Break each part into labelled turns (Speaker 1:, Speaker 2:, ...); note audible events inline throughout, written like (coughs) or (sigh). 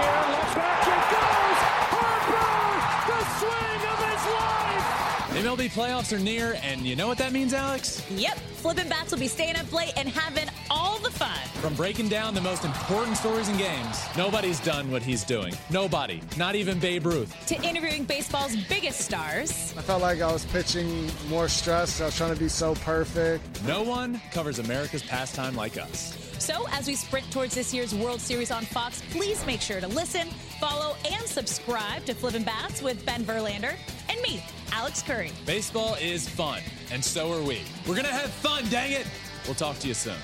Speaker 1: air, left back, it goes! Harper, the swing of his life!
Speaker 2: MLB playoffs are near, and you know what that means, Alex?
Speaker 3: Yep, flipping bats will be staying up late and having all the fun.
Speaker 2: From breaking down the most important stories and games, nobody's done what he's doing. Nobody, not even Babe Ruth.
Speaker 3: To interviewing baseball's biggest stars,
Speaker 4: I felt like I was pitching more stress. I was trying to be so perfect.
Speaker 2: No one covers America's pastime like us.
Speaker 3: so as we sprint towards this year's World Series on Fox, please make sure to listen, follow, and subscribe to Flippin' Bats with Ben Verlander and me, Alex Curry.
Speaker 2: Baseball is fun, and so are we. We're gonna have fun, dang it! We'll talk to you soon.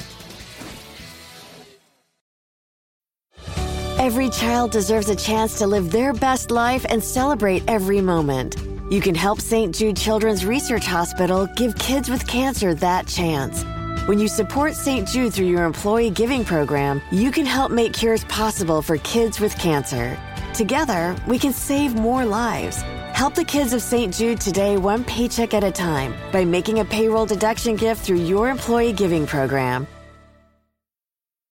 Speaker 5: Every child deserves a chance to live their best life and celebrate every moment. You can help St. Jude Children's Research Hospital give kids with cancer that chance. When you support St. Jude through your employee giving program, you can help make cures possible for kids with cancer. Together, we can save more lives. Help the kids of St. Jude today, one paycheck at a time, by making a payroll deduction gift through your employee giving program.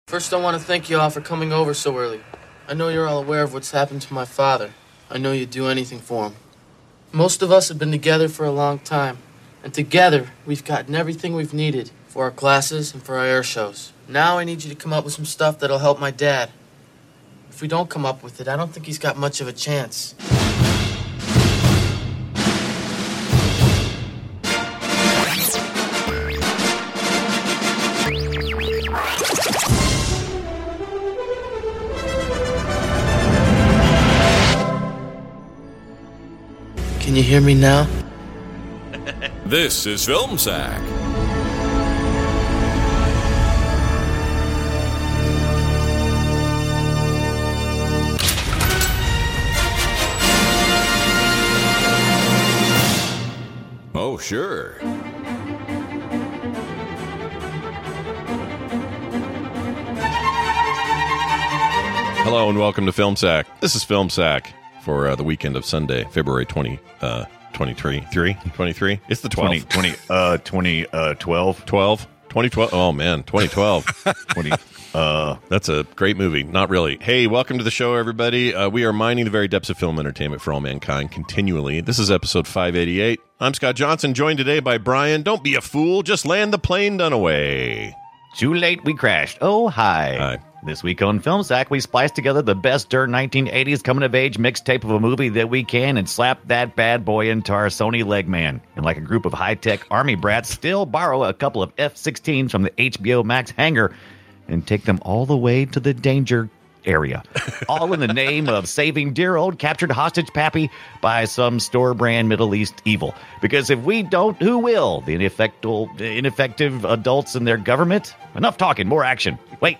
Speaker 6: First, I want to thank you all for coming over so early. I know you're all aware of what's happened to my father. I know you'd do anything for him. Most of us have been together for a long time, and together we've gotten everything we've needed for our classes and for our air shows. Now I need you to come up with some stuff that'll help my dad. If we don't come up with it, I don't think he's got much of a chance. Can you hear me now?
Speaker 7: This is Film Sack. Oh, sure.
Speaker 8: Hello and welcome to Film Sack. This is Film Sack for uh, the weekend of Sunday, February 20, uh, 23, 3, 23. It's the
Speaker 9: 20,
Speaker 8: 12th.
Speaker 9: 20, uh, 20, uh, 12,
Speaker 8: 12, 2012. Oh,
Speaker 9: (laughs)
Speaker 8: man, 2012.
Speaker 9: 20, uh,
Speaker 8: That's a great movie. Not really. Hey, welcome to the show, everybody. Uh, we are mining the very depths of film entertainment for all mankind continually. This is episode 588. I'm Scott Johnson, joined today by Brian. Don't be a fool. Just land the plane, Dunaway.
Speaker 10: Too late, we crashed. Oh, hi.
Speaker 8: Hi.
Speaker 10: This week on Film Sack, we spliced together the best darn 1980s coming of age mixtape of a movie that we can and slapped that bad boy into our Sony Legman. And like a group of high tech army brats, still borrow a couple of F 16s from the HBO Max hangar and take them all the way to the danger area. all in the name of saving dear old captured hostage Pappy by some store brand Middle East evil. Because if we don't, who will? The ineffectual, ineffective adults in their government? Enough talking, more action. Wait.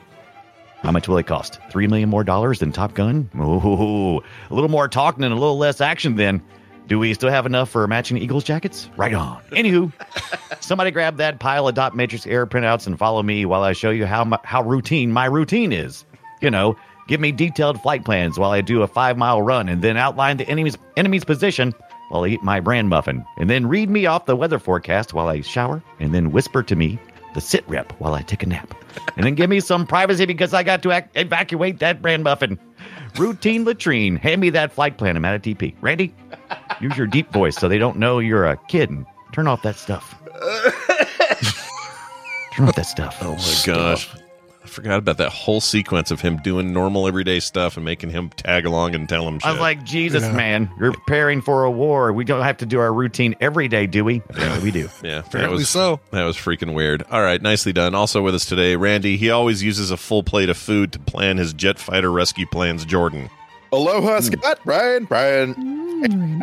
Speaker 10: How much will it cost? Three million more dollars than Top Gun? Ooh, a little more talking and a little less action then. Do we still have enough for matching Eagles jackets? Right on. Anywho, somebody grab that pile of dot matrix air printouts and follow me while I show you how my, how routine my routine is. You know, give me detailed flight plans while I do a five mile run, and then outline the enemy's enemy's position while I eat my bran muffin, and then read me off the weather forecast while I shower, and then whisper to me the sit rep while I take a nap, and then give me some privacy because I got to ac- evacuate that bran muffin. Routine latrine. Hand me that flight plan. I'm out of TP. Randy, use your deep voice so they don't know you're a kid and turn off that stuff. I wrote that stuff.
Speaker 8: Oh my gosh. I forgot about that whole sequence of him doing normal everyday stuff and making him tag along and tell him shit.
Speaker 10: I was like, Jesus, man, you're preparing for a war. We don't have to do our routine every day, do we?
Speaker 6: (laughs)
Speaker 10: Apparently, we do.
Speaker 8: Yeah,
Speaker 10: Apparently
Speaker 8: that was,
Speaker 10: so.
Speaker 8: That was freaking weird. All right, nicely done. Also with us today, Randy. He always uses a full plate of food to plan his jet fighter rescue plans. Jordan.
Speaker 6: Aloha, Scott, Brian, Brian.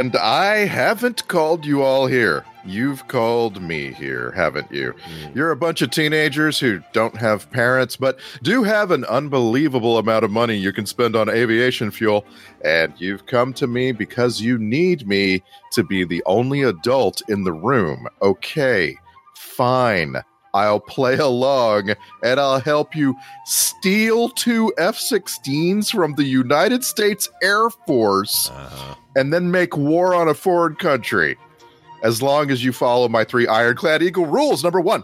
Speaker 6: And I haven't called you all here. You've called me here, haven't you? You're a bunch of teenagers who don't have parents, but do have an unbelievable amount of money you can spend on aviation fuel. And you've come to me because you need me to be the only adult in the room. Okay, fine. I'll play along and I'll help you steal two F 16s from the United States Air Force and then make war on a foreign country. As long as you follow my three ironclad eagle rules. Number one,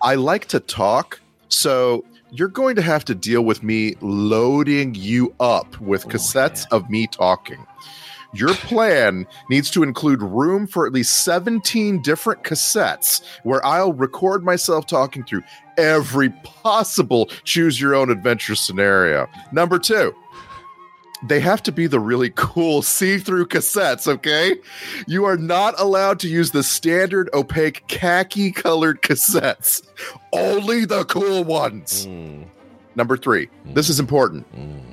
Speaker 6: I like to talk. So you're going to have to deal with me loading you up with cassettes of me talking. Your plan needs to include room for at least 17 different cassettes where I'll record myself talking through every possible choose your own adventure scenario. Number two, they have to be the really cool see-through cassettes, okay? You are not allowed to use the standard opaque khaki colored cassettes. Only the cool ones. Number 3. This is important.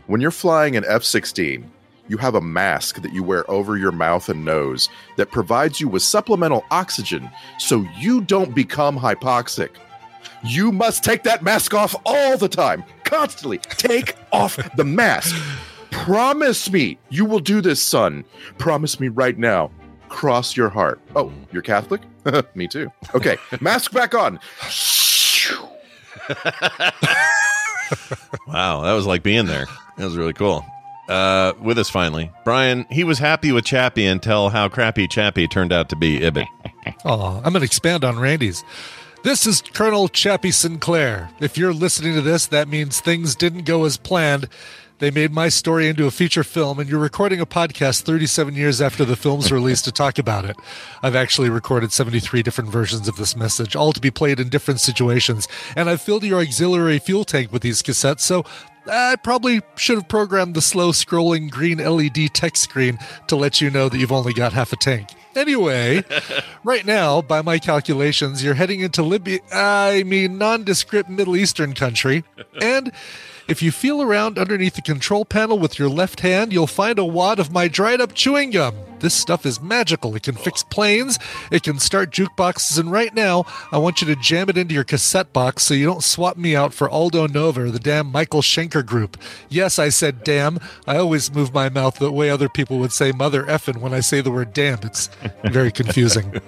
Speaker 6: When you're flying an F-16, you have a mask that you wear over your mouth and nose that provides you with supplemental oxygen so you don't become hypoxic. You must take that mask off all the time. Constantly take off the mask. Promise me you will do this, son. Promise me right now. Cross your heart. Oh, you're Catholic? me too. Okay, mask back on.
Speaker 8: Wow, that was like being there.
Speaker 10: (sighs)
Speaker 8: That was really cool. Uh, with us finally, Brian. He was happy with Chappie until how crappy Chappie turned out to be. Ibbit.
Speaker 2: Oh, I'm going to expand on Randy's. This is Colonel Chappie Sinclair. If you're listening to this, that means things didn't go as planned. They made my story into a feature film, and you're recording a podcast 37 years after the film's release to talk about it. I've actually recorded 73 different versions of this message, all to be played in different situations, and I've filled your auxiliary fuel tank with these cassettes, so I probably should have programmed the slow scrolling green LED text screen to let you know that you've only got half a tank. Anyway, right now, by my calculations, you're heading into Libya, I mean, nondescript Middle Eastern country. And if you feel around underneath the control panel with your left hand, you'll find a wad of my dried up chewing gum. This stuff is magical. It can fix planes, it can start jukeboxes, and right now, I want you to jam it into your cassette box so you don't swap me out for Aldo Nova or the damn Michael Schenker group. Yes, I said damn. I always move my mouth the way other people would say mother effin' when I say the word damn. It's very confusing.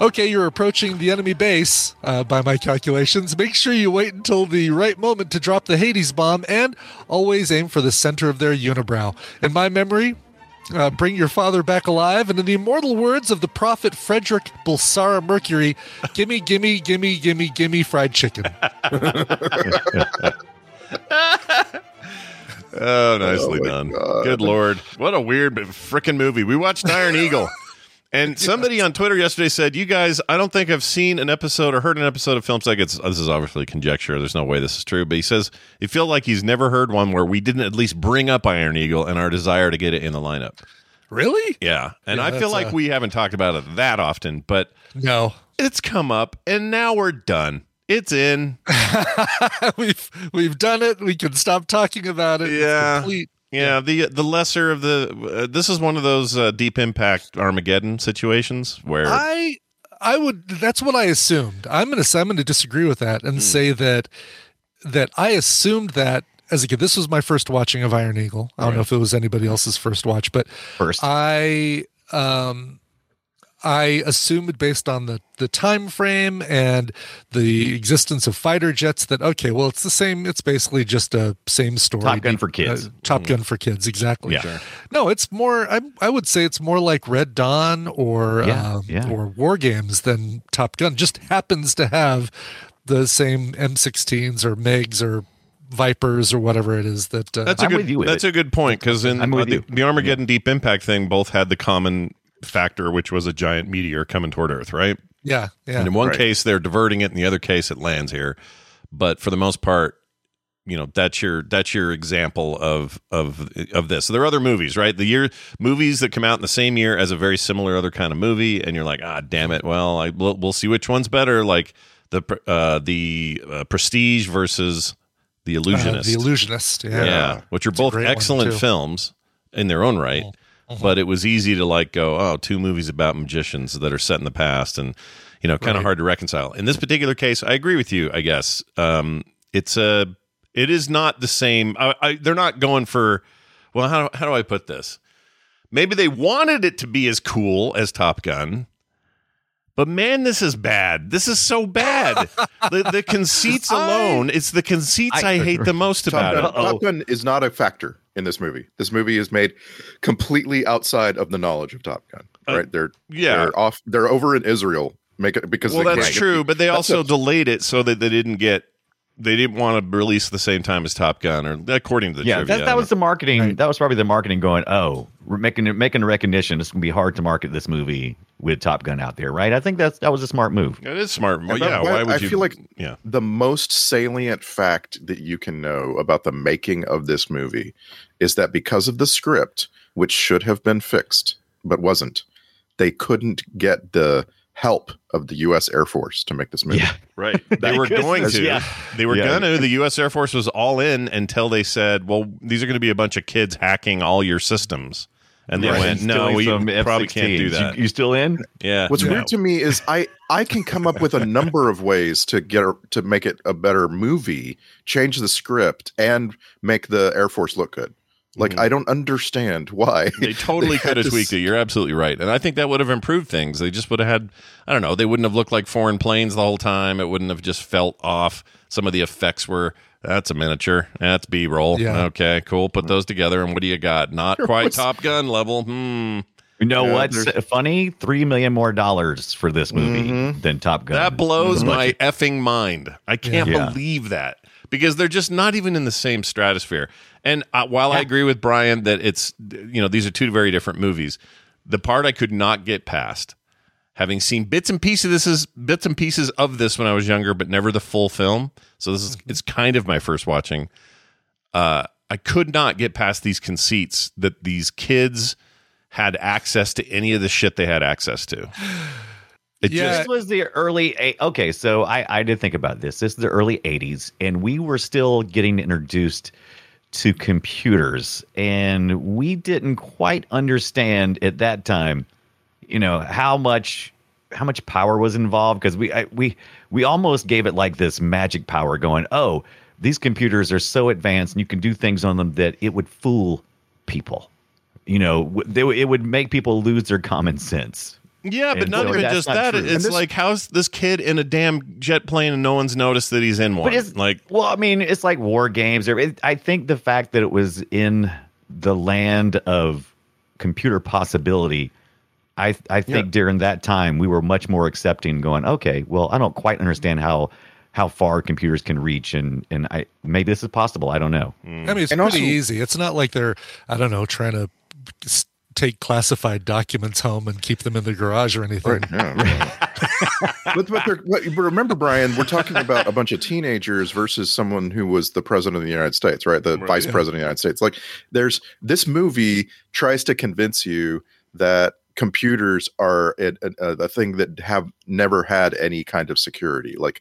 Speaker 2: Okay, you're approaching the enemy base, uh, by my calculations. Make sure you wait until the right moment to drop the Hades bomb and always aim for the center of their unibrow. In my memory, uh, bring your father back alive, and in the immortal words of the prophet Frederick Bulsara Mercury, gimme, gimme, gimme, gimme, gimme fried chicken.
Speaker 8: Oh, nicely done. Good lord. What a weird but freaking movie. We watched
Speaker 2: (laughs)
Speaker 8: Iron Eagle. And somebody on Twitter yesterday said, "You guys, I don't think I've seen an episode or heard an episode of Film Psych. It's, this is obviously conjecture. There's no way this is true." But he says it felt like he's never heard one where we didn't at least bring up Iron Eagle and our desire to get it in the lineup.
Speaker 2: Really?
Speaker 8: Yeah, and
Speaker 2: Yeah,
Speaker 8: I feel
Speaker 2: that's,
Speaker 8: like
Speaker 2: uh,
Speaker 8: we haven't talked about it that often, but
Speaker 2: no, (laughs)
Speaker 8: it's come up, and now we're done. It's in.
Speaker 2: we've we've done it. We can stop talking about it. It's complete.
Speaker 8: Yeah, the the lesser of the. Uh, this is one of those uh, deep impact Armageddon situations where
Speaker 2: I I would that's what I assumed. I'm gonna I'm gonna disagree with that and say that that I assumed that as a kid. This was my first watching of Iron Eagle. I don't know if it was anybody else's first watch, but
Speaker 6: Uh,
Speaker 10: first
Speaker 2: I um I assumed based on the the time frame and the existence of fighter jets that okay, well it's the same. It's basically just a same story.
Speaker 10: Top Gun for kids. Mm-hmm.
Speaker 2: Uh, Top Gun for kids, exactly.
Speaker 10: Yeah. Sure.
Speaker 2: No, it's more. I I would say it's more like Red Dawn or
Speaker 10: Yeah,
Speaker 2: um,
Speaker 10: yeah.
Speaker 2: or War Games than Top Gun. Just happens to have the same M16s or MiGs or Vipers or whatever it is that. Uh,
Speaker 8: That's a good. that's a good point because in
Speaker 2: I'm
Speaker 8: uh,
Speaker 2: with
Speaker 8: the,
Speaker 2: you.
Speaker 8: the Armageddon Deep Impact thing, both had the common factor, which was a giant meteor coming toward Earth, right?
Speaker 2: Yeah, yeah.
Speaker 8: And in one
Speaker 2: Right.
Speaker 8: case, they're diverting it. In the other case, it lands here. But for the most part, you know that's your that's your example of of of this. So there are other movies, right? The year movies that come out in the same year as a very similar other kind of movie, and you're like, ah, damn it. Well, I we'll, we'll see which one's better. Like the pr- uh, the uh, Prestige versus the
Speaker 2: Uh,
Speaker 8: Illusionist.
Speaker 2: the Illusionist. Yeah,
Speaker 8: which are
Speaker 2: It's a
Speaker 8: both
Speaker 2: great one,
Speaker 8: excellent
Speaker 2: too.
Speaker 8: films in their own right.
Speaker 2: Mhm.
Speaker 8: But it was easy to like go, oh, two movies about magicians that are set in the past, and you know, kind of
Speaker 2: Right.
Speaker 8: hard to reconcile. In this particular case, I agree with you. I guess um, it's a, it is not the same. I, I, they're not going for. Well, how how do I put this? Maybe they wanted it to be as cool as Top Gun, but man, this is bad. This is so bad. the, the conceits alone, it's the conceits I, hate the most
Speaker 6: Top
Speaker 8: about
Speaker 6: Gun-
Speaker 8: it.
Speaker 6: Top Gun is not a factor in this movie. This movie is made completely outside of the knowledge of Top Gun. Right? they're
Speaker 8: yeah.
Speaker 6: they're off. They're over in Israel. Make it because
Speaker 8: well,
Speaker 6: they
Speaker 8: that's
Speaker 6: can't get-
Speaker 8: true, but they
Speaker 6: That's
Speaker 8: also
Speaker 6: a-
Speaker 8: delayed it so that they didn't get they didn't want to release the same time as Top Gun, or according to the
Speaker 10: yeah,
Speaker 8: trivia.
Speaker 10: that, that was the marketing. That was probably the marketing going. Oh, we're making making a recognition. It's gonna be hard to market this movie with Top Gun out there, right? I think that's that was a smart move.
Speaker 8: It is smart.
Speaker 6: And by the way, I feel like the most salient fact that you can know about the making of this movie is that because of the script, which should have been fixed but wasn't, they couldn't get the help of the U.S. Air Force to make this movie.
Speaker 8: right. (laughs) They were going to.
Speaker 6: Yeah.
Speaker 8: They were
Speaker 6: Yeah.
Speaker 8: going to. The U.S. Air Force was all in until they said, "Well, these are going to be a bunch of kids hacking all your systems," and they
Speaker 10: Right.
Speaker 8: went, "No,
Speaker 10: Stealing
Speaker 8: we
Speaker 10: some
Speaker 8: probably can't do
Speaker 10: F-16s. You-
Speaker 8: that."
Speaker 10: you still in?
Speaker 8: Yeah.
Speaker 6: What's weird to me is I I can come up with a number of ways to get a- to make it a better movie, change the script, and make the Air Force look good. Like I don't understand why (laughs)
Speaker 8: they totally
Speaker 6: had
Speaker 8: could have
Speaker 6: to
Speaker 8: tweaked it. You're absolutely right, and I think that would have improved things. They just would have had, I don't know, they wouldn't have looked like foreign planes the whole time. It wouldn't have just felt off. Some of the effects were that's a miniature, that's B roll.
Speaker 10: Yeah.
Speaker 8: Okay, cool. Put those together, and what do you got? Not
Speaker 10: There
Speaker 8: quite
Speaker 10: was-
Speaker 8: Top Gun level. Hmm.
Speaker 10: You know
Speaker 8: Yeah,
Speaker 10: what's
Speaker 8: there's-
Speaker 10: funny? Three million more dollars for this movie
Speaker 6: Mm-hmm.
Speaker 10: than Top Gun.
Speaker 8: That blows
Speaker 10: The
Speaker 8: my
Speaker 10: budget.
Speaker 8: effing mind. I can't
Speaker 10: Yeah.
Speaker 8: believe that because they're just not even in the same stratosphere. And uh, while I agree with Brian that it's, you know, these are two very different movies, the part I could not get past, having seen bits and pieces, this is bits and pieces of this when I was younger, but never the full film. So this
Speaker 10: Mm-hmm.
Speaker 8: is, it's kind of my first watching. Uh, I could not get past these conceits that these kids had access to any of the shit they had access to. It
Speaker 10: This was the early. eight- Okay, so I I did think about this. This is the early '80s, and we were still getting introduced to computers, and we didn't quite understand at that time, you know, how much how much power was involved because we I, we we almost gave it like this magic power, going, oh, these computers are so advanced, and you can do things on them that it would fool people. You know, w- they, w- it would make people lose their common sense.
Speaker 8: Yeah, but
Speaker 10: And
Speaker 8: not
Speaker 10: so
Speaker 8: even
Speaker 10: that's
Speaker 8: just
Speaker 10: not
Speaker 8: that.
Speaker 10: true.
Speaker 8: It's
Speaker 10: And this-
Speaker 8: like how's this kid in a damn jet plane and no one's noticed that he's in one?
Speaker 10: But it's-
Speaker 8: like
Speaker 10: well, I mean, it's like war games. Or it, I think the fact that it was in the land of computer possibility, I I think
Speaker 11: Yeah.
Speaker 10: during that time we were much more accepting. Going, okay, well, I don't quite understand how how far computers can reach, and and I maybe this is possible. I don't know.
Speaker 2: I mean, it's pretty easy. It's not like they're, I don't know, trying to s- take classified documents home and keep them in the garage or anything.
Speaker 6: (laughs) but, but, they're, but remember, Brian, we're talking about a bunch of teenagers versus someone who was the president of the United States, right? The vice
Speaker 9: yeah.
Speaker 6: president of the United States. Like, there's this movie tries to convince you that computers are a, a, a thing that have never had any kind of security. Like,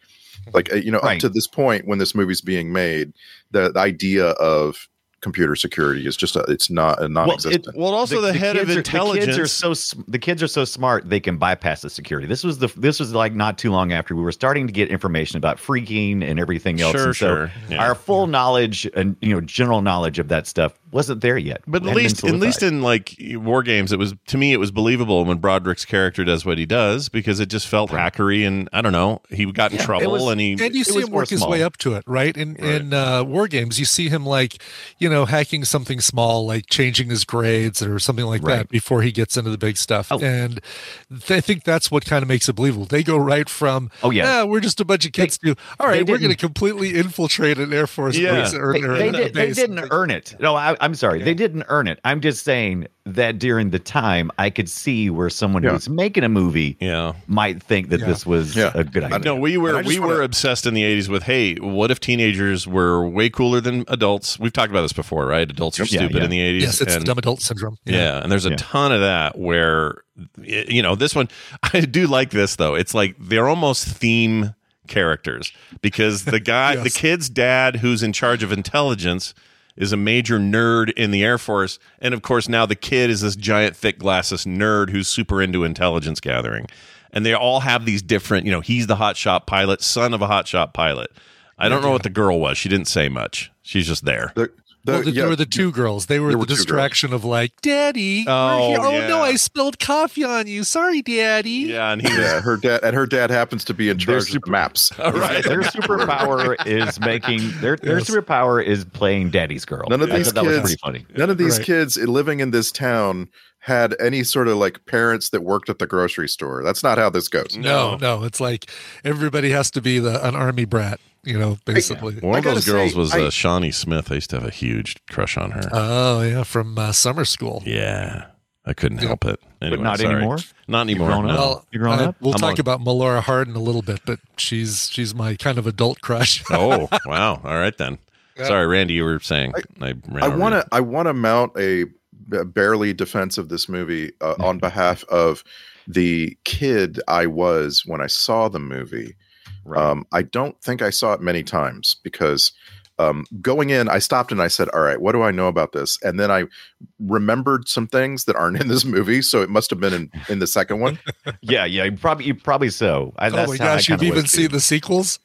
Speaker 6: like uh, you know, up
Speaker 10: Right.
Speaker 6: to this point when this movie's being made, the, the idea of computer security is just a, it's not a non-existent.
Speaker 10: kids are- The kids are so sm- the kids are so smart they can bypass the security. This was the this was like not too long after we were starting to get information about freaking and everything else.
Speaker 8: Sure,
Speaker 10: and so
Speaker 8: sure. Yeah.
Speaker 10: Our full knowledge and you know general knowledge of that stuff wasn't there yet.
Speaker 8: But at
Speaker 10: Hadn't been
Speaker 8: least, at least
Speaker 10: solidified.
Speaker 8: in like war games, it was to me it was believable when Broderick's character does what he does because it just felt hackery and I don't know he got in trouble and he
Speaker 2: you see him work his way up to it, right? In in uh, war games, you see him like, you know, hacking something small, like changing his grades or something like that,
Speaker 10: Right.
Speaker 2: before he gets into the big stuff.
Speaker 8: Oh.
Speaker 2: And th- I think that's what kind of makes it believable. They go right from,
Speaker 10: Oh, yeah.
Speaker 2: "Ah, we're just a bunch of kids who, all
Speaker 10: they
Speaker 2: right, we're going to
Speaker 10: didn't-
Speaker 2: completely infiltrate an air force base or,
Speaker 10: They,
Speaker 2: or
Speaker 10: they
Speaker 2: a
Speaker 10: did, they
Speaker 2: base."
Speaker 10: didn't earn it. No, I, I'm sorry, they didn't earn it. I'm just saying that during the time, I could see where someone
Speaker 8: Yeah.
Speaker 10: who's making a movie
Speaker 8: yeah.
Speaker 10: might think that
Speaker 8: Yeah.
Speaker 10: this was a good idea.
Speaker 8: No, we were
Speaker 10: And I just
Speaker 8: we
Speaker 10: wanna-
Speaker 8: were obsessed in the '80s with hey, what if teenagers were way cooler than adults? We've talked about this before, right? Adults are
Speaker 2: Yeah,
Speaker 8: stupid
Speaker 2: yeah.
Speaker 8: in the '80s.
Speaker 2: Yes, it's the
Speaker 8: and-
Speaker 2: dumb adult syndrome.
Speaker 8: Yeah. and there's a ton of that where y- you know this one. (laughs) I do like this though. It's like they're almost theme characters because (laughs) the guy, the kid's dad, who's in charge of intelligence, is a major nerd in the Air Force, and of course now the kid is this giant, thick glasses nerd who's super into intelligence gathering, and they all have these different. You know, he's the hotshot pilot, son of a hotshot pilot. I don't know what the girl was. She didn't say much. She's just there.
Speaker 2: well, the, there were the two girls. They were
Speaker 8: there
Speaker 2: the
Speaker 8: were two girls.
Speaker 2: distraction of like, Daddy, we're
Speaker 8: Oh,
Speaker 2: here."
Speaker 8: yeah.
Speaker 2: no, I spilled coffee on you. Sorry, Daddy.
Speaker 8: Yeah, and
Speaker 6: yeah, her dad and her dad happens to be in charge of the maps. (laughs)
Speaker 10: Right. Their superpower is making their their
Speaker 6: Yes.
Speaker 10: superpower is playing daddy's girl.
Speaker 6: None of
Speaker 10: I
Speaker 6: these
Speaker 10: thought that was
Speaker 6: kids,
Speaker 10: pretty funny.
Speaker 6: none of these
Speaker 10: Right.
Speaker 6: kids living in this town had any sort of like parents that worked at the grocery store. That's not how this goes.
Speaker 2: No, no, it's like everybody has to be the an army brat, you know, basically.
Speaker 8: One of those girls was uh, Shawnee Smith. I used to have a huge crush on her.
Speaker 2: oh yeah, from uh, summer school.
Speaker 8: Yeah, I couldn't help it. Anyway,
Speaker 10: not
Speaker 8: sorry.
Speaker 10: anymore?
Speaker 8: Not
Speaker 10: You've
Speaker 8: anymore.
Speaker 10: grown
Speaker 8: no.
Speaker 10: up?
Speaker 2: (laughs) Well, uh, We'll
Speaker 8: I'm
Speaker 2: talk
Speaker 8: on-
Speaker 2: about Melora Hardin a little bit, but she's she's my kind of adult crush. (laughs)
Speaker 8: oh wow! All right then.
Speaker 2: Yeah.
Speaker 8: Sorry, Randy, you were saying. I,
Speaker 6: I want to I want to mount a b- barely defense of this movie uh, on behalf of the kid I was when I saw the movie. Um, I don't think I saw it many times because um, going in, I stopped and I said, "All right, what do I know about this?" And then I remembered some things that aren't (laughs) in this movie, so it must have been in, in the
Speaker 8: (laughs)
Speaker 6: second one.
Speaker 10: yeah, yeah, you probably you probably so. I,
Speaker 2: oh my gosh, you've even seen the sequels?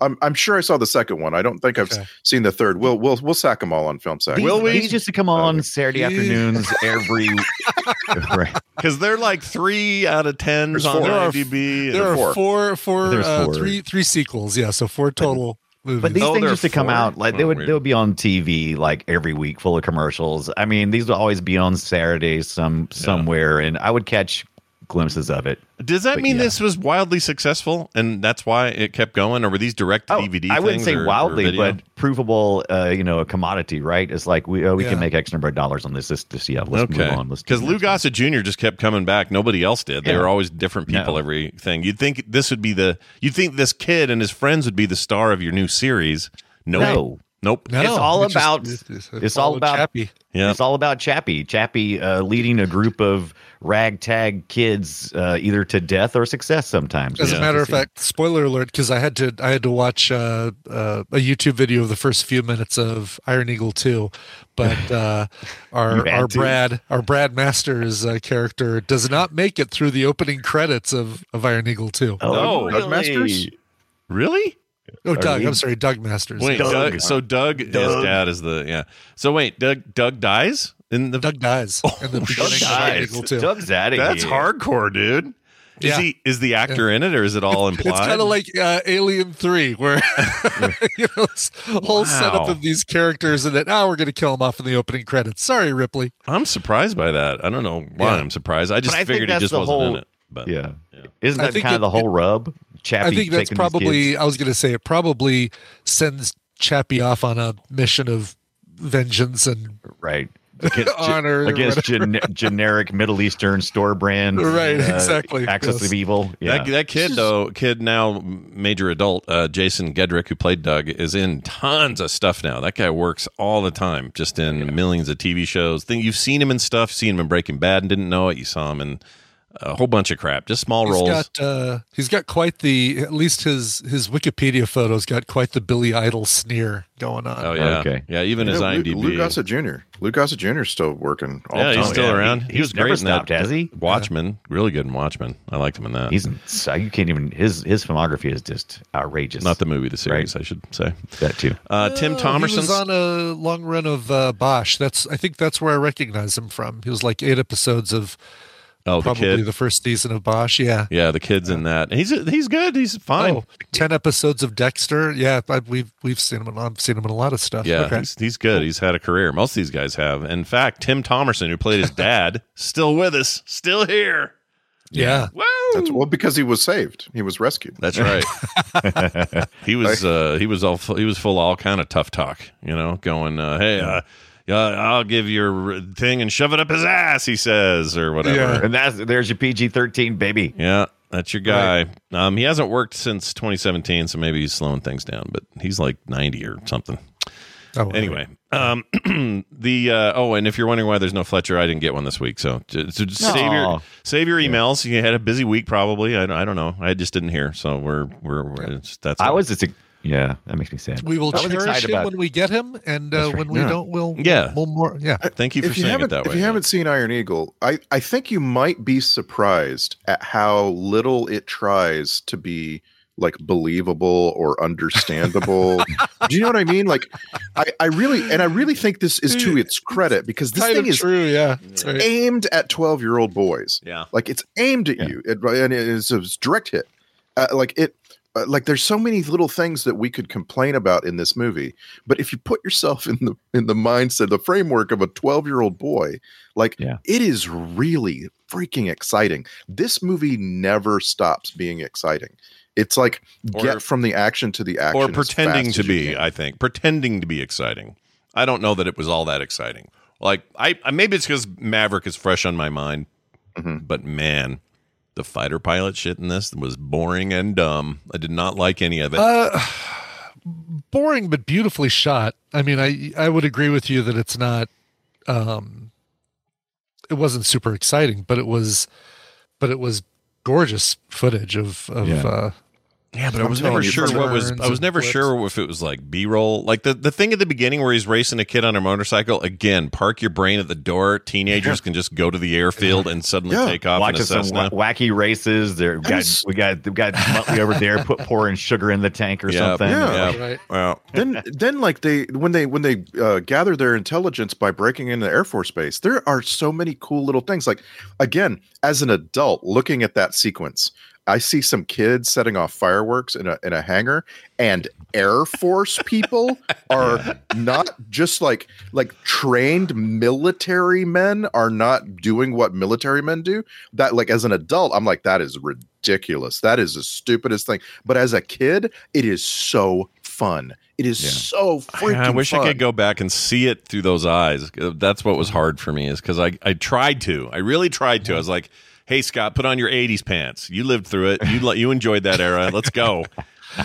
Speaker 6: I'm, Um, I'm sure I saw the second one. I don't think I've s- seen the third. We'll we'll we'll sack them all on film sack.
Speaker 10: Will we? These used to come on Saturday afternoons
Speaker 2: (laughs)
Speaker 10: every.
Speaker 8: because they're like three out of tens
Speaker 2: There's
Speaker 8: on
Speaker 2: four. There are-
Speaker 8: IMDb. and-
Speaker 2: There are four, four,
Speaker 8: There's
Speaker 2: uh,
Speaker 8: four.
Speaker 2: three, three sequels. Yeah, so four total. movies.
Speaker 10: But these things used to come out like
Speaker 6: Oh,
Speaker 10: they would they would be on TV like every week, full of commercials. I mean, these would always be on Saturdays some somewhere, and I would catch glimpses of it.
Speaker 8: Does that
Speaker 10: But
Speaker 8: mean
Speaker 10: yeah.
Speaker 8: this was wildly successful, and that's why it kept going? Or were these direct to DVD?
Speaker 10: Oh, I wouldn't
Speaker 8: things
Speaker 10: say
Speaker 8: or- or
Speaker 10: wildly,
Speaker 8: video?
Speaker 10: but provable, uh, you know, a commodity, right? It's like we oh, we
Speaker 8: Yeah.
Speaker 10: can make X number of dollars on this. This, this yeah, let's move on. Let's do
Speaker 8: Because Lou Gossett Jr. just kept coming back. Nobody else did. They
Speaker 10: Yeah.
Speaker 8: were always different people.
Speaker 10: No.
Speaker 8: Everything you'd think this would be the you'd think this kid and his friends would be the star of your new series. Nope.
Speaker 10: No.
Speaker 8: Nope.
Speaker 10: it's all about it's, all about
Speaker 2: Chappie.
Speaker 8: Yeah.
Speaker 10: It's all about Chappie. Chappie uh, leading a group of ragtag kids uh, either to death or success. Sometimes,
Speaker 2: As a matter of fact, spoiler alert, because I had to I had to watch uh, uh, a YouTube video of the first few minutes of Iron Eagle two,
Speaker 8: (laughs)
Speaker 2: but uh,
Speaker 10: You
Speaker 2: our
Speaker 10: had
Speaker 2: our
Speaker 10: to.
Speaker 2: Brad our Brad Masters uh, character does not make it through the opening credits of, of Iron Eagle two.
Speaker 8: Oh, Doug really? Masters? Really?
Speaker 2: Oh,
Speaker 8: Are
Speaker 2: Doug.
Speaker 8: we-
Speaker 2: I'm sorry, Doug Masters.
Speaker 8: Wait, Doug. so Doug, his dad is the yeah. So wait, Doug Doug dies in the
Speaker 2: Doug dies in the
Speaker 8: Oh, Doug
Speaker 2: beginning of Iron
Speaker 8: dies.
Speaker 2: Eagle two.
Speaker 10: Doug's outta
Speaker 8: That's
Speaker 10: here.
Speaker 8: hardcore, dude. Is
Speaker 2: Yeah.
Speaker 8: he is the actor in it or is it all implied?
Speaker 2: It's kind of like uh, Alien
Speaker 8: (laughs)
Speaker 2: Three, where (laughs) you know this whole setup
Speaker 8: Wow.
Speaker 2: of these characters, and then oh, we're going to kill them off in the opening credits. Sorry, Ripley.
Speaker 8: I'm surprised by that. I don't know why
Speaker 2: Yeah.
Speaker 8: I'm surprised. I
Speaker 10: But
Speaker 8: just
Speaker 10: I think
Speaker 8: figured he
Speaker 10: that's
Speaker 8: just
Speaker 10: the
Speaker 8: wasn't in
Speaker 10: whole-
Speaker 8: it. But
Speaker 10: yeah. Isn't
Speaker 2: I
Speaker 10: that
Speaker 2: think
Speaker 10: kind
Speaker 2: it-
Speaker 10: of the whole rub? Chappie.
Speaker 2: I think that's
Speaker 10: taking these
Speaker 2: probably.
Speaker 10: kids-
Speaker 2: I was going to say it probably sends Chappie off on a mission of vengeance and
Speaker 10: right
Speaker 2: (laughs)
Speaker 10: against, ge-
Speaker 2: honor or
Speaker 10: against gen- generic Middle Eastern store brand.
Speaker 2: (laughs) Right, exactly.
Speaker 10: Access
Speaker 2: Yes.
Speaker 10: to evil. Yeah.
Speaker 8: That, that kid though, kid now major adult, uh, Jason Gedrick, who played Doug, is in tons of stuff now. That guy works all the time, just in millions of TV shows. Think you've seen him in stuff, seen him in Breaking Bad, and didn't know it. You saw him in a whole bunch of crap, just small
Speaker 2: He's
Speaker 8: roles.
Speaker 2: got uh, he's got quite the at least his his Wikipedia photos got quite the Billy Idol sneer going on.
Speaker 8: oh yeah, yeah. Even
Speaker 6: You
Speaker 8: his
Speaker 6: know, Lou-
Speaker 8: IMDb.
Speaker 6: Lou, Gossett Jr. Lou Gossett Jr. is still working. All
Speaker 8: yeah,
Speaker 6: the
Speaker 8: he's
Speaker 6: time.
Speaker 8: still around. He,
Speaker 10: he's
Speaker 8: was
Speaker 10: never
Speaker 8: great
Speaker 10: stopped,
Speaker 8: in that.
Speaker 10: has he?
Speaker 8: Watchmen, really good in Watchmen. I liked him in that.
Speaker 10: He's in, so you can't even his his filmography is just outrageous.
Speaker 8: not the movie, the series, I should say. (laughs)
Speaker 10: That too.
Speaker 8: Uh, Tim
Speaker 2: He
Speaker 8: Thomerson's
Speaker 2: was on a long run of uh, Bosch. That's I think that's where I recognize him from. He was like eight episodes of
Speaker 8: Oh, the
Speaker 2: probably
Speaker 8: kid.
Speaker 2: the first season of Bosch. Yeah,
Speaker 8: Yeah, the kids in that. And He's he's good. He's fine.
Speaker 2: Oh, 10 episodes of Dexter. Yeah, I, we've we've seen him. In, I've seen him in a lot of stuff.
Speaker 8: Yeah,
Speaker 2: Okay.
Speaker 8: he's, he's good. He's had a career. Most of these guys have. In fact, Tim Thomerson, who played his dad, still with us, still here.
Speaker 2: Yeah. Oh,
Speaker 6: That's, well, because he was saved. He was rescued.
Speaker 8: That's right. (laughs) he was uh, he was all fu- he was full of all kind of tough talk. You know, going, uh, hey, uh, Uh, I'll give your thing and shove it up his ass, he says, or whatever.
Speaker 10: Yeah. And that's there's your PG thirteen baby.
Speaker 8: Yeah, that's your guy. Um, he hasn't worked since 2017, so maybe he's slowing things down. But he's like 90 or something.
Speaker 2: Oh,
Speaker 8: anyway, um, (clears throat) the uh, oh, and if you're wondering why there's no Fletcher, I didn't get one this week. So, j- so just save
Speaker 10: Aw.
Speaker 8: your save your emails. You had a busy week, probably. I, I don't know. I just didn't hear. So we're we're, we're it's, that's.
Speaker 10: I was just yeah. That makes me sad.
Speaker 2: We will
Speaker 10: I was
Speaker 2: cherish him
Speaker 10: excited about
Speaker 2: when we get him, and uh,
Speaker 10: That's right.
Speaker 2: when we
Speaker 10: Yeah.
Speaker 2: don't, we'll
Speaker 8: Yeah.
Speaker 2: we'll more yeah.
Speaker 8: Thank you for
Speaker 6: if you
Speaker 8: saying it
Speaker 6: haven't,
Speaker 8: that
Speaker 6: if
Speaker 8: way.
Speaker 6: you haven't seen Iron Eagle, I, I think you might be surprised at how little it tries to be like believable
Speaker 8: (laughs)
Speaker 6: or understandable. Do you know what I mean? Like, I, I really and I really think this is to its credit because this
Speaker 2: Kind
Speaker 6: thing
Speaker 2: of
Speaker 6: is
Speaker 2: true, yeah.
Speaker 6: it's aimed at twelve year old boys.
Speaker 8: Yeah,
Speaker 6: like it's aimed at you, it, and it is a direct hit. Uh, like it. Uh, like there's so many little things that we could complain about in this movie, but if you put yourself (laughs) in the in the mindset, the framework of a 12 year old boy, like it is really freaking exciting. This movie never stops being exciting. It's like
Speaker 8: Or-
Speaker 6: get from the action to the action,
Speaker 8: or
Speaker 6: as
Speaker 8: pretending
Speaker 6: fast
Speaker 8: to
Speaker 6: as you
Speaker 8: be. I think pretending to be exciting. I don't know that it was all that exciting. Like I I- maybe it's because Maverick is fresh on my mind,
Speaker 6: Mm-hmm.
Speaker 8: but man, the fighter pilot shit in this was boring and dumb. I did not like any of it.
Speaker 2: Uh, boring but beautifully shot. I mean, I I would agree with you that it's not. Um, it wasn't super exciting, but it was, but it was gorgeous footage of of.
Speaker 8: Yeah.
Speaker 2: Uh,
Speaker 8: yeah, but I was never sure what was. I was never sure if it was like B roll, like the the thing at the beginning where he's racing a kid on a motorcycle. Again, park your brain at the door. Teenagers can just go to the airfield and suddenly
Speaker 10: Yeah.
Speaker 8: take off.
Speaker 10: Watch
Speaker 8: in a
Speaker 10: us some
Speaker 8: Cessna.
Speaker 10: wa- wacky races. There we got we got we got Muttley over there put pouring sugar in the tank or
Speaker 8: Yeah.
Speaker 10: something.
Speaker 6: Yeah.
Speaker 10: Like,
Speaker 2: Right.
Speaker 8: Wow.
Speaker 6: (laughs) then then like they when they when they uh, gather their intelligence by breaking into air force base there are so many cool little things like again as an adult looking at that sequence i see some kids setting off fireworks in a in a hangar and air force people are not just like like trained military men are not doing what military men do that like as an adult i'm like that is ridiculous that is the stupidest thing but as a kid it is so fun it is so freaking
Speaker 8: I wish
Speaker 6: fun.
Speaker 8: I could go back and see it through those eyes. Uh, That's what was hard for me is because I, I tried to. I really tried to. I was like, hey, Scott, put on your 80s pants. You lived through it. You, li- you enjoyed that era. Let's
Speaker 10: (laughs)
Speaker 8: go.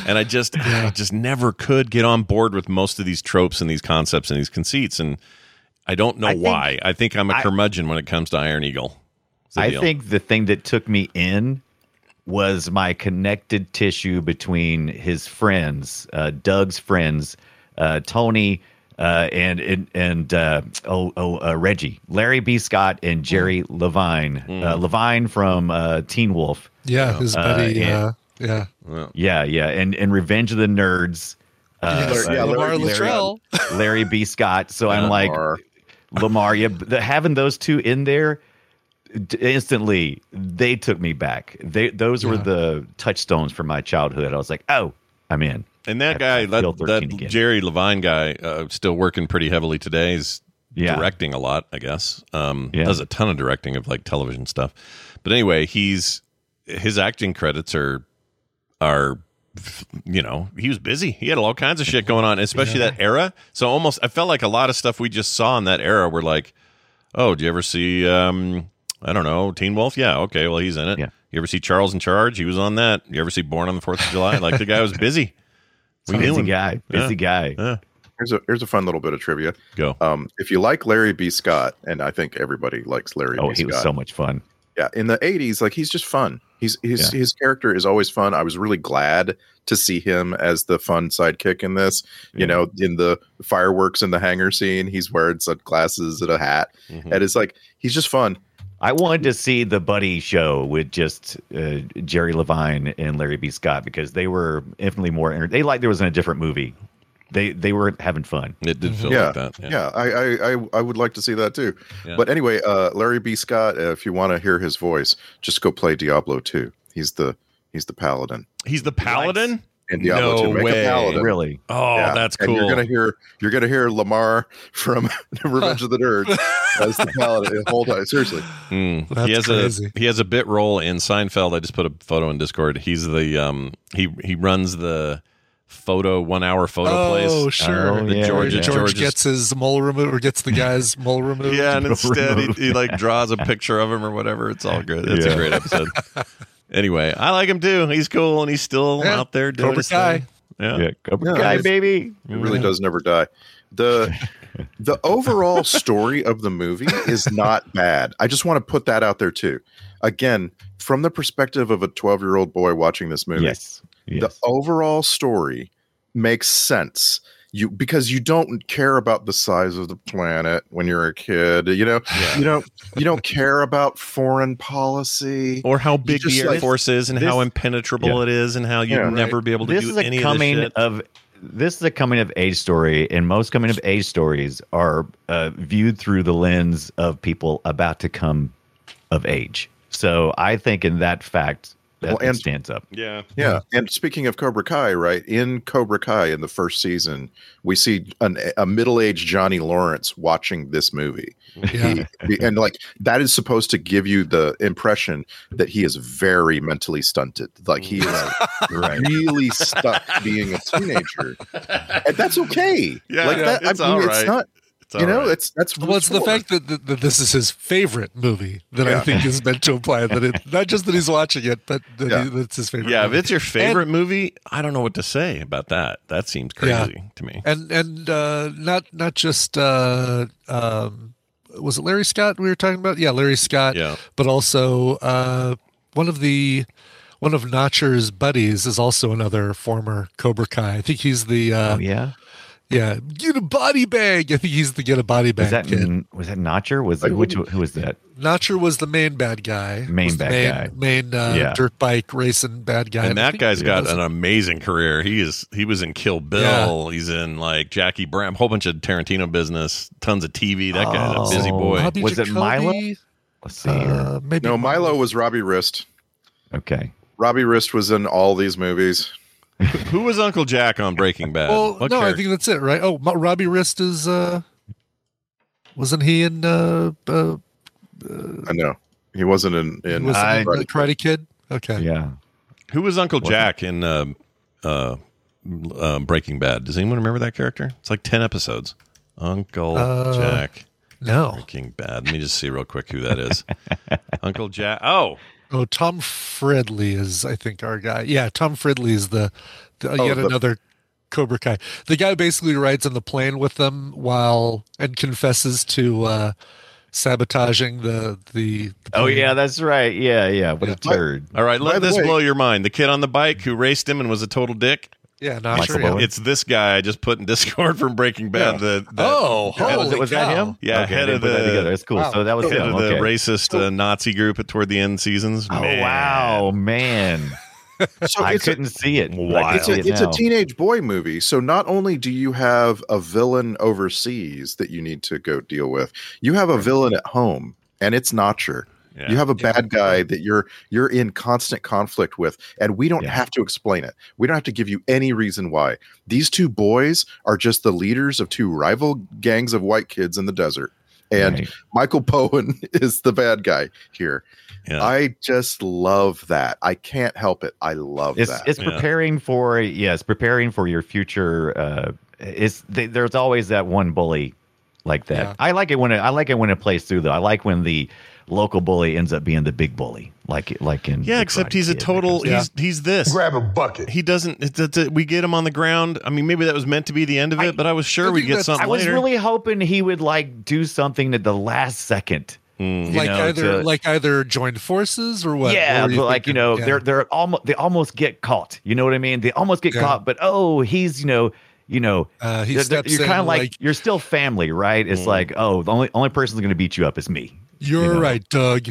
Speaker 8: And I just I just never could get on board with most of these tropes and these concepts and these conceits. And I don't know
Speaker 10: I think-
Speaker 8: why. I think I'm a
Speaker 10: I-
Speaker 8: curmudgeon when it comes to Iron Eagle. It's the
Speaker 10: I
Speaker 8: deal.
Speaker 10: think the thing that took me in was my connected tissue between his friends, uh, Doug's friends, uh, Tony, uh, and and, and uh, oh, oh uh, Reggie, Larry B. Scott,
Speaker 8: Hmm.
Speaker 10: and Jerry Levine, uh, Levine from uh, Teen Wolf.
Speaker 2: yeah, his
Speaker 10: Uh,
Speaker 2: buddy.
Speaker 10: and-
Speaker 2: Uh, yeah,
Speaker 10: yeah, yeah, and and Revenge of the Nerds. uh,
Speaker 2: Yes, Yeah, Lamar Larry B. Luttrell.
Speaker 10: Larry B. Scott. So I'm like Lamar. Yeah, but the- having those two in there d- instantly, they took me back. They those were the touchstones for my childhood. I was like, oh, I'm in.
Speaker 8: And that guy, that,
Speaker 10: feel 13
Speaker 8: that
Speaker 10: again.
Speaker 8: Jerry Levine guy, uh, still working pretty heavily today. He's
Speaker 10: Yeah.
Speaker 8: directing a lot, I guess. Um,
Speaker 10: Yeah.
Speaker 8: Does a ton of directing of like television stuff. But anyway, he's his acting credits are are you know he was busy. He had all kinds of shit going on, especially that era. So almost, I felt like a lot of stuff we just saw in that era were like, oh, do you ever see? Um, I don't know, Teen Wolf. Yeah, okay, well he's in it. You ever see Charles in Charge? He was on that. You ever see Born on the Fourth of July? Like the guy was
Speaker 10: (laughs)
Speaker 8: busy. We knew
Speaker 10: busy
Speaker 8: him.
Speaker 10: guy,
Speaker 8: Yeah.
Speaker 10: busy guy.
Speaker 6: Here's a here's a fun little bit of trivia.
Speaker 8: Go.
Speaker 6: Um, if you like Larry B. Scott, and I think everybody likes Larry.
Speaker 10: Oh,
Speaker 6: B.
Speaker 10: he was
Speaker 6: Scott,
Speaker 10: so much fun.
Speaker 6: Yeah, in the '80s, like he's just fun. He's his
Speaker 10: Yeah.
Speaker 6: his character is always fun. I was really glad to see him as the fun sidekick in this. You know, in the fireworks in the hangar scene, he's wearing sunglasses and a hat,
Speaker 10: Mm-hmm.
Speaker 6: and it's like he's just fun.
Speaker 10: I wanted to see the buddy show with just uh, Jerry Levine and Larry B. Scott because they were infinitely more. Enter- they like there was in a different movie. They they were having fun.
Speaker 8: It did feel
Speaker 6: yeah,
Speaker 8: like that.
Speaker 6: Yeah, I, I, I, I would like to see that too.
Speaker 8: Yeah.
Speaker 6: But anyway, uh, Larry B. Scott, uh, if you want to hear his voice, just go play Diablo 2. He's the he's the paladin.
Speaker 8: He's the paladin.
Speaker 6: And Diablo 2, make a paladin.
Speaker 10: Really?
Speaker 8: Oh,
Speaker 6: Yeah.
Speaker 8: that's
Speaker 6: And
Speaker 8: cool.
Speaker 6: you're gonna hear you're gonna hear Lamar (laughs) from Revenge of
Speaker 8: (laughs)
Speaker 6: the Nerds as the paladin. Hold on, seriously.
Speaker 8: Mm.
Speaker 6: That's
Speaker 8: he has
Speaker 6: crazy.
Speaker 8: a he has a bit role in Seinfeld. I just put a photo in Discord. He's the um he he runs the photo one hour photo place. Uh,
Speaker 2: Oh, sure.
Speaker 8: the Georgia
Speaker 2: George,
Speaker 8: George's-
Speaker 2: gets his mole removed or gets the
Speaker 8: (laughs)
Speaker 2: guy's mole removed.
Speaker 8: Yeah, and instead he, he like draws a picture of him or whatever. It's all good. It's
Speaker 2: Yeah.
Speaker 8: a great episode. anyway, I like him too. He's cool and he's still
Speaker 2: Yeah,
Speaker 8: out there doing
Speaker 2: Cobra
Speaker 8: his thing.
Speaker 2: Kai.
Speaker 8: Yeah.
Speaker 9: Yeah,
Speaker 8: Cobra
Speaker 6: Kai,
Speaker 10: baby.
Speaker 6: It really does never die.
Speaker 8: (laughs)
Speaker 6: The the overall story of the movie is not bad. I just want to put that out there too. Again, from the perspective of a 12-year-old boy watching this movie.
Speaker 10: Yes.
Speaker 6: The overall story makes sense. You because you don't care about the size of the planet when you're a kid, you know. You don't you don't care about foreign policy
Speaker 8: Or how
Speaker 6: You
Speaker 8: big
Speaker 6: just
Speaker 8: the Air
Speaker 6: like-
Speaker 8: Force is and how
Speaker 6: This-
Speaker 8: impenetrable
Speaker 10: Yeah.
Speaker 8: it is and how you'd
Speaker 10: Yeah.
Speaker 8: never be able to
Speaker 10: this
Speaker 8: do
Speaker 10: is a
Speaker 8: any
Speaker 10: coming
Speaker 8: of this shit.
Speaker 10: of this is a coming of age story and most coming of age stories are uh, viewed through the lens of people about to come of age so i think in that fact that
Speaker 6: Well, and-
Speaker 10: it stands up
Speaker 8: Yeah.
Speaker 6: Yeah. And speaking of Cobra Kai, right? In Cobra Kai, in the first season, we see an, a middle aged Johnny Lawrence watching this movie. He- he- and like that is supposed to give you the impression that he is very mentally stunted. Like he is
Speaker 8: Mm. (laughs)
Speaker 6: really stuck being a teenager. And that's okay.
Speaker 8: Yeah,
Speaker 6: Like
Speaker 8: yeah,
Speaker 6: that,
Speaker 8: it's all right. It's all
Speaker 6: you know,
Speaker 8: right.
Speaker 6: it's that's
Speaker 2: well, it's the fact that, that, that this is his favorite movie that I
Speaker 8: Yeah.
Speaker 2: think is meant to imply
Speaker 8: (laughs)
Speaker 2: that it not just that he's watching it, but that
Speaker 8: Yeah.
Speaker 2: he, that's his favorite.
Speaker 8: Yeah, if
Speaker 2: movie.
Speaker 8: it's your
Speaker 2: And-
Speaker 8: favorite movie, I don't know what to say about that. That seems crazy to me.
Speaker 2: and and uh, not not just uh, um, was it Larry Scott we were talking about? Yeah, Larry Scott.
Speaker 8: Yeah.
Speaker 2: But also uh, one of the one of Notcher's buddies is also another former Cobra Kai. I think he's the uh,
Speaker 10: Oh, yeah
Speaker 2: yeah get a body bag. (laughs) I think he's the get a body bag
Speaker 10: was that
Speaker 2: kid.
Speaker 10: was that notcher was which who was that
Speaker 2: Notcher was the main bad guy.
Speaker 10: Main
Speaker 2: was the
Speaker 10: bad guy.
Speaker 2: Main uh,
Speaker 10: Yeah.
Speaker 2: dirt bike racing bad guy.
Speaker 8: and
Speaker 2: I
Speaker 8: that
Speaker 2: think
Speaker 8: guy's
Speaker 2: he
Speaker 8: got
Speaker 2: was-
Speaker 8: an amazing career. He is he was in Kill Bill. He's in like Jackie Brown, whole bunch of Tarantino business, tons of TV. That
Speaker 2: Oh.
Speaker 8: guy's a busy boy.
Speaker 2: Bobby
Speaker 10: Oh. was it milo
Speaker 2: Jacoby?
Speaker 10: let's see
Speaker 2: Uh, maybe
Speaker 6: no, Milo was Robbie Wrist.
Speaker 10: okay
Speaker 6: Robbie Wrist was in all these movies.
Speaker 8: Who was Uncle Jack on Breaking Bad?
Speaker 2: Well,
Speaker 8: What
Speaker 2: no, I
Speaker 8: character?
Speaker 2: think that's it, right? Oh, Mo- Robbie Wrist is. uh Wasn't he in? uh, uh
Speaker 6: I know. He wasn't in, in
Speaker 2: Was
Speaker 8: I-
Speaker 2: he in the Karate Kid? Okay.
Speaker 10: yeah
Speaker 8: Who was Uncle Jack in uh, uh, uh, Breaking Bad? Does anyone remember that character? It's like ten episodes. Uncle
Speaker 2: Uh,
Speaker 8: Jack.
Speaker 2: no.
Speaker 8: Breaking Bad. Let me just see real quick who that
Speaker 2: (laughs)
Speaker 8: is. Uncle Jack. Oh,
Speaker 2: Oh, Tom Fridley is, I think, our guy. Yeah, Tom Fridley is the, the
Speaker 6: Oh,
Speaker 2: yet
Speaker 6: the-
Speaker 2: another Cobra Kai. The guy basically rides on the plane with them while and confesses to uh sabotaging the the. the
Speaker 10: oh
Speaker 2: plane.
Speaker 10: yeah that's right yeah yeah what a
Speaker 2: Yeah.
Speaker 10: turd
Speaker 8: all right.
Speaker 6: By
Speaker 8: Let
Speaker 6: the
Speaker 8: this
Speaker 6: way-
Speaker 8: blow your mind. The kid on the bike who raced him and was a total dick.
Speaker 2: yeah, not
Speaker 10: Michael
Speaker 2: sure. Yeah.
Speaker 10: Bowen.
Speaker 8: It's this guy I just put in (laughs) Discord from Breaking Bad.
Speaker 6: Yeah.
Speaker 8: The, the
Speaker 2: Oh,
Speaker 8: Yeah,
Speaker 2: holy
Speaker 10: was, it- was
Speaker 2: cow.
Speaker 10: that him
Speaker 8: Yeah,
Speaker 10: okay,
Speaker 8: head
Speaker 10: they
Speaker 8: of
Speaker 10: put that
Speaker 8: the-
Speaker 10: together that's cool
Speaker 2: Wow.
Speaker 10: so that was
Speaker 8: head
Speaker 10: him
Speaker 8: of the
Speaker 10: okay.
Speaker 8: racist uh, Nazi group at toward the end seasons.
Speaker 10: oh
Speaker 8: Man.
Speaker 10: wow man
Speaker 6: So
Speaker 10: i
Speaker 6: it's a-
Speaker 10: couldn't see it but I
Speaker 8: Wow.
Speaker 10: can
Speaker 6: it's
Speaker 10: see
Speaker 6: a,
Speaker 10: it
Speaker 6: it's a
Speaker 10: now.
Speaker 6: teenage boy movie so not only do you have a villain overseas that you need to go deal with you have a villain at home and it's notcher
Speaker 8: Yeah.
Speaker 6: you have a bad guy that you're you're in constant conflict with and we don't
Speaker 10: Yeah.
Speaker 6: have to explain it we don't have to give you any reason why these two boys are just the leaders of two rival gangs of white kids in the desert and
Speaker 10: Right.
Speaker 6: michael Bowen (laughs) is the bad guy here
Speaker 8: Yeah.
Speaker 6: i just love that i can't help it i love
Speaker 10: it's
Speaker 6: that
Speaker 10: it's
Speaker 8: Yeah.
Speaker 10: preparing for yes preparing for your future uh it's th- there's always that one bully like that
Speaker 2: Yeah.
Speaker 10: i like it when it i like it when it plays through though i like when the local bully ends up being the big bully like like in
Speaker 8: Yeah,
Speaker 10: The
Speaker 8: except
Speaker 10: Karate
Speaker 8: he's a
Speaker 10: Kid.
Speaker 8: total. He's he's this.
Speaker 11: Grab a bucket.
Speaker 8: He doesn't. It's, it's, we get him on the ground. I mean, maybe that was meant to be the end of it, but I was sure
Speaker 2: I
Speaker 8: we'd
Speaker 2: think
Speaker 8: get
Speaker 2: that's-
Speaker 8: something
Speaker 10: i was
Speaker 8: later.
Speaker 10: really hoping he would like do something at the last second
Speaker 8: Mm.
Speaker 10: you
Speaker 2: like
Speaker 10: know,
Speaker 2: either
Speaker 10: to-
Speaker 2: like either joined forces or what?
Speaker 10: yeah,
Speaker 2: What were
Speaker 10: but like you
Speaker 2: thinking?
Speaker 10: know,
Speaker 2: Yeah.
Speaker 10: they're they're almost they almost get caught. You know what I mean? They almost get
Speaker 2: Yeah.
Speaker 10: caught, but oh, he's you know, you know,
Speaker 2: Uh, he
Speaker 10: they're- they're-
Speaker 2: steps
Speaker 10: you're kind
Speaker 2: in,
Speaker 10: of like,
Speaker 2: like- Mm-hmm.
Speaker 10: you're still family, right? It's like oh, the only only person that's going to beat you up is me.
Speaker 2: You're
Speaker 10: know.
Speaker 2: right, Doug.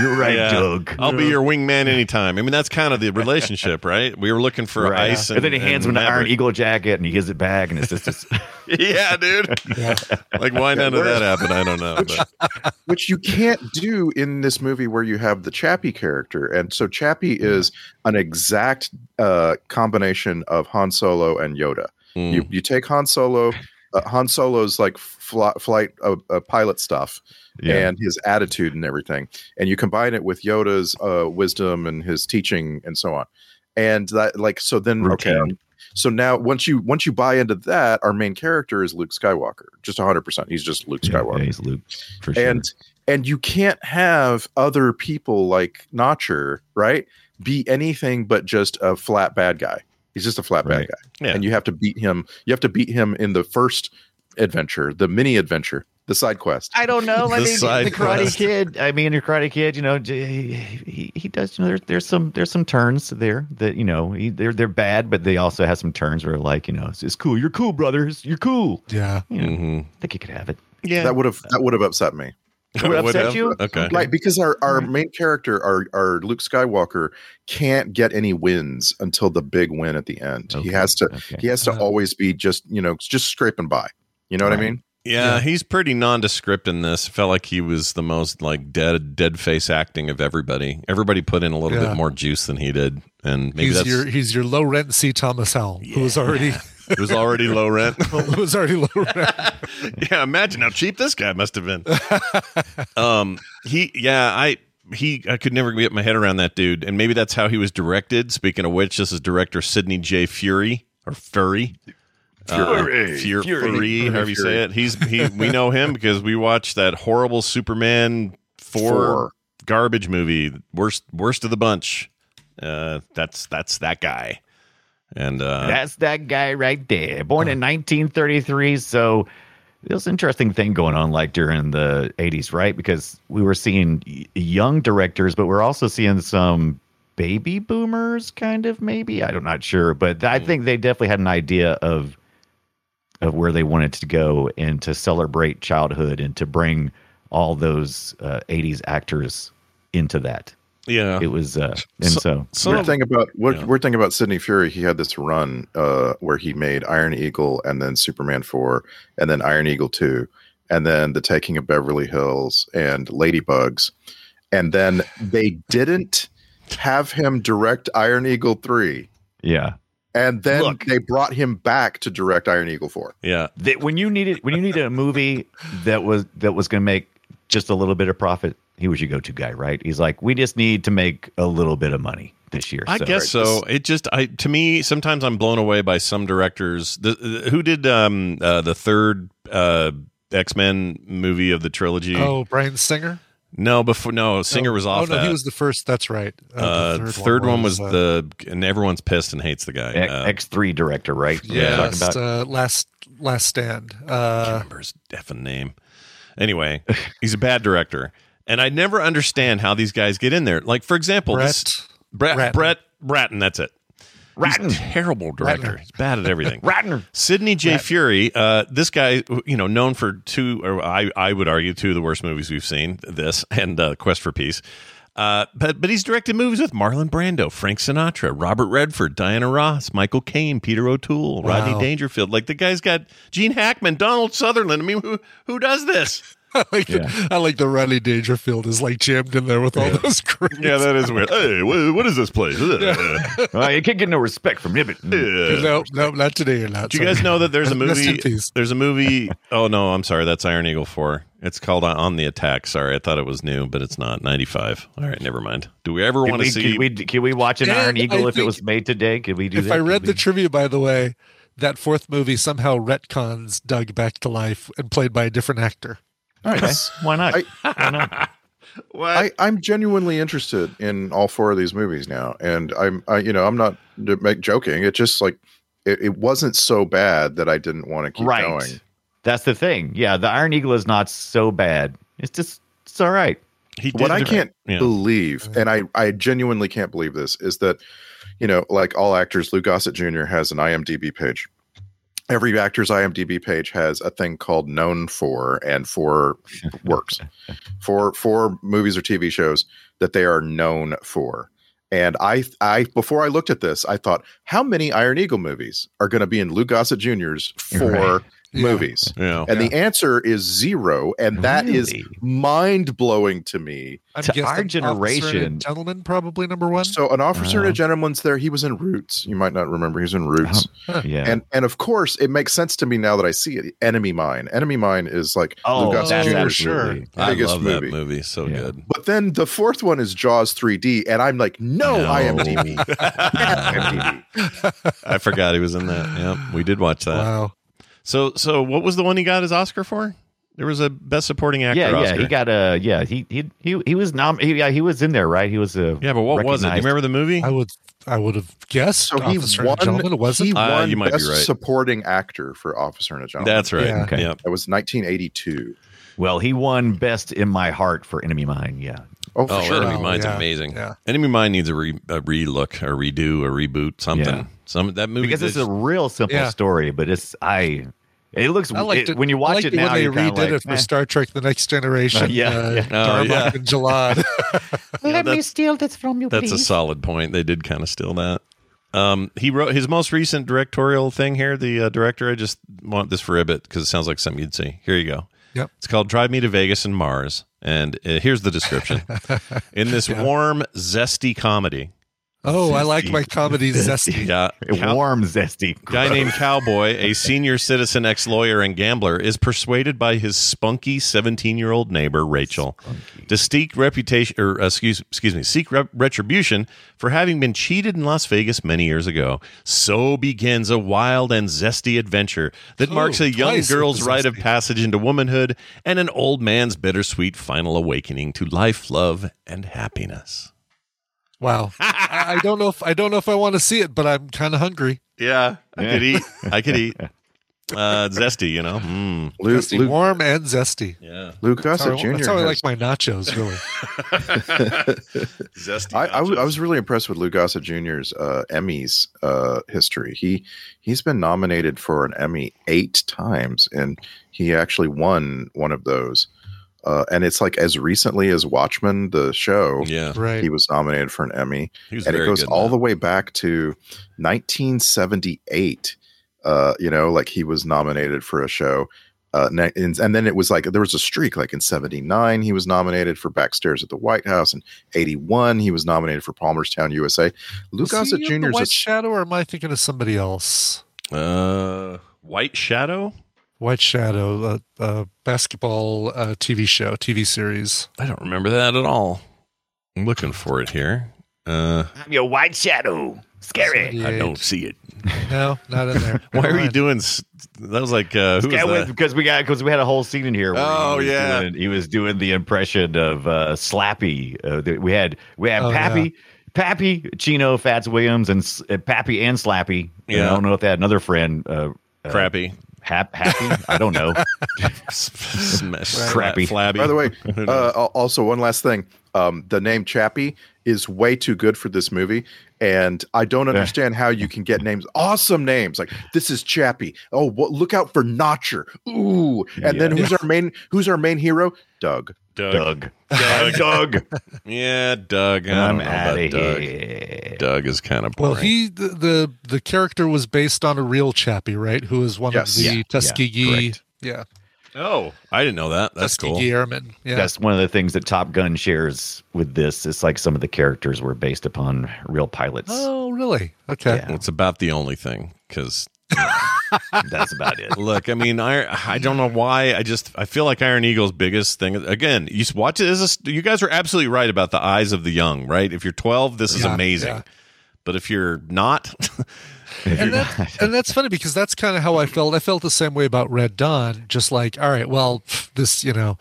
Speaker 10: You're right,
Speaker 8: Yeah.
Speaker 10: Doug.
Speaker 8: I'll be your wingman anytime. I mean, that's kind of
Speaker 10: (laughs)
Speaker 8: the relationship, right? We were looking for
Speaker 10: Right.
Speaker 8: ice,
Speaker 10: and, then he hands him an Iron Eagle jacket, and he gives it back, and it's just, just
Speaker 8: (laughs) yeah, dude.
Speaker 10: (laughs)
Speaker 8: Like, why none of that happened? I don't know. But.
Speaker 6: which you can't do in this movie where you have the Chappie character. And so Chappie is an exact uh, combination of Han Solo and Yoda.
Speaker 10: Hmm.
Speaker 8: mm,
Speaker 6: You you take Han Solo, uh, Han Solo's like fl- flight uh, uh, pilot stuff.
Speaker 10: Yeah.
Speaker 6: And his attitude and everything, and you combine it with Yoda's uh, wisdom and his teaching and so on, and that like so then okay,
Speaker 10: Routine.
Speaker 6: So now once you once you buy into that, our main character is Luke Skywalker. Just 100%. He's just Luke Skywalker.
Speaker 10: he's Luke. For sure.
Speaker 6: and and you can't have other people like Notcher, right? Be anything but just a flat bad guy. He's just a flat bad guy.
Speaker 8: Yeah.
Speaker 6: And you have to beat him. You have to beat him in the first adventure, the mini adventure, the side quest.
Speaker 10: I don't know. I
Speaker 6: The
Speaker 10: mean,
Speaker 6: side
Speaker 10: the Karate
Speaker 6: quest.
Speaker 10: Kid. I mean, the Karate Kid. You know, j- he he does. You know, there's there's some there's some turns there that you know he, they're they're bad, but they also have some turns where like you know it's, it's cool. You're cool, brothers. You're cool.
Speaker 2: Yeah.
Speaker 10: You know,
Speaker 6: Hmm.
Speaker 8: mm-hmm.
Speaker 10: I think you could have it.
Speaker 6: That would have that would have upset me.
Speaker 10: It would Would upset have? you? Okay.
Speaker 6: Okay. Like because our, our main character, our our Luke Skywalker, can't get any wins until the big win at the end. He has to he has to always be just, you know, just scraping by. You know what I mean?
Speaker 8: Yeah, he's pretty nondescript in this. Felt like he was the most like dead dead face acting of everybody. Everybody put in a little
Speaker 2: Yeah.
Speaker 8: bit more juice than he did, and maybe
Speaker 2: He's
Speaker 8: that's
Speaker 2: your he's your low rent C Thomas Howell, who was already (laughs)
Speaker 8: it was already low rent.
Speaker 2: who was already low
Speaker 10: (laughs)
Speaker 2: rent.
Speaker 8: (laughs) yeah, imagine how cheap this guy must have been. um, he, yeah, I, he, I could never get my head around that dude, and maybe that's how he was directed. Speaking of which, this is director Sidney J. Fury or Fury. Uh,
Speaker 7: Fury.
Speaker 8: Fury,
Speaker 7: Fury.
Speaker 8: Fury, however you
Speaker 7: Fury.
Speaker 8: say it. He's he. We know him because we watched that horrible Superman four,
Speaker 6: Four.
Speaker 8: garbage movie, worst worst of the bunch. Uh, that's that's that guy, and uh,
Speaker 10: That's that guy right there, born in 1933. So there's an interesting thing going on like during the 80s, right? Because we were seeing y- young directors, but we're also seeing some baby boomers, kind of maybe. I'm not sure, but I think they definitely had an idea of of where they wanted to go and to celebrate childhood and to bring all those uh, 80s actors into that.
Speaker 8: Yeah.
Speaker 10: It was, uh, and so,
Speaker 6: we're thinking about what we're thinking about Sidney Fury. He had this run uh, where he made Iron Eagle and then Superman four and then Iron Eagle two and then The Taking of Beverly Hills and Ladybugs, and then they didn't have him direct Iron Eagle three,
Speaker 10: yeah.
Speaker 6: and then they brought him back to direct Iron Eagle four.
Speaker 8: Yeah.
Speaker 10: That when you needed when you needed a movie that was that was going to make just a little bit of profit, he was your go-to guy, right? He's like, we just need to make a little bit of money this year. E,
Speaker 8: I guess so. It just I to me sometimes I'm blown away by some directors. The, the- who did um uh, the third uh X Men movie of the trilogy?
Speaker 2: Oh, Brian Singer.
Speaker 8: no, before no Singer
Speaker 2: No.
Speaker 8: was off.
Speaker 2: Oh no,
Speaker 8: that.
Speaker 2: he was the first. That's right.
Speaker 8: Uh,
Speaker 2: the
Speaker 8: third, one, was,
Speaker 2: uh,
Speaker 8: the and everyone's pissed and hates the guy. Uh,
Speaker 10: X three director, right?
Speaker 8: Yeah,
Speaker 2: last, uh, last last stand. Uh,
Speaker 8: effing name. (laughs) Anyway, he's a bad director, and I never understand how these guys get in there. Like for example, this, Brett Brett Bratton. That's it. Ratton. terrible director. He's bad at everything.
Speaker 2: (laughs)
Speaker 10: Ratner.
Speaker 8: Sidney J. Fury. Uh, this guy, you know, known for two, or I, I would argue, two of the worst movies we've seen. This and uh, Quest for Peace. Uh, but but he's directed movies with Marlon Brando, Frank Sinatra, Robert Redford, Diana Ross, Michael Caine, Peter O'Toole, Rodney
Speaker 2: Wow.
Speaker 8: Dangerfield. Like the guy's got Gene Hackman, Donald Sutherland. I mean, who who does this?
Speaker 2: (laughs) I like the, I like the Rodney Dangerfield is like jammed in there with all those great.
Speaker 8: Yeah, that is weird. Hey, wha- what is this (laughs) place?
Speaker 10: Well, you can't get no respect
Speaker 8: (laughs)
Speaker 10: from Nibbit.
Speaker 2: (laughs) No, no, not today. You're not.
Speaker 8: Do you guys
Speaker 2: sorry.
Speaker 8: know that
Speaker 6: (laughs)
Speaker 8: there's a
Speaker 2: Rest in
Speaker 8: movie?
Speaker 2: peace.
Speaker 8: There's a movie. Oh no, I'm sorry. That's Iron Eagle four. It's called On- On the Attack. Sorry, I thought it was new, but it's not. Ninety five. All right, never mind. Do we ever
Speaker 10: Could
Speaker 8: want to
Speaker 10: we-
Speaker 8: see?
Speaker 10: could we- could we watch an Iron
Speaker 2: And
Speaker 10: Eagle
Speaker 2: I
Speaker 10: if it was made today? Could we do
Speaker 2: If
Speaker 10: that?
Speaker 2: I read
Speaker 10: Could
Speaker 2: the
Speaker 10: we-
Speaker 2: trivia, by the way, that fourth movie somehow retcons Doug back to life and played by a different actor.
Speaker 6: Nice.
Speaker 10: Why not? (laughs)
Speaker 8: (laughs)
Speaker 10: Why not?
Speaker 6: I, I'm genuinely interested in all four of these movies now, and I'm, I, you know, I'm not d- make joking. It just like it, it wasn't so bad that I didn't want to keep
Speaker 10: right.
Speaker 6: going.
Speaker 10: That's the thing. Yeah, the Iron Eagle is not so bad. It's just it's all right.
Speaker 8: He
Speaker 6: what I can't believe, and I, I genuinely can't believe this, is that, you know, like all actors, Lou Gossett Jr. has an IMDb page. Every actor's IMDb page has a thing called known for and for works, for for movies or TV shows that they are known for. And I, I before I looked at this, I thought, how many Iron Eagle movies are going to be in Lou Gossett Jr.'s for
Speaker 10: Right.
Speaker 6: movies?
Speaker 8: Yeah.
Speaker 6: And the answer is zero. And that is mind blowing to me.
Speaker 2: I'm guessing officer and gentleman probably number one.
Speaker 6: So an officer
Speaker 8: Uh-huh.
Speaker 6: and a gentleman's there. He was in Roots. You might not remember. He was in Roots.
Speaker 8: Uh-huh.
Speaker 2: Huh.
Speaker 10: Yeah.
Speaker 6: And and of course, it makes sense to me now that I see it. Enemy Mine. Enemy Mine is like
Speaker 10: Oh,
Speaker 6: Lucas
Speaker 10: that's
Speaker 6: Jr.'s
Speaker 10: absolutely-
Speaker 6: biggest
Speaker 8: I love
Speaker 6: movie.
Speaker 8: that movie. So good.
Speaker 6: But then the fourth one is Jaws 3D, and I'm like, no,
Speaker 8: No.
Speaker 2: (laughs)
Speaker 6: IMDb. IMDb.
Speaker 8: I forgot he was in that. Yeah, we did watch that.
Speaker 2: Wow.
Speaker 8: So so what was the one he got his Oscar for? There was a Best Supporting Actor.
Speaker 10: yeah, yeah,
Speaker 8: Oscar.
Speaker 10: he got a yeah. He he he he was nom. He, yeah, he was in there, right? He was a
Speaker 8: Yeah, but what was it? Do you remember the movie?
Speaker 2: I would I would have guessed.
Speaker 6: So he
Speaker 2: Officer and
Speaker 6: won.
Speaker 2: Gentleman. It wasn't.
Speaker 6: He
Speaker 8: Ah,
Speaker 6: won
Speaker 8: you might be
Speaker 6: best
Speaker 8: right.
Speaker 6: supporting actor for Officer and a Gentleman.
Speaker 8: That's right.
Speaker 2: Yeah.
Speaker 8: Okay. Yep.
Speaker 6: That was 1982.
Speaker 10: Well, he won best in my heart for Enemy Mine. Yeah,
Speaker 6: Oh, for
Speaker 8: Oh,
Speaker 6: sure.
Speaker 8: Enemy Mine's
Speaker 2: yeah,
Speaker 8: amazing.
Speaker 2: yeah.
Speaker 8: Enemy Mine needs a, re- a relook, a redo, a reboot, something.
Speaker 10: Yeah.
Speaker 8: Some that movie
Speaker 10: because it's
Speaker 8: is-
Speaker 10: a real simple
Speaker 2: Yeah.
Speaker 10: story, but it's I. It looks
Speaker 2: I liked
Speaker 10: it- when you watch
Speaker 2: I liked
Speaker 10: it now.
Speaker 2: When they
Speaker 10: you're kinda
Speaker 2: redid
Speaker 10: like,
Speaker 2: it for
Speaker 10: "Eh."
Speaker 2: Star Trek: The Next Generation,
Speaker 10: (laughs) Yeah,
Speaker 2: uh, (laughs)
Speaker 10: yeah.
Speaker 8: Oh,
Speaker 2: Darmok
Speaker 8: yeah.
Speaker 2: and
Speaker 10: (laughs)
Speaker 2: Jalad.
Speaker 8: Yeah, that-
Speaker 10: steal this from you,
Speaker 8: that's a solid point. They did kind of steal that. Um, he wrote his most recent directorial thing here. The uh, director, I just want this for Ibbot because it sounds like something you'd see. Here you go.
Speaker 2: Yep.
Speaker 8: It's called Drive Me to Vegas and Mars. And uh, here's the
Speaker 2: (laughs)
Speaker 8: description. In this warm, zesty comedy,
Speaker 2: Oh, I like my
Speaker 10: (laughs)
Speaker 2: comedy zesty.
Speaker 8: yeah,
Speaker 10: It warm, zesty.
Speaker 8: guy
Speaker 10: (laughs)
Speaker 8: named Cowboy, a senior citizen ex lawyer and gambler, is persuaded by his spunky 17 year old neighbor, Rachel, to seek reputation, or uh, excuse, excuse me, seek re- retribution for having been cheated in Las Vegas many years ago. So begins a wild and zesty adventure that
Speaker 2: Oh,
Speaker 8: marks a young
Speaker 2: twice with
Speaker 8: girl's
Speaker 2: the
Speaker 8: rite of
Speaker 2: zesty.
Speaker 8: passage into womanhood and an old man's bittersweet final awakening to life, love, and happiness.
Speaker 10: (laughs)
Speaker 2: Wow, I, I don't know if I don't know if I want to see it, but I'm kind of hungry.
Speaker 8: Yeah, I
Speaker 10: Yeah.
Speaker 8: could eat. I could eat. Uh, zesty, you know. Mm.
Speaker 6: Luke,
Speaker 2: Zesty,
Speaker 6: Luke,
Speaker 2: warm and zesty.
Speaker 8: Yeah.
Speaker 6: Luke
Speaker 2: That's how,
Speaker 6: Gossett
Speaker 2: I-
Speaker 6: Jr.
Speaker 2: that's how I like
Speaker 6: has-
Speaker 2: my nachos.
Speaker 6: (laughs)
Speaker 2: Really,
Speaker 8: Zesty.
Speaker 6: I, I, was, I
Speaker 8: nachos.
Speaker 6: was really impressed with Lou Gossett Jr.'s uh, Emmys uh, history. He he's been nominated for an Emmy eight times, and he actually won one of those. Uh, and it's like as recently as Watchmen, the show,
Speaker 8: Yeah.
Speaker 2: right?
Speaker 6: he was nominated for an Emmy,
Speaker 8: He was
Speaker 6: and it
Speaker 8: very
Speaker 6: goes
Speaker 8: good in
Speaker 6: all
Speaker 8: that.
Speaker 6: the way back to 1978. Uh, you know, like he was nominated for a show. Uh, na- and, and then it was like there was a streak. Like in '79, he was nominated for Backstairs at the White House, and '81 he was nominated for Palmerstown, USA. Luke
Speaker 2: Was he
Speaker 6: Gossett
Speaker 2: in the
Speaker 6: Jr.
Speaker 2: White
Speaker 6: is
Speaker 2: Shadow, or am I thinking of somebody else?
Speaker 8: Uh, White Shadow.
Speaker 2: White Shadow, uh, uh, basketball uh, TV show, TV series.
Speaker 8: I don't remember that at all. I'm looking for it here. Uh,
Speaker 10: I'm your white shadow. Scary.
Speaker 8: I don't see it.
Speaker 2: No, not in
Speaker 10: (laughs)
Speaker 2: there.
Speaker 8: Why
Speaker 2: Never
Speaker 8: are you
Speaker 2: mind.
Speaker 8: doing? s- That was like uh, who was
Speaker 10: Yeah, with-
Speaker 8: that?
Speaker 10: because we got because we had a whole scene in here.
Speaker 8: Oh,
Speaker 10: he was
Speaker 8: yeah.
Speaker 10: doing, he was doing the impression of uh, Slappy. Uh, that we had we had
Speaker 2: Oh,
Speaker 10: Pappy, Pappy Chino, Fats Williams, and S- uh, Pappy and Slappy. And
Speaker 8: Yeah.
Speaker 10: I don't know if they had another friend. Uh, uh,
Speaker 8: Crappy,
Speaker 10: Hap, happy. I don't know.
Speaker 6: (laughs)
Speaker 8: Smash,
Speaker 10: Crappy.
Speaker 8: flabby.
Speaker 6: by the way.
Speaker 8: (laughs) Who knows?
Speaker 6: Uh, al- also, one last thing: um, the name Chappie is way too good for this movie, and I don't understand how you can get names, awesome names like this is Chappie. Oh, what, look out for Notcher! Ooh, and then
Speaker 10: Yeah.
Speaker 6: who's our main? Who's our main hero? Doug.
Speaker 8: Doug.
Speaker 10: Doug.
Speaker 8: Doug.
Speaker 10: (laughs) Doug.
Speaker 8: (laughs) Yeah, Doug. I
Speaker 10: I'm
Speaker 8: don't know
Speaker 10: out
Speaker 8: about
Speaker 10: of
Speaker 8: Doug.
Speaker 10: here.
Speaker 8: Doug is kind of boring.
Speaker 2: Well, he the, the the character was based on a real Chappie, right? Who was one
Speaker 6: Yes.
Speaker 2: of
Speaker 6: Yeah,
Speaker 2: the
Speaker 6: yeah,
Speaker 2: Tuskegee,
Speaker 8: correct.
Speaker 2: yeah,
Speaker 8: oh, I didn't know that. That's
Speaker 2: Tuskegee
Speaker 8: cool.
Speaker 2: Airmen. Yeah,
Speaker 10: That's one of the things that Top Gun shares with this. It's like some of the characters were based upon real pilots.
Speaker 2: Oh, really? Okay.
Speaker 10: Yeah.
Speaker 8: It's about the only thing because
Speaker 10: That's
Speaker 8: (laughs)
Speaker 10: about it.
Speaker 8: Look, I mean, I I don't know why. I just I feel like Iron Eagle's biggest thing. Again, you s- watch it. Is a, you guys are absolutely right about the eyes of the young, right? If you're 12, this is
Speaker 2: Yeah,
Speaker 8: amazing.
Speaker 2: yeah.
Speaker 8: But if you're not,
Speaker 2: And, that, and that's funny because that's kind of how I felt. I felt the same way about Red Dawn. Just like, all right, well, pff, this, you know,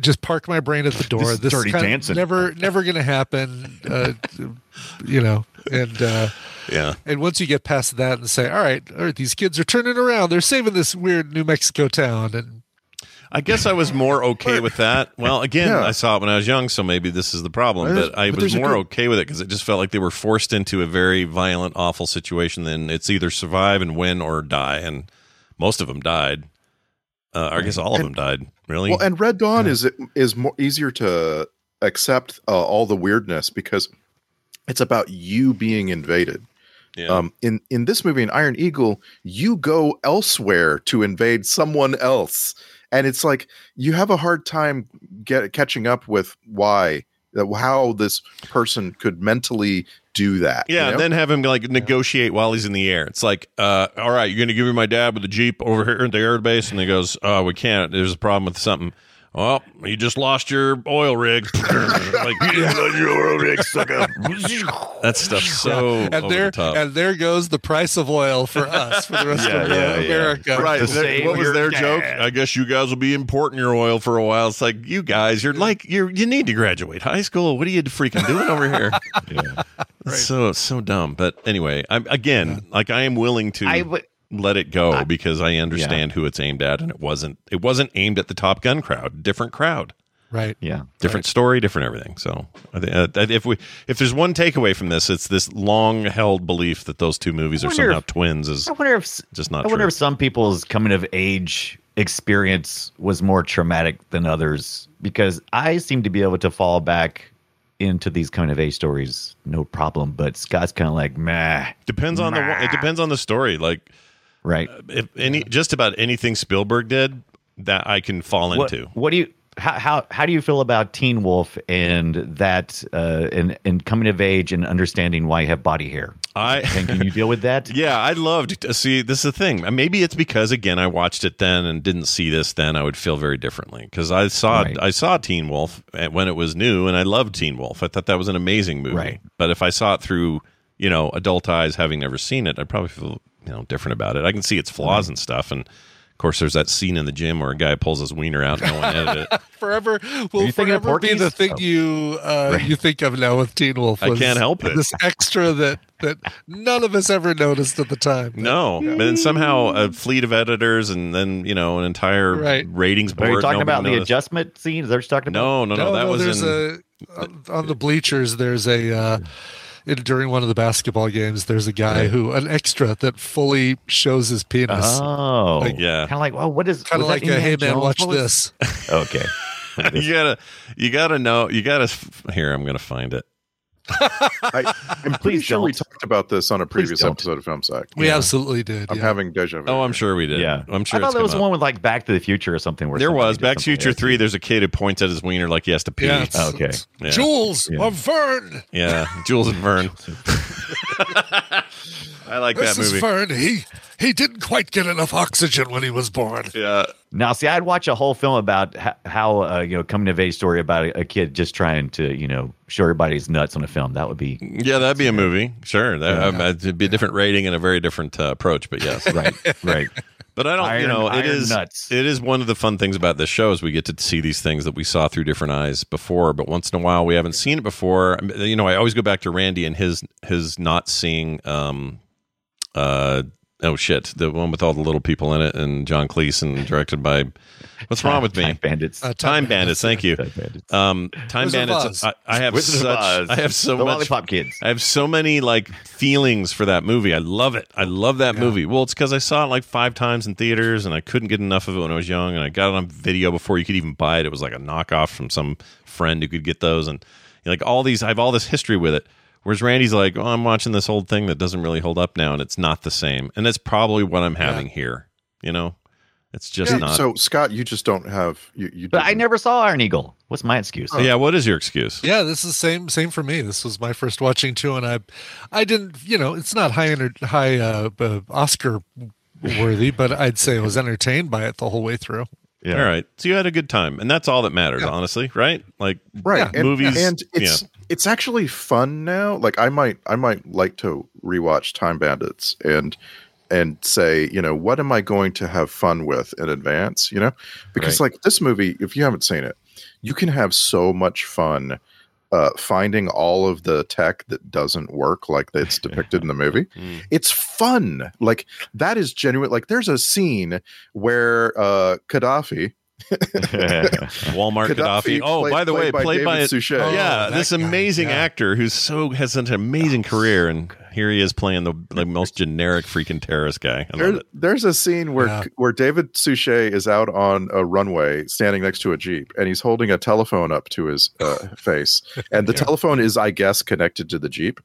Speaker 2: just park my brain at the door.
Speaker 10: This is Dirty
Speaker 2: kinda
Speaker 10: Dancing.
Speaker 2: never, never going to happen. Uh, you know, and uh,
Speaker 8: yeah,
Speaker 2: and once you get past that and say, all right, all right, these kids are turning around. They're saving this weird New Mexico town, and
Speaker 8: I guess I was more okay with that. Well, again,
Speaker 6: Yeah.
Speaker 8: I saw it when I was young, so maybe this is the problem.
Speaker 6: Well,
Speaker 8: But
Speaker 6: there's-
Speaker 8: I
Speaker 6: but
Speaker 8: was
Speaker 6: there's a
Speaker 8: more
Speaker 6: good-
Speaker 8: okay with it because it just felt like they were forced into a very violent, awful situation. Then it's either survive and win or die, and most of them died. Uh, I guess all of them
Speaker 6: And-
Speaker 8: died. Really?
Speaker 6: Well, and Red Dawn is is more easier to accept uh, all the weirdness because it's about you being invaded.
Speaker 8: Yeah.
Speaker 6: Um, in in this movie, in Iron Eagle, you go elsewhere to invade someone else, and it's like you have a hard time get catching up with why that how this person could mentally do that.
Speaker 8: Yeah,
Speaker 6: you
Speaker 8: and
Speaker 6: know?
Speaker 8: then have him like negotiate while he's in the air. It's like, uh, all right, you're gonna give me my dad with the jeep over here at the airbase, and he goes, "Oh, we can't. There's a problem with something." Well, you just lost your oil rig. (laughs) like
Speaker 9: oil rig, sucker.
Speaker 8: that stuff's so
Speaker 2: and
Speaker 8: over
Speaker 2: there
Speaker 8: the top.
Speaker 2: and there goes the price of oil for us for the rest
Speaker 8: Yeah,
Speaker 2: of
Speaker 8: yeah, yeah.
Speaker 2: America.
Speaker 8: Right. There- what was their joke? I guess you guys will be importing your oil for a while. It's like you guys, you're like you you need to graduate high school. What are you freaking doing over here?
Speaker 10: (laughs)
Speaker 8: (laughs) So so dumb. But anyway, I'm again like I am willing to
Speaker 10: I would-
Speaker 8: let it go because I understand who it's aimed at, and it wasn't it wasn't aimed at the Top Gun crowd. Different crowd.
Speaker 2: Right.
Speaker 10: Yeah.
Speaker 8: Different story, different everything. So, I thi- uh, that- if we if there's one takeaway from this, it's this long held belief that those two movies
Speaker 10: I
Speaker 8: are
Speaker 10: wonder
Speaker 8: somehow
Speaker 10: if-
Speaker 8: twins. Is
Speaker 10: I wonder if
Speaker 8: just not
Speaker 10: I wonder
Speaker 8: true.
Speaker 10: if some people's coming of age experience was more traumatic than others because I seem to be able to fall back into these coming of age stories no problem. But Scott's kind of like meh.
Speaker 8: depends on the one- it depends on the story like
Speaker 10: right
Speaker 8: if any just about anything spielberg did that i can fall
Speaker 10: what,
Speaker 8: into
Speaker 10: What do you how, how how do you feel about Teen Wolf and that uh, and and coming of age and understanding why you have body hair?
Speaker 8: I
Speaker 10: and can you deal with that?
Speaker 8: (laughs) yeah i loved to see this is the thing Uh, maybe it's because again i watched it then and didn't see this then i would feel very differently because i saw
Speaker 10: Right.
Speaker 8: i saw teen wolf at- when it was new and i loved teen wolf i thought that was an amazing movie
Speaker 10: Right.
Speaker 8: but if i saw it through you know adult eyes having never seen it i'd probably feel you know different about it i can see its flaws and stuff and of course there's that scene in the gym where a guy pulls his wiener out and no one edited it
Speaker 2: Forever will
Speaker 10: you thinking of
Speaker 2: forever be
Speaker 10: Porky's?
Speaker 2: the thing you uh, you think of now with Teen Wolf.
Speaker 8: I
Speaker 2: was
Speaker 8: can't help it.
Speaker 2: This extra that that none of us ever noticed at the time.
Speaker 8: No, but then somehow
Speaker 10: Mm.
Speaker 8: a fleet of editors, and then you know an entire
Speaker 2: Right.
Speaker 8: ratings board.
Speaker 10: Are you talking
Speaker 8: nobody
Speaker 10: about the
Speaker 8: noticed.
Speaker 10: adjustment scene? Is that what you're talking about?
Speaker 8: No, no, no, that was
Speaker 2: there's
Speaker 8: in.
Speaker 2: a on- on the bleachers. There's a uh, in, during one of the basketball games. There's a guy who an extra that fully shows his penis.
Speaker 8: Uh-huh.
Speaker 10: Oh,
Speaker 2: Like-
Speaker 8: uh, yeah,
Speaker 10: Kind of like, well, what is
Speaker 2: Kind of
Speaker 10: was that
Speaker 2: like a,
Speaker 10: Indiana
Speaker 2: hey man,
Speaker 10: Jones?
Speaker 2: watch
Speaker 10: What was-
Speaker 8: (laughs)
Speaker 2: this.
Speaker 10: Okay.
Speaker 8: (laughs) you gotta, you gotta know, you gotta. f- Here, I'm gonna find it. (laughs)
Speaker 6: I, I'm pretty
Speaker 10: Please
Speaker 6: sure we
Speaker 10: don't.
Speaker 6: talked about this on a previous
Speaker 10: don't.
Speaker 6: episode of Film Sack.
Speaker 2: We absolutely did.
Speaker 6: I'm
Speaker 2: yeah.
Speaker 6: having deja vu.
Speaker 8: Oh, I'm sure we did.
Speaker 10: Yeah.
Speaker 8: I'm sure.
Speaker 10: I thought
Speaker 8: it's
Speaker 10: there was
Speaker 8: come up.
Speaker 10: one with like Back to the Future or something. Where
Speaker 8: There
Speaker 10: somebody
Speaker 8: was
Speaker 10: did
Speaker 8: Back to
Speaker 10: something
Speaker 8: Future
Speaker 10: like that.
Speaker 8: Three. There's a kid who points at his wiener like he has to pee.
Speaker 2: Yeah, it's-
Speaker 10: Oh, Okay.
Speaker 2: it's-
Speaker 8: Yeah.
Speaker 2: Jules
Speaker 10: Yeah.
Speaker 2: or Vern.
Speaker 10: (laughs)
Speaker 8: Yeah, Jules and Vern. (laughs) I like
Speaker 2: this
Speaker 8: that
Speaker 2: is
Speaker 8: movie.
Speaker 2: Vern. He he didn't quite get enough oxygen when he was born.
Speaker 8: Yeah,
Speaker 10: Now, see, I'd watch a whole film about h- how uh, you know coming of age story about a, a kid just trying to you know show everybody's nuts on a film. That would be
Speaker 8: yeah, that'd be a movie. Sure, that, um, it'd be a different rating and a very different uh, approach. But yes, (laughs)
Speaker 10: right, right.
Speaker 8: But I don't, you
Speaker 10: Iron-
Speaker 8: know, it
Speaker 10: iron
Speaker 8: is
Speaker 10: nuts.
Speaker 8: it is one of the fun things about this show is we get to see these things that we saw through different eyes before, but once in a while we haven't seen it before. I mean, You know, I always go back to Randy and his his not seeing um uh oh shit, the one with all the little people in it and John Cleese and directed by What's wrong with
Speaker 10: Time
Speaker 8: me?
Speaker 10: Bandits.
Speaker 2: Uh,
Speaker 8: Time Bandits, thank you. Um, Time
Speaker 2: Wizard of
Speaker 8: Bandits.
Speaker 2: Oz.
Speaker 8: I, I have
Speaker 10: Wizard of
Speaker 8: such.
Speaker 10: Oz.
Speaker 8: I have so
Speaker 10: the
Speaker 8: much.
Speaker 10: Lollipop Kids.
Speaker 8: I have so many like feelings for that movie. I love it. I love that movie. Well, it's because I saw it like five times in theaters, and I couldn't get enough of it when I was young, and I got it on video before you could even buy it. It was like a knockoff from some friend who could get those, and you know, like all these. I have all this history with it. Whereas Randy's like, oh, I'm watching this old thing that doesn't really hold up now, and it's not the same. And that's probably what I'm having here. You know, it's just
Speaker 6: Yeah,
Speaker 8: not.
Speaker 6: so Scott, you just don't have you. you
Speaker 10: But I
Speaker 6: didn't-
Speaker 10: never saw Iron Eagle. What's my excuse?
Speaker 6: uh,
Speaker 8: yeah. What is your excuse?
Speaker 2: Yeah, this is same same for me. This was my first watching too, and I, I didn't. You know, it's not high enter, high uh, uh, Oscar worthy, but I'd say I was entertained by it the whole way through.
Speaker 10: Yeah.
Speaker 8: All right. So you had a good time, and that's all that matters, honestly, right? Like,
Speaker 6: right and,
Speaker 8: movies
Speaker 6: and
Speaker 8: yeah.
Speaker 6: it's it's actually fun now like i might i might like to rewatch time bandits and and say you know what am i going to have fun with in advance you know because like this movie if you haven't seen it you can have so much fun uh, finding all of the tech that doesn't work like
Speaker 8: (laughs)
Speaker 6: it's depicted in the movie
Speaker 8: Mm.
Speaker 6: it's fun like that is genuine like there's a scene where uh gaddafi
Speaker 10: (laughs)
Speaker 8: Walmart Gaddafi.
Speaker 6: Gaddafi
Speaker 8: Oh,
Speaker 6: played-
Speaker 8: by the way,
Speaker 6: played by
Speaker 8: played by
Speaker 6: David Suchet. Oh,
Speaker 8: yeah,
Speaker 6: that
Speaker 8: this amazing actor who's so has such an amazing career, and here he is playing the, the most generic freaking terrorist guy. I love
Speaker 6: There,
Speaker 8: it.
Speaker 6: there's a scene where where David Suchet is out on a runway, standing next to a jeep, and he's holding a telephone up to his
Speaker 8: (laughs)
Speaker 6: uh, face, and the telephone is, I guess, connected to the jeep,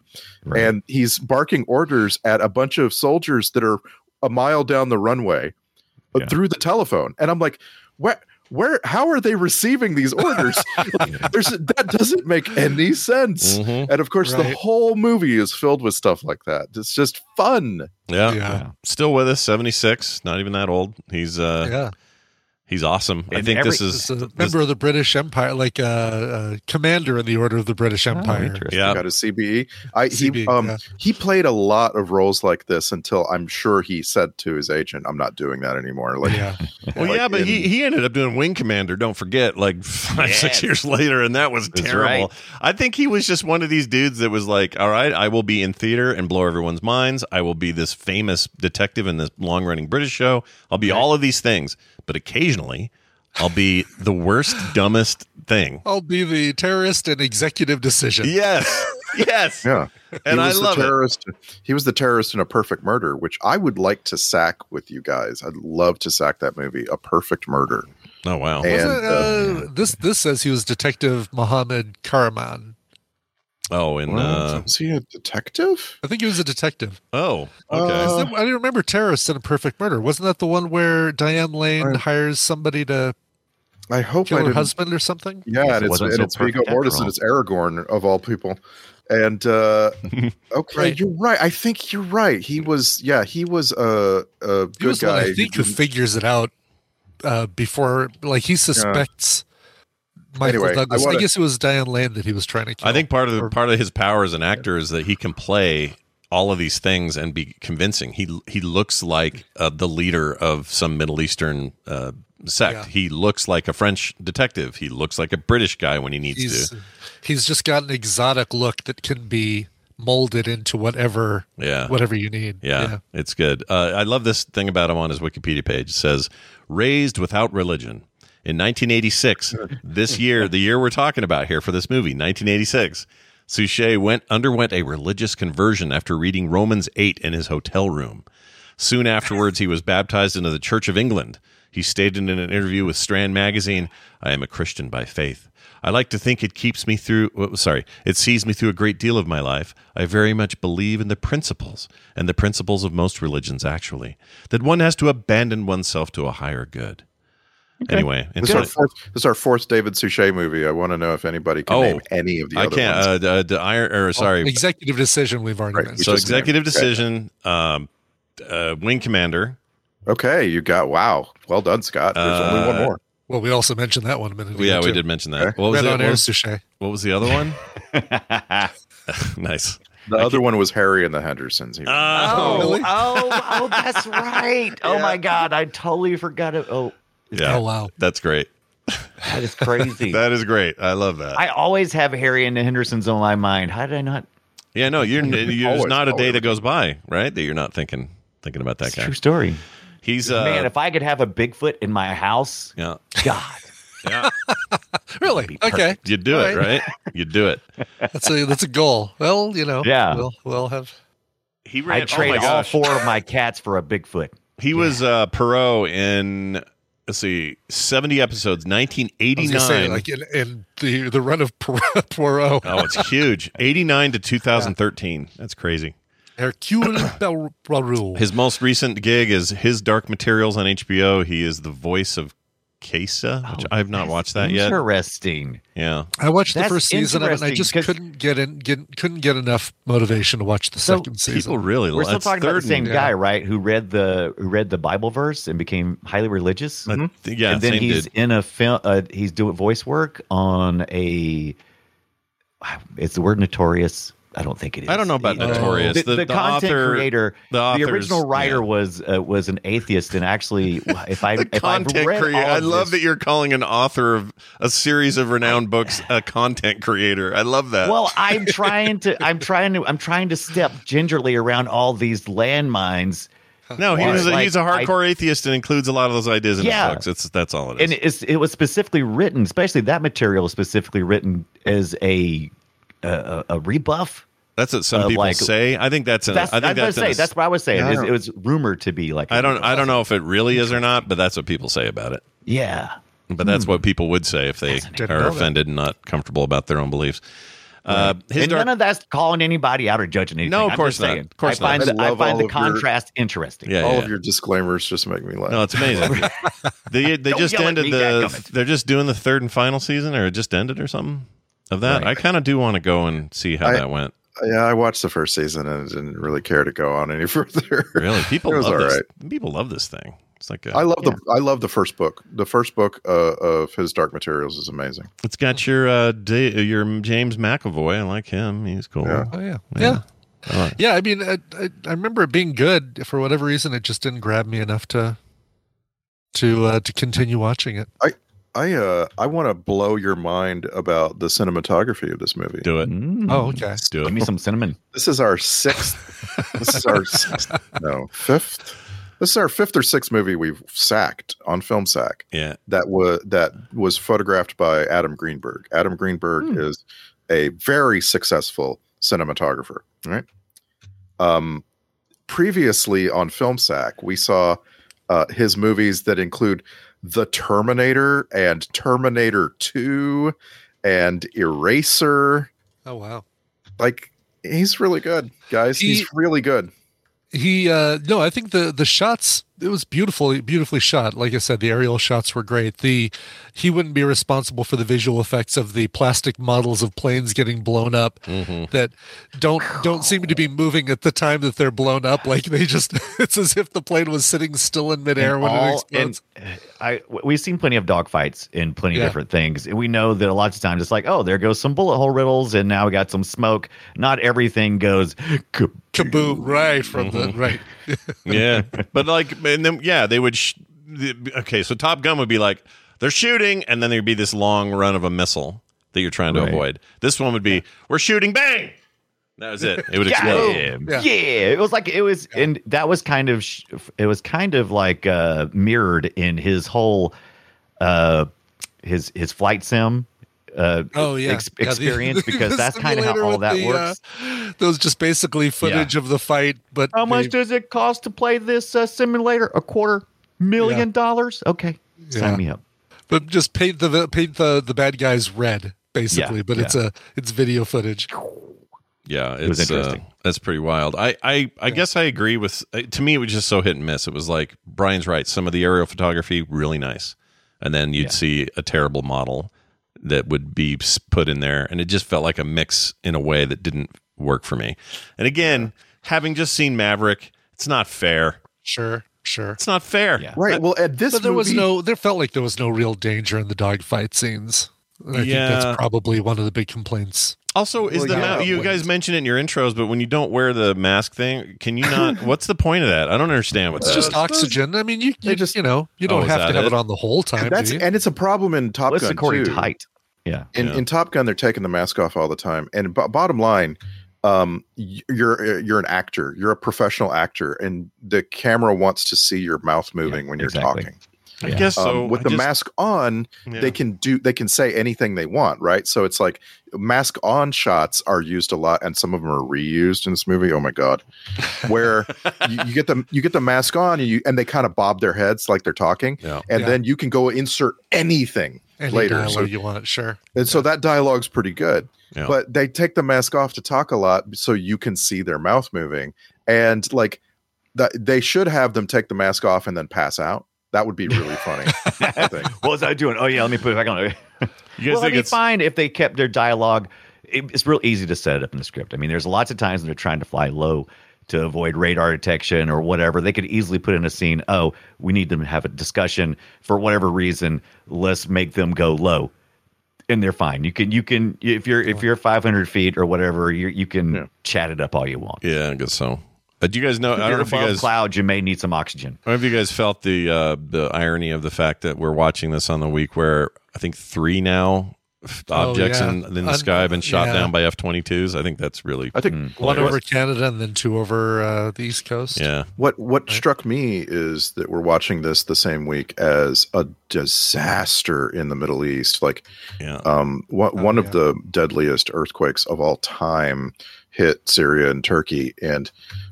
Speaker 6: and he's barking orders at a bunch of soldiers that are a mile down the runway uh, through the telephone, and I'm like, what? Where? How are they receiving
Speaker 8: (laughs)
Speaker 6: these orders? Like, There's that doesn't make any sense.
Speaker 8: Mm-hmm.
Speaker 6: And of course, the
Speaker 8: Right.
Speaker 6: whole movie is filled with stuff like that. It's just fun.
Speaker 8: Oh, Yeah. still with us, seventy six, not even that old. He's uh,
Speaker 2: Yeah.
Speaker 8: he's awesome. I
Speaker 2: And
Speaker 8: think
Speaker 2: every-
Speaker 8: this is
Speaker 2: a member of the British Empire, like uh, uh, commander in the Order of the
Speaker 8: Oh,
Speaker 2: British
Speaker 10: Oh,
Speaker 2: Empire.
Speaker 8: Yeah. E,
Speaker 6: Got a CBE. I he
Speaker 2: CBE,
Speaker 6: um
Speaker 2: yeah.
Speaker 6: he played a lot of roles like this until I'm sure he said to his agent, "I'm not doing that anymore." Like,
Speaker 2: yeah,
Speaker 8: (laughs) Well, yeah, but he, he ended up doing Wing Commander, don't forget, like (laughs) five, six years later, and that was
Speaker 6: That's
Speaker 8: terrible.
Speaker 6: right.
Speaker 8: I think he was just one of these dudes that was like, all right, I will be in theater and blow everyone's minds. I will be this famous detective in this long running British show. I'll be all of these things. But occasionally, I'll be the worst, dumbest thing.
Speaker 2: I'll be the terrorist and executive decision.
Speaker 8: Yes. Yes.
Speaker 6: yeah,
Speaker 8: And I love it.
Speaker 6: the terrorist. He was the terrorist in A Perfect Murder, which I would like to sack with you guys. I'd love to sack that movie, A Perfect Murder.
Speaker 8: Oh wow!
Speaker 6: And,
Speaker 2: Wasn't, uh, this this says he was Detective Mohammed Karaman.
Speaker 8: Oh, and uh,
Speaker 6: is he a detective?
Speaker 2: I think he was a detective.
Speaker 8: Oh,
Speaker 6: okay.
Speaker 2: Is that- I didn't remember terrorists in a perfect murder. Wasn't that the one where Diane Lane hires somebody to
Speaker 6: I hope
Speaker 2: kill
Speaker 6: I
Speaker 2: her
Speaker 6: didn't-
Speaker 2: husband or something?
Speaker 6: Yeah, and it's, and it's Viggo Mortensen. It's Aragorn of all people. And uh, okay, you're right. I think you're right. He was, yeah, he was a, a good
Speaker 2: he was the
Speaker 6: guy.
Speaker 2: one, I think who figures it out uh, before, like he suspects Michael
Speaker 8: Anyway, I
Speaker 2: Douglas. I,
Speaker 8: wanna-
Speaker 2: guess it was Diane Lane that he was trying to kill.
Speaker 8: I think part of the, part of his power as an actor is that he can play all of these things and be convincing. He he looks like uh, the leader of some Middle Eastern uh, sect.
Speaker 2: Yeah.
Speaker 8: He looks like a French detective. He looks like a British guy when he needs
Speaker 2: he's
Speaker 8: to.
Speaker 2: he's just got an exotic look that can be molded into whatever
Speaker 8: Yeah.
Speaker 2: whatever you need.
Speaker 8: Yeah, it's good. Uh, I love this thing about him on his Wikipedia page. It says, "Raised without religion." In 1986, this year, the year we're talking about here for this movie, 1986, Suchet went underwent a religious conversion after reading Romans 8 in his hotel room. Soon afterwards, he was baptized into the Church of England. He stated in an interview with Strand magazine, "I am a Christian by faith." I like to think it keeps me through, oh, sorry, it sees me through a great deal of my life. I very much believe in the principles, and the principles of most religions, actually, that one has to abandon oneself to a higher good. Anyway,
Speaker 6: this is, our
Speaker 8: infinite-
Speaker 6: fourth, this is our fourth David Suchet movie. I want to know if anybody can
Speaker 8: Oh,
Speaker 6: name any of the
Speaker 8: I
Speaker 6: other
Speaker 8: can't,
Speaker 6: ones.
Speaker 8: uh, the, the iron, or sorry,
Speaker 2: executive decision we've already mentioned.
Speaker 8: so executive
Speaker 6: Okay.
Speaker 8: decision, um, uh, wing commander.
Speaker 6: Okay, you got, wow. Well done, Scott. There's only one
Speaker 8: Uh,
Speaker 6: more.
Speaker 2: Well, we also mentioned that one a minute ago.
Speaker 8: Yeah, we
Speaker 2: too.
Speaker 8: did mention
Speaker 2: Okay.
Speaker 8: that. What was
Speaker 2: Red
Speaker 8: the-
Speaker 2: on
Speaker 8: what
Speaker 2: air
Speaker 8: was-
Speaker 2: Suchet.
Speaker 8: What was the other one? (laughs)
Speaker 10: (laughs)
Speaker 8: nice.
Speaker 6: The other one was Harry and the Hendersons. He was-
Speaker 8: Ah,
Speaker 10: Oh, oh, oh, that's right. Oh my God, I totally forgot it. Oh,
Speaker 8: (laughs) Yeah.
Speaker 10: Oh, wow.
Speaker 8: That's great.
Speaker 10: that is crazy.
Speaker 8: (laughs) that is great. I love that.
Speaker 10: I always have Harry and the Hendersons on my mind. How did I not?
Speaker 8: Yeah, no,
Speaker 10: (laughs)
Speaker 8: you're, you're there's
Speaker 10: Always,
Speaker 8: not a day
Speaker 10: always.
Speaker 8: that goes by, right? That you're not thinking thinking about that guy.
Speaker 10: True story.
Speaker 8: He's uh,
Speaker 10: Man, if I could have a Bigfoot in my house,
Speaker 8: yeah,
Speaker 10: God.
Speaker 8: (laughs) Yeah.
Speaker 2: Really? Okay.
Speaker 8: you do it,
Speaker 2: All
Speaker 8: right? You do it.
Speaker 2: That's a that's a goal. Well, you know.
Speaker 10: Yeah.
Speaker 2: We'll, we'll have.
Speaker 8: (laughs) He
Speaker 10: I
Speaker 8: ran- oh
Speaker 10: trade
Speaker 8: my
Speaker 10: all
Speaker 8: gosh.
Speaker 10: four of my cats for a Bigfoot.
Speaker 8: He was uh, Perot in let's see, 70 episodes,
Speaker 2: I
Speaker 8: 1989.
Speaker 2: was gonna say,
Speaker 10: (laughs)
Speaker 2: like in, in the the run of Poirot- (laughs) Poirot,
Speaker 8: oh, it's huge. 89 to 2013. That's crazy.
Speaker 2: Hercule
Speaker 8: (coughs)
Speaker 2: Bel- Poirot.
Speaker 8: His most recent gig is His Dark Materials on HBO. He is the voice of Kesa,
Speaker 2: Oh,
Speaker 8: which I've not watched that yet.
Speaker 10: Interesting.
Speaker 8: Yeah.
Speaker 2: I watched the
Speaker 10: That's
Speaker 2: first season of it. and I
Speaker 10: interesting,
Speaker 2: just
Speaker 10: 'cause-
Speaker 2: couldn't get in, get, couldn't get enough motivation to watch the
Speaker 10: So,
Speaker 2: second season.
Speaker 10: We're still talking about the same guy, right? Who read the who read the Bible verse and became highly religious. Mm-hmm.
Speaker 8: th- yeah,
Speaker 10: Hmm. and then
Speaker 8: same
Speaker 10: he's
Speaker 8: dude.
Speaker 10: in a film. Uh, he's doing voice work on a. It's the word notorious. I don't think it is.
Speaker 8: I don't know about Notorious.
Speaker 10: The,
Speaker 8: The-
Speaker 10: the,
Speaker 8: the
Speaker 10: content
Speaker 8: author-
Speaker 10: creator,
Speaker 8: the
Speaker 10: the,
Speaker 8: author's-
Speaker 10: original writer was uh, was an atheist, and
Speaker 8: (laughs)
Speaker 10: actually, if I if I
Speaker 8: content
Speaker 10: read
Speaker 8: creator.
Speaker 10: all
Speaker 8: I
Speaker 10: of
Speaker 8: love
Speaker 10: this-
Speaker 8: that you're calling an author of a series of renowned books a content creator. I love that. (laughs)
Speaker 10: Well, I'm trying to, I'm trying to, I'm trying to step gingerly around all these landmines
Speaker 8: No, he
Speaker 10: Why?
Speaker 8: was a,
Speaker 10: Like,
Speaker 8: he's a
Speaker 10: I-
Speaker 8: hardcore atheist and includes a lot of those ideas in
Speaker 10: Yeah.
Speaker 8: his books. It's that's all it is.
Speaker 10: and it's, it was specifically written, especially that material was specifically written as a a, a rebuff.
Speaker 8: That's what some people say. I think that's an-
Speaker 10: uh, that's,
Speaker 8: I think
Speaker 10: I was
Speaker 8: that's
Speaker 10: gonna
Speaker 8: an-
Speaker 10: say that's what I was saying.
Speaker 8: Yeah, I
Speaker 10: is
Speaker 8: don't-
Speaker 10: it was rumored to be like
Speaker 8: I don't I don't know if it really is or not, but that's what people say about it.
Speaker 10: yeah.
Speaker 8: But that's
Speaker 6: Hmm.
Speaker 8: what people would say if they
Speaker 10: Fascinating. Didn't
Speaker 8: are
Speaker 10: know that.
Speaker 8: offended and not comfortable about their own beliefs. Uh, his
Speaker 10: and
Speaker 8: dark-
Speaker 10: none of that's calling anybody out or judging anything.
Speaker 8: No, of
Speaker 10: I'm
Speaker 8: course
Speaker 10: just
Speaker 8: not.
Speaker 10: saying.
Speaker 8: Of course
Speaker 10: I find
Speaker 8: not.
Speaker 10: the,
Speaker 8: I
Speaker 10: I
Speaker 8: love
Speaker 10: find
Speaker 8: all
Speaker 10: the
Speaker 8: of your-
Speaker 10: contrast interesting.
Speaker 8: Yeah,
Speaker 6: all
Speaker 8: yeah,
Speaker 6: of your disclaimers just make me laugh.
Speaker 8: no, it's
Speaker 6: (laughs)
Speaker 8: amazing. they they
Speaker 10: Don't
Speaker 8: just
Speaker 10: yell at
Speaker 8: ended
Speaker 10: me,
Speaker 8: the.
Speaker 10: dadgummit.
Speaker 8: They're just doing the third and final season, or it just ended, or something of that. I kind of do want to go and see how
Speaker 6: I-
Speaker 8: that went.
Speaker 6: Yeah, I watched the first season and didn't really care to go on any (laughs) further.
Speaker 8: Really, people
Speaker 6: It was
Speaker 8: love
Speaker 6: all
Speaker 8: this.
Speaker 6: right.
Speaker 8: People love this thing. It's like a,
Speaker 6: I love the I love the first book. The first book uh, of his Dark Materials is amazing.
Speaker 8: It's got your uh, da- your James McAvoy. I like him. He's cool.
Speaker 6: Yeah.
Speaker 2: Oh yeah,
Speaker 8: Yeah.
Speaker 2: yeah,
Speaker 8: I like-
Speaker 2: yeah. I mean, I, I, I remember it being good. For whatever reason, it just didn't grab me enough to to uh, to continue watching it.
Speaker 6: I I uh I want to blow your mind about the cinematography of this movie.
Speaker 8: Do it.
Speaker 2: Oh, okay.
Speaker 8: Do it.
Speaker 10: Mm. Give me some cinnamon.
Speaker 6: This is our sixth. this is our sixth, no fifth. This is our fifth or sixth movie we've sacked on film sack.
Speaker 8: Yeah.
Speaker 6: that was that was photographed by Adam Greenberg. Adam Greenberg
Speaker 2: Hmm.
Speaker 6: is a very successful cinematographer. Right. Um, previously on film sack, we saw uh, his movies that include The Terminator and Terminator Two and Eraser.
Speaker 2: Oh wow.
Speaker 6: Like he's really good, guys.
Speaker 2: He-
Speaker 6: he's really good.
Speaker 2: he uh no i think the the shots it was beautifully beautifully shot like i said the aerial shots were great the he wouldn't be responsible for the visual effects of the plastic models of planes getting blown up that don't don't seem to be moving at the time that they're blown up like they just (laughs) it's as if the plane was sitting still in midair
Speaker 10: And
Speaker 2: when it
Speaker 10: all-
Speaker 2: explodes
Speaker 10: and, uh, I w- we've seen plenty of dogfights in plenty
Speaker 2: Yeah.
Speaker 10: of different things. And We know that a lot of times it's like, oh, there goes some bullet hole riddles, and now we got some smoke. Not everything goes. "Kab-"
Speaker 2: kaboom right from the right
Speaker 8: yeah but like and then yeah they would sh- the- okay so top gun would be like they're shooting and then there'd be this long run of a missile that you're trying to
Speaker 10: Right.
Speaker 8: avoid this one would be we're shooting bang that was it it would explode
Speaker 10: Yeah. yeah, It was like it was, and that was kind of sh- it was kind of like uh, mirrored in his whole uh, his his flight sim. Uh,
Speaker 2: Oh yeah,
Speaker 10: ex-
Speaker 2: Yeah, the- (laughs)
Speaker 10: experience because
Speaker 2: the
Speaker 10: that's kind of how
Speaker 2: simulator
Speaker 10: all
Speaker 2: with
Speaker 10: that
Speaker 2: the,
Speaker 10: works.
Speaker 2: uh, those just basically footage of the fight, but
Speaker 10: How much
Speaker 2: they-
Speaker 10: does it cost to play this uh, simulator? A quarter million dollars? Okay,
Speaker 2: Yeah.
Speaker 10: sign me up.
Speaker 2: but just paint the paint the the bad guys red basically but it's a it's video footage
Speaker 8: yeah it's,
Speaker 10: was
Speaker 8: uh,
Speaker 10: interesting.
Speaker 8: that's pretty wild i i, I guess i agree with uh, to me it was just so hit and miss it was like brian's right some of the aerial photography really nice and then you'd see a terrible model that would be s- put in there and it just felt like a mix in a way that didn't work for me and again having just seen maverick it's not fair
Speaker 2: sure sure
Speaker 8: it's not fair
Speaker 10: Yeah.
Speaker 6: Right. Well, at this
Speaker 2: but there was
Speaker 6: movie-
Speaker 2: no there felt like there was no real danger in the dogfight scenes And i think
Speaker 8: Yeah.
Speaker 2: that's probably one of the big complaints
Speaker 8: also is
Speaker 6: Well,
Speaker 8: the
Speaker 6: yeah,
Speaker 8: ma- you
Speaker 6: wait.
Speaker 8: guys mentioned it in your intros but when you don't wear the mask thing can you
Speaker 10: (laughs)
Speaker 8: not what's the point of that i don't understand what
Speaker 2: it's
Speaker 8: that
Speaker 2: just
Speaker 8: is.
Speaker 2: oxygen i mean you you,
Speaker 6: just-
Speaker 2: you know you
Speaker 8: Uh, Oh,
Speaker 2: don't
Speaker 8: is
Speaker 2: have
Speaker 8: that
Speaker 2: to have
Speaker 8: it?
Speaker 2: it on the whole time
Speaker 6: That's
Speaker 2: do you?
Speaker 6: and it's a problem in Top
Speaker 10: Well, it's
Speaker 6: Gun
Speaker 10: according
Speaker 6: too.
Speaker 10: to height. Yeah.
Speaker 6: in,
Speaker 8: Yeah.
Speaker 6: in Top Gun, they're taking the mask off all the time. And b- bottom line, um, y- you're you're an actor. You're a professional actor, and the camera wants to see your mouth moving when you're
Speaker 10: exactly.
Speaker 6: talking.
Speaker 8: i
Speaker 10: Yeah.
Speaker 8: guess
Speaker 6: Um,
Speaker 8: so
Speaker 6: with
Speaker 8: I
Speaker 6: the
Speaker 8: just-
Speaker 6: mask on,
Speaker 8: Yeah.
Speaker 6: they can do they can say anything they want, right? So it's like mask on shots are used a lot, and some of them are reused in this movie. Oh my god, where you, you get the you get the mask on, and you and they kind of bob their heads like they're talking,
Speaker 8: Yeah.
Speaker 6: and
Speaker 2: Yeah.
Speaker 6: then you can go insert anything
Speaker 2: Any
Speaker 6: later.
Speaker 2: dialogue
Speaker 6: So
Speaker 2: you want sure
Speaker 6: and so that dialogue's pretty good.
Speaker 8: Yeah.
Speaker 6: But they take the mask off to talk a lot so you can see their mouth moving. And like that they should have them take the mask off and then pass out. That would be really funny. I think.
Speaker 10: What was I doing? Oh yeah, let me put it back on. (laughs)
Speaker 8: you guys
Speaker 10: well,
Speaker 8: think
Speaker 10: it'd be
Speaker 8: it's
Speaker 10: fine if they kept their dialogue. It, it's real easy to set it up in the script. I mean, there's lots of times when they're trying to fly low to avoid radar detection or whatever. They could easily put in a scene. Oh, we need them to have a discussion for whatever reason. Let's make them go low, and they're fine. You can you can if you're if you're 500 feet or whatever, you you can chat it up all you want.
Speaker 8: yeah i guess so but do you guys know i
Speaker 10: if
Speaker 8: don't
Speaker 10: you're
Speaker 8: know if you
Speaker 10: above
Speaker 8: guys
Speaker 10: clouds, you may need some oxygen.
Speaker 8: I don't know if you guys felt the uh, the irony of the fact that we're watching this on the week where I think three now objects
Speaker 2: yeah.
Speaker 8: in, in the
Speaker 2: Un-
Speaker 8: sky have been shot
Speaker 2: yeah.
Speaker 8: down by F 22s. I think that's really.
Speaker 6: I think
Speaker 2: One over Canada and then two over uh, the East Coast.
Speaker 8: Yeah.
Speaker 6: What what struck me is that we're watching this the same week as a disaster in the Middle East. Like, um, one
Speaker 8: Oh,
Speaker 6: one of the deadliest earthquakes of all time hit Syria and Turkey, and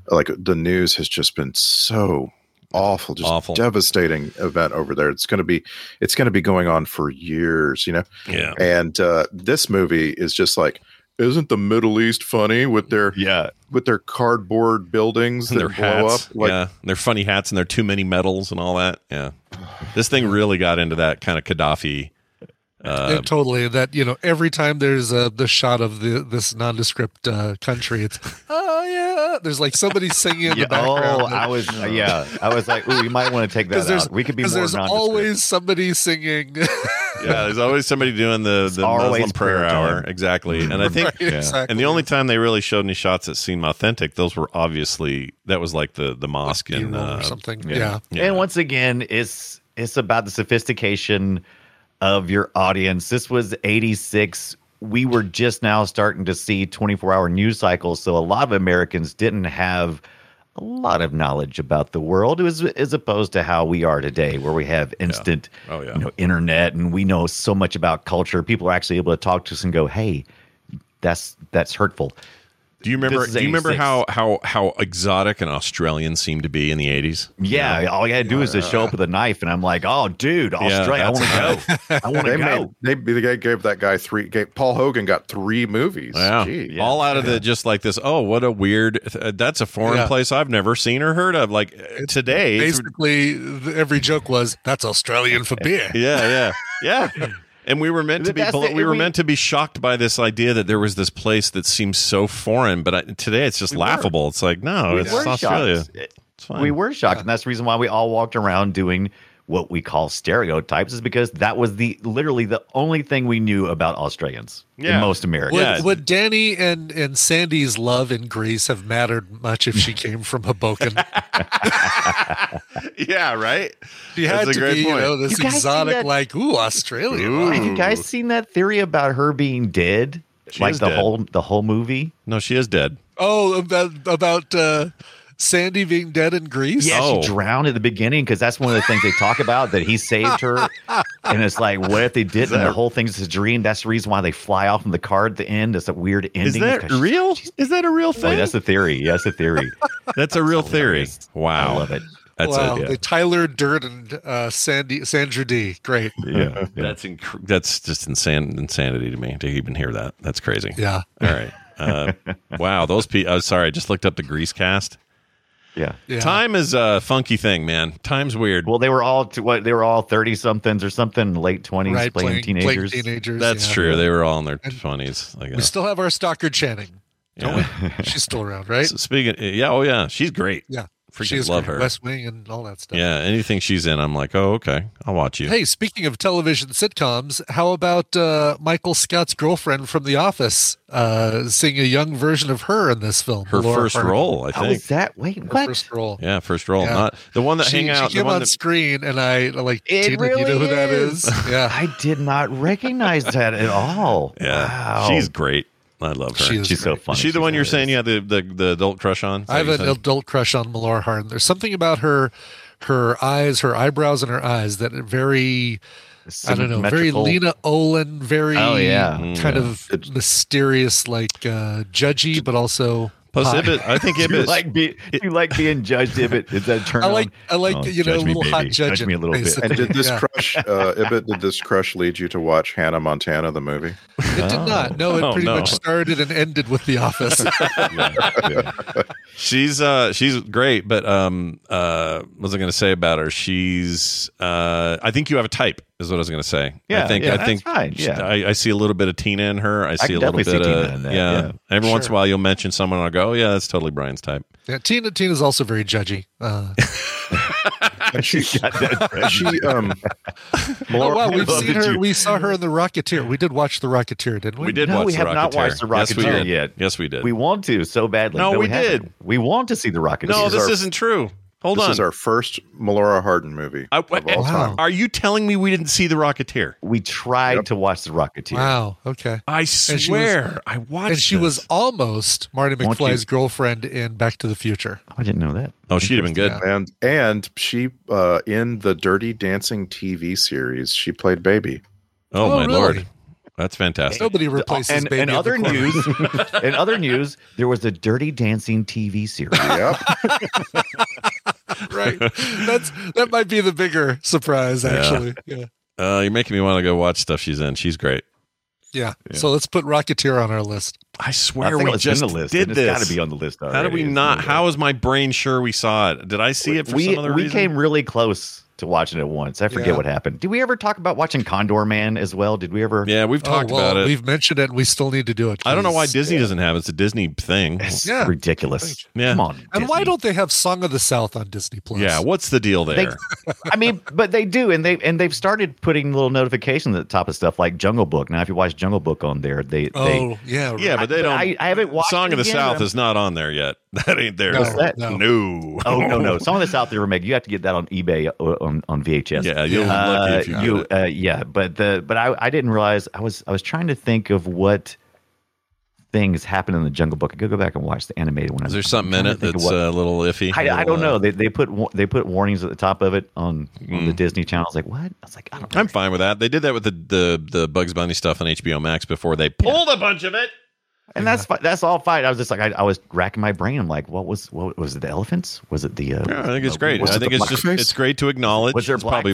Speaker 6: like the news has just been so awful, just
Speaker 8: Awful.
Speaker 6: devastating event over there. It's gonna be it's gonna be going on for years, you know.
Speaker 8: Yeah.
Speaker 6: And uh, this movie is just like. Isn't the Middle East funny with their
Speaker 8: yeah
Speaker 6: with their cardboard buildings
Speaker 8: And their
Speaker 6: that blow
Speaker 8: hats.
Speaker 6: up? Like,
Speaker 8: yeah. Their funny hats and their too many medals and all that. Yeah. This thing really got into that kind of Gaddafi. Uh,
Speaker 2: Yeah, totally. That you know, every time there's uh, the shot of the this nondescript uh, country, it's (laughs) oh yeah. There's like somebody singing in
Speaker 10: (laughs) Yeah,
Speaker 2: the background.
Speaker 10: oh, I was yeah, I was like, ooh, we might want to take
Speaker 8: (laughs)
Speaker 10: that
Speaker 2: Because there's,
Speaker 10: out. We could be more
Speaker 2: 'cause there's
Speaker 10: nondescript.
Speaker 2: always somebody singing. (laughs)
Speaker 8: yeah, there's always somebody doing the, the
Speaker 10: always
Speaker 8: Muslim prayer
Speaker 10: prayer
Speaker 8: hour.
Speaker 10: time.
Speaker 8: Exactly. And I think
Speaker 2: Right, Yeah. exactly.
Speaker 8: and the only time they really showed any shots that seemed authentic, those were obviously that was like the the mosque and
Speaker 2: B-roll or
Speaker 8: uh,
Speaker 2: something. Yeah.
Speaker 10: And once again, it's it's about the sophistication of your audience. This was 86. We were just now starting to see 24-hour news cycles, so a lot of Americans didn't have a lot of knowledge about the world as, as opposed to how we are today where we have instant
Speaker 8: Oh, yeah.
Speaker 10: you know internet and we know so much about culture people are actually able to talk to us and go hey that's that's hurtful
Speaker 8: Do you remember?
Speaker 10: This is
Speaker 8: Do you remember
Speaker 10: 86.
Speaker 8: how how how exotic an Australian seemed to be in the eighties?
Speaker 10: Yeah, all you gotta do is just show up with a knife, and I'm like, oh, dude, Australia, I want to go. I want to
Speaker 6: they
Speaker 10: go.
Speaker 6: Made, they, they gave that guy three. Gave, Paul Hogan got three movies.
Speaker 8: Yeah.
Speaker 6: Gee.
Speaker 8: all out of the just like this. Oh, what a weird! Uh, that's a foreign
Speaker 2: Yeah.
Speaker 8: place I've never seen or heard of. Like uh, today, it's-
Speaker 2: Basically, th- every joke was that's Australian for beer.
Speaker 8: yeah, yeah, yeah. And we were meant to be
Speaker 2: That's
Speaker 8: blo-
Speaker 2: the-
Speaker 8: we were
Speaker 2: we-
Speaker 8: meant to be shocked by this idea that there was this place that seems so foreign, but I, today it's just laughable. It's like no,
Speaker 10: We
Speaker 8: Oh, it's
Speaker 10: were
Speaker 8: Australia.
Speaker 10: shocked.
Speaker 8: It's fine.
Speaker 10: We were shocked, and that's the reason why we all walked around doing what we call stereotypes, is because that was the literally the only thing we knew about Australians
Speaker 2: Yeah.
Speaker 10: and most
Speaker 2: Would,
Speaker 10: Americans.
Speaker 2: would Danny and, and Sandy's love in Greece have mattered much if she came from Hoboken?
Speaker 8: yeah, right.
Speaker 2: She had
Speaker 8: That's a
Speaker 2: to
Speaker 8: great
Speaker 2: be, you
Speaker 8: point.
Speaker 2: know, this
Speaker 10: You guys seen
Speaker 2: exotic,
Speaker 10: that-
Speaker 2: like, ooh, Australia.
Speaker 10: Have you guys seen that theory about her being dead?
Speaker 8: She
Speaker 10: like
Speaker 8: is
Speaker 10: the
Speaker 8: dead.
Speaker 10: whole the whole movie.
Speaker 8: No, she is dead.
Speaker 2: Oh, about about uh, Sandy being dead in Greece.
Speaker 10: Yeah,
Speaker 8: Oh,
Speaker 10: she drowned at the beginning because that's one of the things they talk about that he
Speaker 8: (laughs)
Speaker 10: saved her. and it's like, what if they didn't?
Speaker 8: that-
Speaker 10: and the whole thing's a dream. That's the reason why they fly off in the car at the end. It's a weird ending.
Speaker 8: that real? Is that a real
Speaker 10: Boy, that's a theory. Oh, Yeah, that's a theory.
Speaker 8: that's a real theory. Wow,
Speaker 10: I love it.
Speaker 8: That's
Speaker 2: wow,
Speaker 8: it. yeah.
Speaker 2: the Tyler Durden, uh, Sandy, Sandra D. Great.
Speaker 8: yeah, that's inc- that's just insane insanity to me to even hear that. That's crazy.
Speaker 2: Yeah.
Speaker 8: All right. Uh, wow. Those people. Oh, sorry. I just looked up the Grease cast.
Speaker 10: Yeah.
Speaker 2: Yeah.
Speaker 8: Time is a funky thing, man. Time's weird.
Speaker 10: Well, they were all t- what? They were all thirty somethings or something, late twenties,
Speaker 2: Right,
Speaker 10: playing,
Speaker 2: playing- playing
Speaker 10: teenagers.
Speaker 2: teenagers,
Speaker 8: That's
Speaker 2: yeah.
Speaker 8: true. They were all in their twenties. I
Speaker 2: We
Speaker 8: guess.
Speaker 2: still have our
Speaker 8: (laughs)
Speaker 2: stalker Channing. Don't
Speaker 8: Yeah.
Speaker 2: we? She's still around, right?
Speaker 8: So speaking. Yeah. Oh yeah. She's great.
Speaker 2: Yeah.
Speaker 8: Freaking
Speaker 2: She is
Speaker 8: love
Speaker 2: great.
Speaker 8: her.
Speaker 2: West Wing and all that stuff.
Speaker 8: Yeah. Anything she's in, I'm like, oh okay, I'll watch you.
Speaker 2: Hey, speaking of television sitcoms, how about uh, Michael Scott's girlfriend from The Office uh, seeing a young version of her in this film?
Speaker 8: Her
Speaker 2: Laura
Speaker 8: first
Speaker 2: Farmiga.
Speaker 8: role, I
Speaker 10: How
Speaker 8: think.
Speaker 10: is that? Wait,
Speaker 2: Her
Speaker 10: what?
Speaker 2: first role.
Speaker 8: Yeah, first role.
Speaker 2: Yeah.
Speaker 8: Not the one that
Speaker 2: she,
Speaker 8: hang
Speaker 2: she
Speaker 8: out. The
Speaker 2: came
Speaker 8: one
Speaker 2: on
Speaker 8: that,
Speaker 2: screen, and I like.
Speaker 10: It
Speaker 2: Tina,
Speaker 10: really
Speaker 2: you know who that is?
Speaker 8: (laughs)
Speaker 2: Yeah,
Speaker 10: I did not recognize that at all.
Speaker 8: yeah,
Speaker 10: Wow.
Speaker 8: she's great. I love her.
Speaker 2: She is
Speaker 10: She's so funny.
Speaker 8: Is she the
Speaker 10: She's
Speaker 8: one you're
Speaker 10: hilarious.
Speaker 8: saying you had the, the, the adult crush on? Is that
Speaker 2: I have
Speaker 8: what you're
Speaker 2: an
Speaker 8: saying?
Speaker 2: adult crush on Melora Hardin. There's something about her, her eyes, her eyebrows, and her eyes that are very, I don't know, very
Speaker 8: (laughs)
Speaker 10: Symmetrical.
Speaker 2: Lena Olin, very
Speaker 10: Oh, yeah.
Speaker 2: kind of mysterious, like uh, judgy, but also.
Speaker 8: Plus,
Speaker 2: hot.
Speaker 8: Ibbot, I
Speaker 2: (laughs)
Speaker 8: think
Speaker 10: Do you
Speaker 8: Ibbot.
Speaker 10: like be, do you like being judged if it is that a turn
Speaker 2: I like-
Speaker 10: on?
Speaker 2: I like,
Speaker 8: Oh,
Speaker 2: you know,
Speaker 10: judge me,
Speaker 2: little hot
Speaker 10: baby. judge
Speaker 2: judging,
Speaker 10: me a
Speaker 2: (laughs)
Speaker 10: little
Speaker 2: basically.
Speaker 6: And
Speaker 10: bit
Speaker 6: did this
Speaker 2: Yeah.
Speaker 6: crush, uh, Ibbot, did this crush lead you to watch Hannah Montana, the movie?
Speaker 2: It did not. No, it
Speaker 8: Oh,
Speaker 2: pretty
Speaker 8: no.
Speaker 2: much started and ended with The
Speaker 10: (laughs)
Speaker 2: Office.
Speaker 8: she's uh she's great, but um uh what was I gonna say about her? She's uh I think you have a type is what I was gonna say. I
Speaker 10: Yeah,
Speaker 8: think
Speaker 10: yeah,
Speaker 8: I
Speaker 10: that's
Speaker 8: think
Speaker 10: fine,
Speaker 8: she-
Speaker 10: yeah.
Speaker 8: I, I see a little bit of Tina in her. I see
Speaker 10: can
Speaker 8: a little
Speaker 10: definitely see
Speaker 8: bit
Speaker 10: Tina
Speaker 8: of
Speaker 10: in that,
Speaker 8: yeah.
Speaker 10: yeah.
Speaker 8: Every once in a
Speaker 2: Sure.
Speaker 8: while you'll mention someone and I'll go, Oh yeah, that's totally Brian's type.
Speaker 2: yeah, Tina Tina's also very judgy.
Speaker 10: (laughs)
Speaker 2: Uh,
Speaker 10: she got that
Speaker 6: She, um,
Speaker 2: oh, wow, we've
Speaker 10: love
Speaker 2: seen
Speaker 10: that
Speaker 2: her.
Speaker 10: you-
Speaker 2: We saw her in The Rocketeer. We did watch The Rocketeer, didn't we?
Speaker 8: We did
Speaker 10: No,
Speaker 8: watch
Speaker 10: we
Speaker 8: the
Speaker 10: have not
Speaker 8: Rocketeer.
Speaker 10: watched The
Speaker 8: Yes, we
Speaker 10: Rocketeer
Speaker 8: did.
Speaker 10: yet.
Speaker 8: Yes, we did.
Speaker 10: We want to so badly.
Speaker 8: No,
Speaker 10: but
Speaker 8: we
Speaker 10: haven't.
Speaker 8: did.
Speaker 10: We want to see the rocket.
Speaker 8: no,
Speaker 10: This is
Speaker 8: this
Speaker 10: our-
Speaker 8: isn't true. Hold
Speaker 6: this
Speaker 8: on.
Speaker 6: is our first Melora Hardin movie
Speaker 8: I-
Speaker 6: of all
Speaker 8: Wow.
Speaker 6: time.
Speaker 8: Are you telling me we didn't see The Rocketeer?
Speaker 10: We tried to watch The Rocketeer.
Speaker 2: Wow. Okay.
Speaker 8: I
Speaker 2: she
Speaker 8: swear,
Speaker 2: was-
Speaker 8: I watched
Speaker 2: And she
Speaker 8: this.
Speaker 2: was almost Marty
Speaker 10: Won't you-
Speaker 2: McFly's girlfriend in Back to the Future.
Speaker 10: I didn't know that.
Speaker 8: Oh, she'd have been good.
Speaker 6: And and she uh, in the Dirty Dancing TV series, she played Baby.
Speaker 8: Oh,
Speaker 2: Oh,
Speaker 8: my
Speaker 2: really?
Speaker 8: lord. That's fantastic.
Speaker 2: Nobody replaces
Speaker 10: Oh, and,
Speaker 2: Baby
Speaker 10: and
Speaker 2: at the
Speaker 10: other
Speaker 2: corner.
Speaker 8: (laughs)
Speaker 10: news, in other news, there was the Dirty Dancing
Speaker 8: (laughs)
Speaker 10: TV series.
Speaker 6: Yep.
Speaker 2: right? That's that might be the bigger surprise, actually. Yeah.
Speaker 8: Uh, you're making me want to go watch stuff she's in. She's great.
Speaker 2: Yeah. So let's put Rocketeer on our list.
Speaker 8: I
Speaker 10: I
Speaker 8: swear
Speaker 10: think
Speaker 8: we
Speaker 10: it was
Speaker 8: just
Speaker 10: in the list.
Speaker 8: did
Speaker 10: it's
Speaker 8: this.
Speaker 10: got to be on the list. Already.
Speaker 8: How did we
Speaker 10: It's
Speaker 8: not?
Speaker 10: really-
Speaker 8: How is my brain sure we saw it? Did I see it for
Speaker 10: we
Speaker 8: some other
Speaker 10: we
Speaker 8: reason?
Speaker 10: came really close to watching it once. I forget
Speaker 2: Yeah.
Speaker 10: what happened. Did we ever talk about watching Condor Man as well? Did we ever?
Speaker 8: yeah, we've
Speaker 2: Oh,
Speaker 8: talked
Speaker 2: well,
Speaker 8: about it.
Speaker 2: We've mentioned it. and We still need to do it.
Speaker 8: I don't know why
Speaker 2: please.
Speaker 8: Disney doesn't have it. It's a Disney thing.
Speaker 10: It's
Speaker 2: Yeah.
Speaker 10: ridiculous.
Speaker 8: Yeah.
Speaker 10: Come on.
Speaker 2: And why
Speaker 10: Disney.
Speaker 2: don't they have Song of the South on Disney Plus?
Speaker 8: Yeah, what's the deal there?
Speaker 10: They, I mean, but they do, and they and they've started putting little notifications at the top of stuff like Jungle Book. Now, if you watch Jungle Book on there, they they
Speaker 2: Oh, yeah. right.
Speaker 8: yeah, but they don't.
Speaker 10: I, I haven't watched
Speaker 8: Song
Speaker 10: it
Speaker 8: of the
Speaker 10: again,
Speaker 8: South
Speaker 10: but I'm-
Speaker 8: is not on there yet. (laughs) That ain't there.
Speaker 2: No,
Speaker 10: that?
Speaker 2: no.
Speaker 8: No.
Speaker 10: Oh no
Speaker 8: (laughs)
Speaker 10: no! Some of this out there remake. You have to get that on eBay or on, on VHS.
Speaker 8: Yeah, you'll be
Speaker 10: Uh,
Speaker 8: lucky if you,
Speaker 10: you,
Speaker 8: get it.
Speaker 10: uh, yeah, but the but I, I didn't realize I was I was trying to think of what things happened in the Jungle Book. I could go back and watch the animated one.
Speaker 8: Is
Speaker 10: I'm
Speaker 8: there something
Speaker 10: trying
Speaker 8: in
Speaker 10: to
Speaker 8: it
Speaker 10: think of
Speaker 8: that's uh,
Speaker 10: what-
Speaker 8: a little iffy?
Speaker 10: I, I
Speaker 8: Little,
Speaker 10: don't
Speaker 8: uh,
Speaker 10: know. They they put wa- they put warnings at the top of it on, on the Disney Channel. I was like, what? I was like, I don't.
Speaker 8: Mm. I'm fine with that. They did that with the, the the Bugs Bunny stuff on HBO Max before they pulled a bunch of it.
Speaker 10: and that's fi- that's all fine. I was just like, I, I was racking my brain. I'm like, what was what was it? The elephants? Was it the? Uh,
Speaker 8: Yeah, I think it's great.
Speaker 10: Was
Speaker 8: I
Speaker 10: it
Speaker 8: think
Speaker 10: the
Speaker 8: it's just
Speaker 10: blackface?
Speaker 8: it's great to acknowledge.
Speaker 10: Was there
Speaker 8: it's probably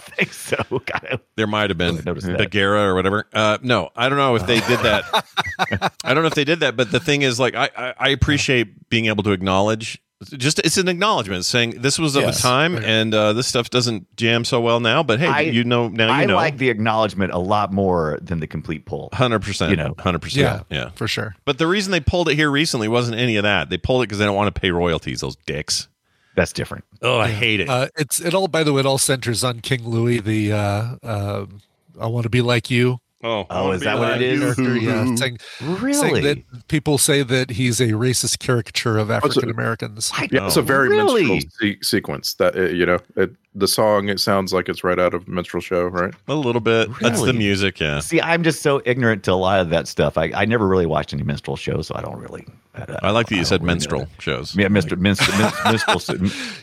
Speaker 8: blackface.
Speaker 10: (laughs) I don't think so. (laughs) God, I-
Speaker 8: There might have been
Speaker 10: noticed that.
Speaker 8: Bagheera or whatever. Uh, no, I don't know if they did that.
Speaker 10: (laughs)
Speaker 8: I don't know if they did that, but the thing is, like, I I, I appreciate being able to acknowledge. Just it's an acknowledgement saying this was of
Speaker 2: Yes.
Speaker 8: a time and uh, this stuff doesn't jam so well now. (laughs) But hey,
Speaker 10: I-
Speaker 8: you know now
Speaker 10: I
Speaker 8: you know.
Speaker 10: like the acknowledgement a lot more than the complete pull.
Speaker 8: Hundred percent,
Speaker 10: you know.
Speaker 8: hundred
Speaker 2: Yeah,
Speaker 8: percent, yeah.
Speaker 2: for sure.
Speaker 8: But the reason they pulled it here recently wasn't any of that. They pulled it because they don't want to pay royalties. Those dicks.
Speaker 10: That's different.
Speaker 8: Oh, I hate it.
Speaker 2: Uh, it's it all. By the way, it all centers on King Louis. The uh, um I want to be like you. Uh,
Speaker 8: oh,
Speaker 10: Oh, is that what it is?
Speaker 2: Character,
Speaker 10: (laughs)
Speaker 2: yeah, saying, saying
Speaker 10: Really?
Speaker 2: that people say that he's a racist caricature of
Speaker 6: What's it-
Speaker 2: African Americans.
Speaker 10: I
Speaker 6: Yeah,
Speaker 10: (laughs)
Speaker 6: it's a very
Speaker 10: Really?
Speaker 6: minstrel se- sequence. That uh, you know, it, the song it sounds like it's right out of a minstrel show, right?
Speaker 8: A little bit. That's the
Speaker 10: Really?
Speaker 8: music. Yeah.
Speaker 10: See, I'm just so ignorant to a lot of that stuff. I, I never really watched any minstrel shows, so I don't really. I, don't-
Speaker 8: I like that you
Speaker 10: don't
Speaker 8: said
Speaker 10: really know
Speaker 8: minstrel
Speaker 10: that.
Speaker 8: shows.
Speaker 10: Yeah, Mr. minstrel, min-
Speaker 8: (laughs)
Speaker 10: minstrel.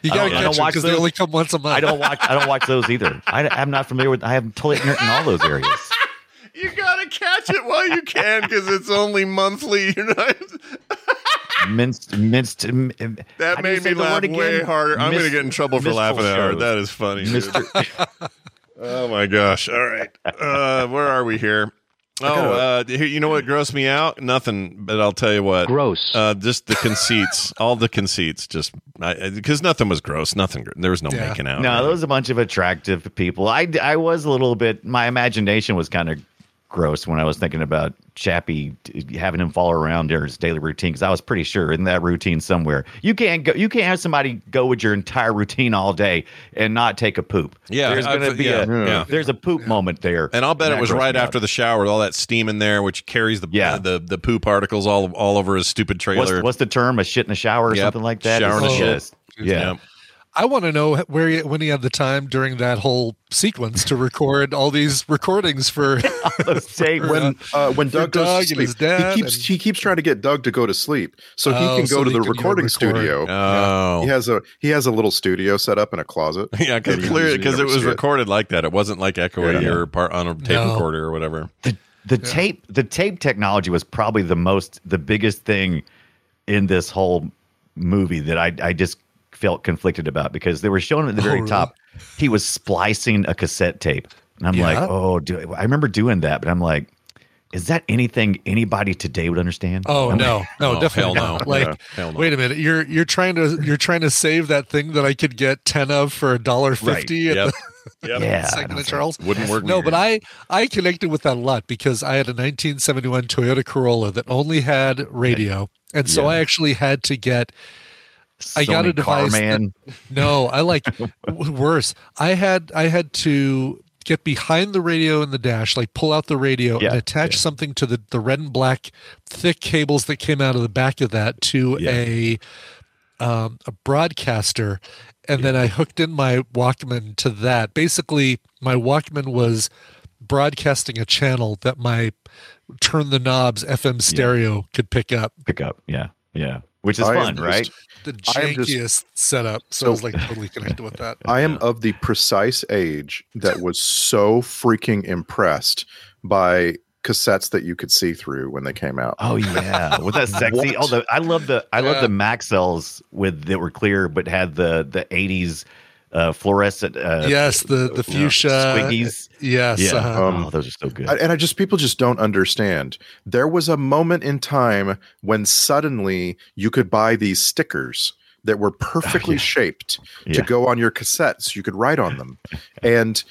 Speaker 2: You
Speaker 10: I
Speaker 2: gotta
Speaker 10: don't- I don't
Speaker 2: catch
Speaker 10: watch
Speaker 2: because they
Speaker 10: those.
Speaker 2: only come once a month.
Speaker 10: I don't watch. I don't watch those either. I, I'm not familiar with. I am totally ignorant in all those areas.
Speaker 8: You gotta catch it while you can because it's only monthly. (laughs) You know,
Speaker 10: Minced, minced. m- m- how do you say the word again? Mis- minstrel shows.
Speaker 8: is funny. dude. (laughs)
Speaker 10: Mr.
Speaker 8: Oh my gosh! All right, uh, where are we here? Oh, uh, here- you know what grossed me out? Nothing, but I'll tell you what.
Speaker 10: Gross.
Speaker 8: Uh, just the conceits, (laughs) all the conceits. Just because nothing was gross. Nothing. gr- There was no
Speaker 2: Yeah.
Speaker 8: making out.
Speaker 10: No, there was a bunch of attractive people. I, I was a little bit, my imagination was kind of gross when I was thinking about Chappie t- having him follow around during his daily routine because I was pretty sure in that routine somewhere you can't go, you can't have somebody go with your entire routine all day and not take a poop.
Speaker 8: Yeah,
Speaker 10: there's
Speaker 8: I-
Speaker 10: going to be
Speaker 8: yeah,
Speaker 10: a
Speaker 8: yeah.
Speaker 10: there's a poop moment there,
Speaker 8: And I'll bet it
Speaker 10: that
Speaker 8: was
Speaker 10: grossed
Speaker 8: right
Speaker 10: me out.
Speaker 8: after the shower with all that steam in there, which carries the
Speaker 10: Yeah.
Speaker 8: the, the poop particles all all over his stupid
Speaker 10: What's,
Speaker 8: trailer.
Speaker 10: what's the term? A shit in a shower or
Speaker 8: Yep.
Speaker 10: something like that?
Speaker 8: Shower in
Speaker 2: a
Speaker 10: It's
Speaker 2: shit.
Speaker 10: just- (laughs) Yeah.
Speaker 2: I want to know where he, when he had the time during that whole sequence to record all these recordings
Speaker 10: (laughs)
Speaker 2: for.
Speaker 10: Those tapes.
Speaker 2: Yeah.
Speaker 6: When uh, when
Speaker 2: For
Speaker 6: Doug goes
Speaker 2: Doug
Speaker 6: to
Speaker 2: and his
Speaker 6: sleep,
Speaker 2: dad
Speaker 6: he keeps
Speaker 2: and-
Speaker 6: he keeps trying to get Doug to go to sleep so he
Speaker 2: Oh,
Speaker 6: can go
Speaker 2: so
Speaker 6: to
Speaker 2: they
Speaker 6: the
Speaker 2: can go
Speaker 6: recording
Speaker 2: record.
Speaker 6: studio.
Speaker 8: Oh.
Speaker 6: He has a he has a little studio set up in a closet.
Speaker 8: (laughs) Yeah, because
Speaker 6: You
Speaker 8: clearly,
Speaker 6: never
Speaker 8: because
Speaker 6: see
Speaker 8: it was recorded like that. It wasn't like echoing
Speaker 6: Yeah.
Speaker 8: or part on a tape
Speaker 2: No.
Speaker 8: recorder or
Speaker 6: (laughs)
Speaker 8: whatever.
Speaker 10: the the tape the tape technology was probably the most the biggest thing in this whole movie that I I just felt conflicted about because they were showing at the
Speaker 2: Oh,
Speaker 10: very
Speaker 2: really?
Speaker 10: top he was splicing a cassette tape and I'm
Speaker 2: Yeah.
Speaker 10: like oh do I remember doing that but I'm like is that anything anybody today would understand
Speaker 2: Oh
Speaker 10: I'm like,
Speaker 2: no, no,
Speaker 8: Oh, hell
Speaker 2: definitely
Speaker 8: no.
Speaker 2: not. Like,
Speaker 8: Yeah, hell no.
Speaker 2: wait a minute, you're you're trying to you're trying to save that thing that I could get ten of for a dollar fifty at
Speaker 8: Yep.
Speaker 2: the
Speaker 10: yeah and I
Speaker 2: second of
Speaker 10: was
Speaker 2: Charles.
Speaker 8: Wouldn't work.
Speaker 2: No, but I I connected with that a lot because I had a 1971 Toyota Corolla that only had radio, and so I actually had to get
Speaker 10: like,
Speaker 2: I got a
Speaker 10: Sony car
Speaker 2: device that-
Speaker 10: man
Speaker 2: no. I like w- worse. I had I had to get behind the radio in the dash, like pull out the radio
Speaker 10: Yeah,
Speaker 2: and attach something to the the red and black thick cables that came out of the back of that to a um, a broadcaster, and then I hooked in my Walkman to that. Basically, my Walkman was broadcasting a channel that my turn the knobs FM stereo could pick up.
Speaker 10: Pick up, yeah, yeah. Which is fun, right?
Speaker 2: The
Speaker 6: I am
Speaker 2: jankiest
Speaker 6: just-
Speaker 2: setup. So, I was like totally connected with that.
Speaker 6: I am of the precise age that was so freaking impressed by cassettes that you could see through when they came out.
Speaker 10: Oh yeah, with that sexy. Oh, the, I love the I love the Maxells with that were clear but had the the eighties uh, fluorescent. Uh,
Speaker 2: yes, the the fuchsia.
Speaker 10: squiggies.
Speaker 2: Yes.
Speaker 10: yeah.
Speaker 2: uh-huh.
Speaker 10: oh, those are so (laughs) good.
Speaker 6: I- and I just people just don't understand. There was a moment in time when suddenly you could buy these stickers that were perfectly shaped
Speaker 10: Yeah.
Speaker 6: to go on your cassettes. You could write on them, and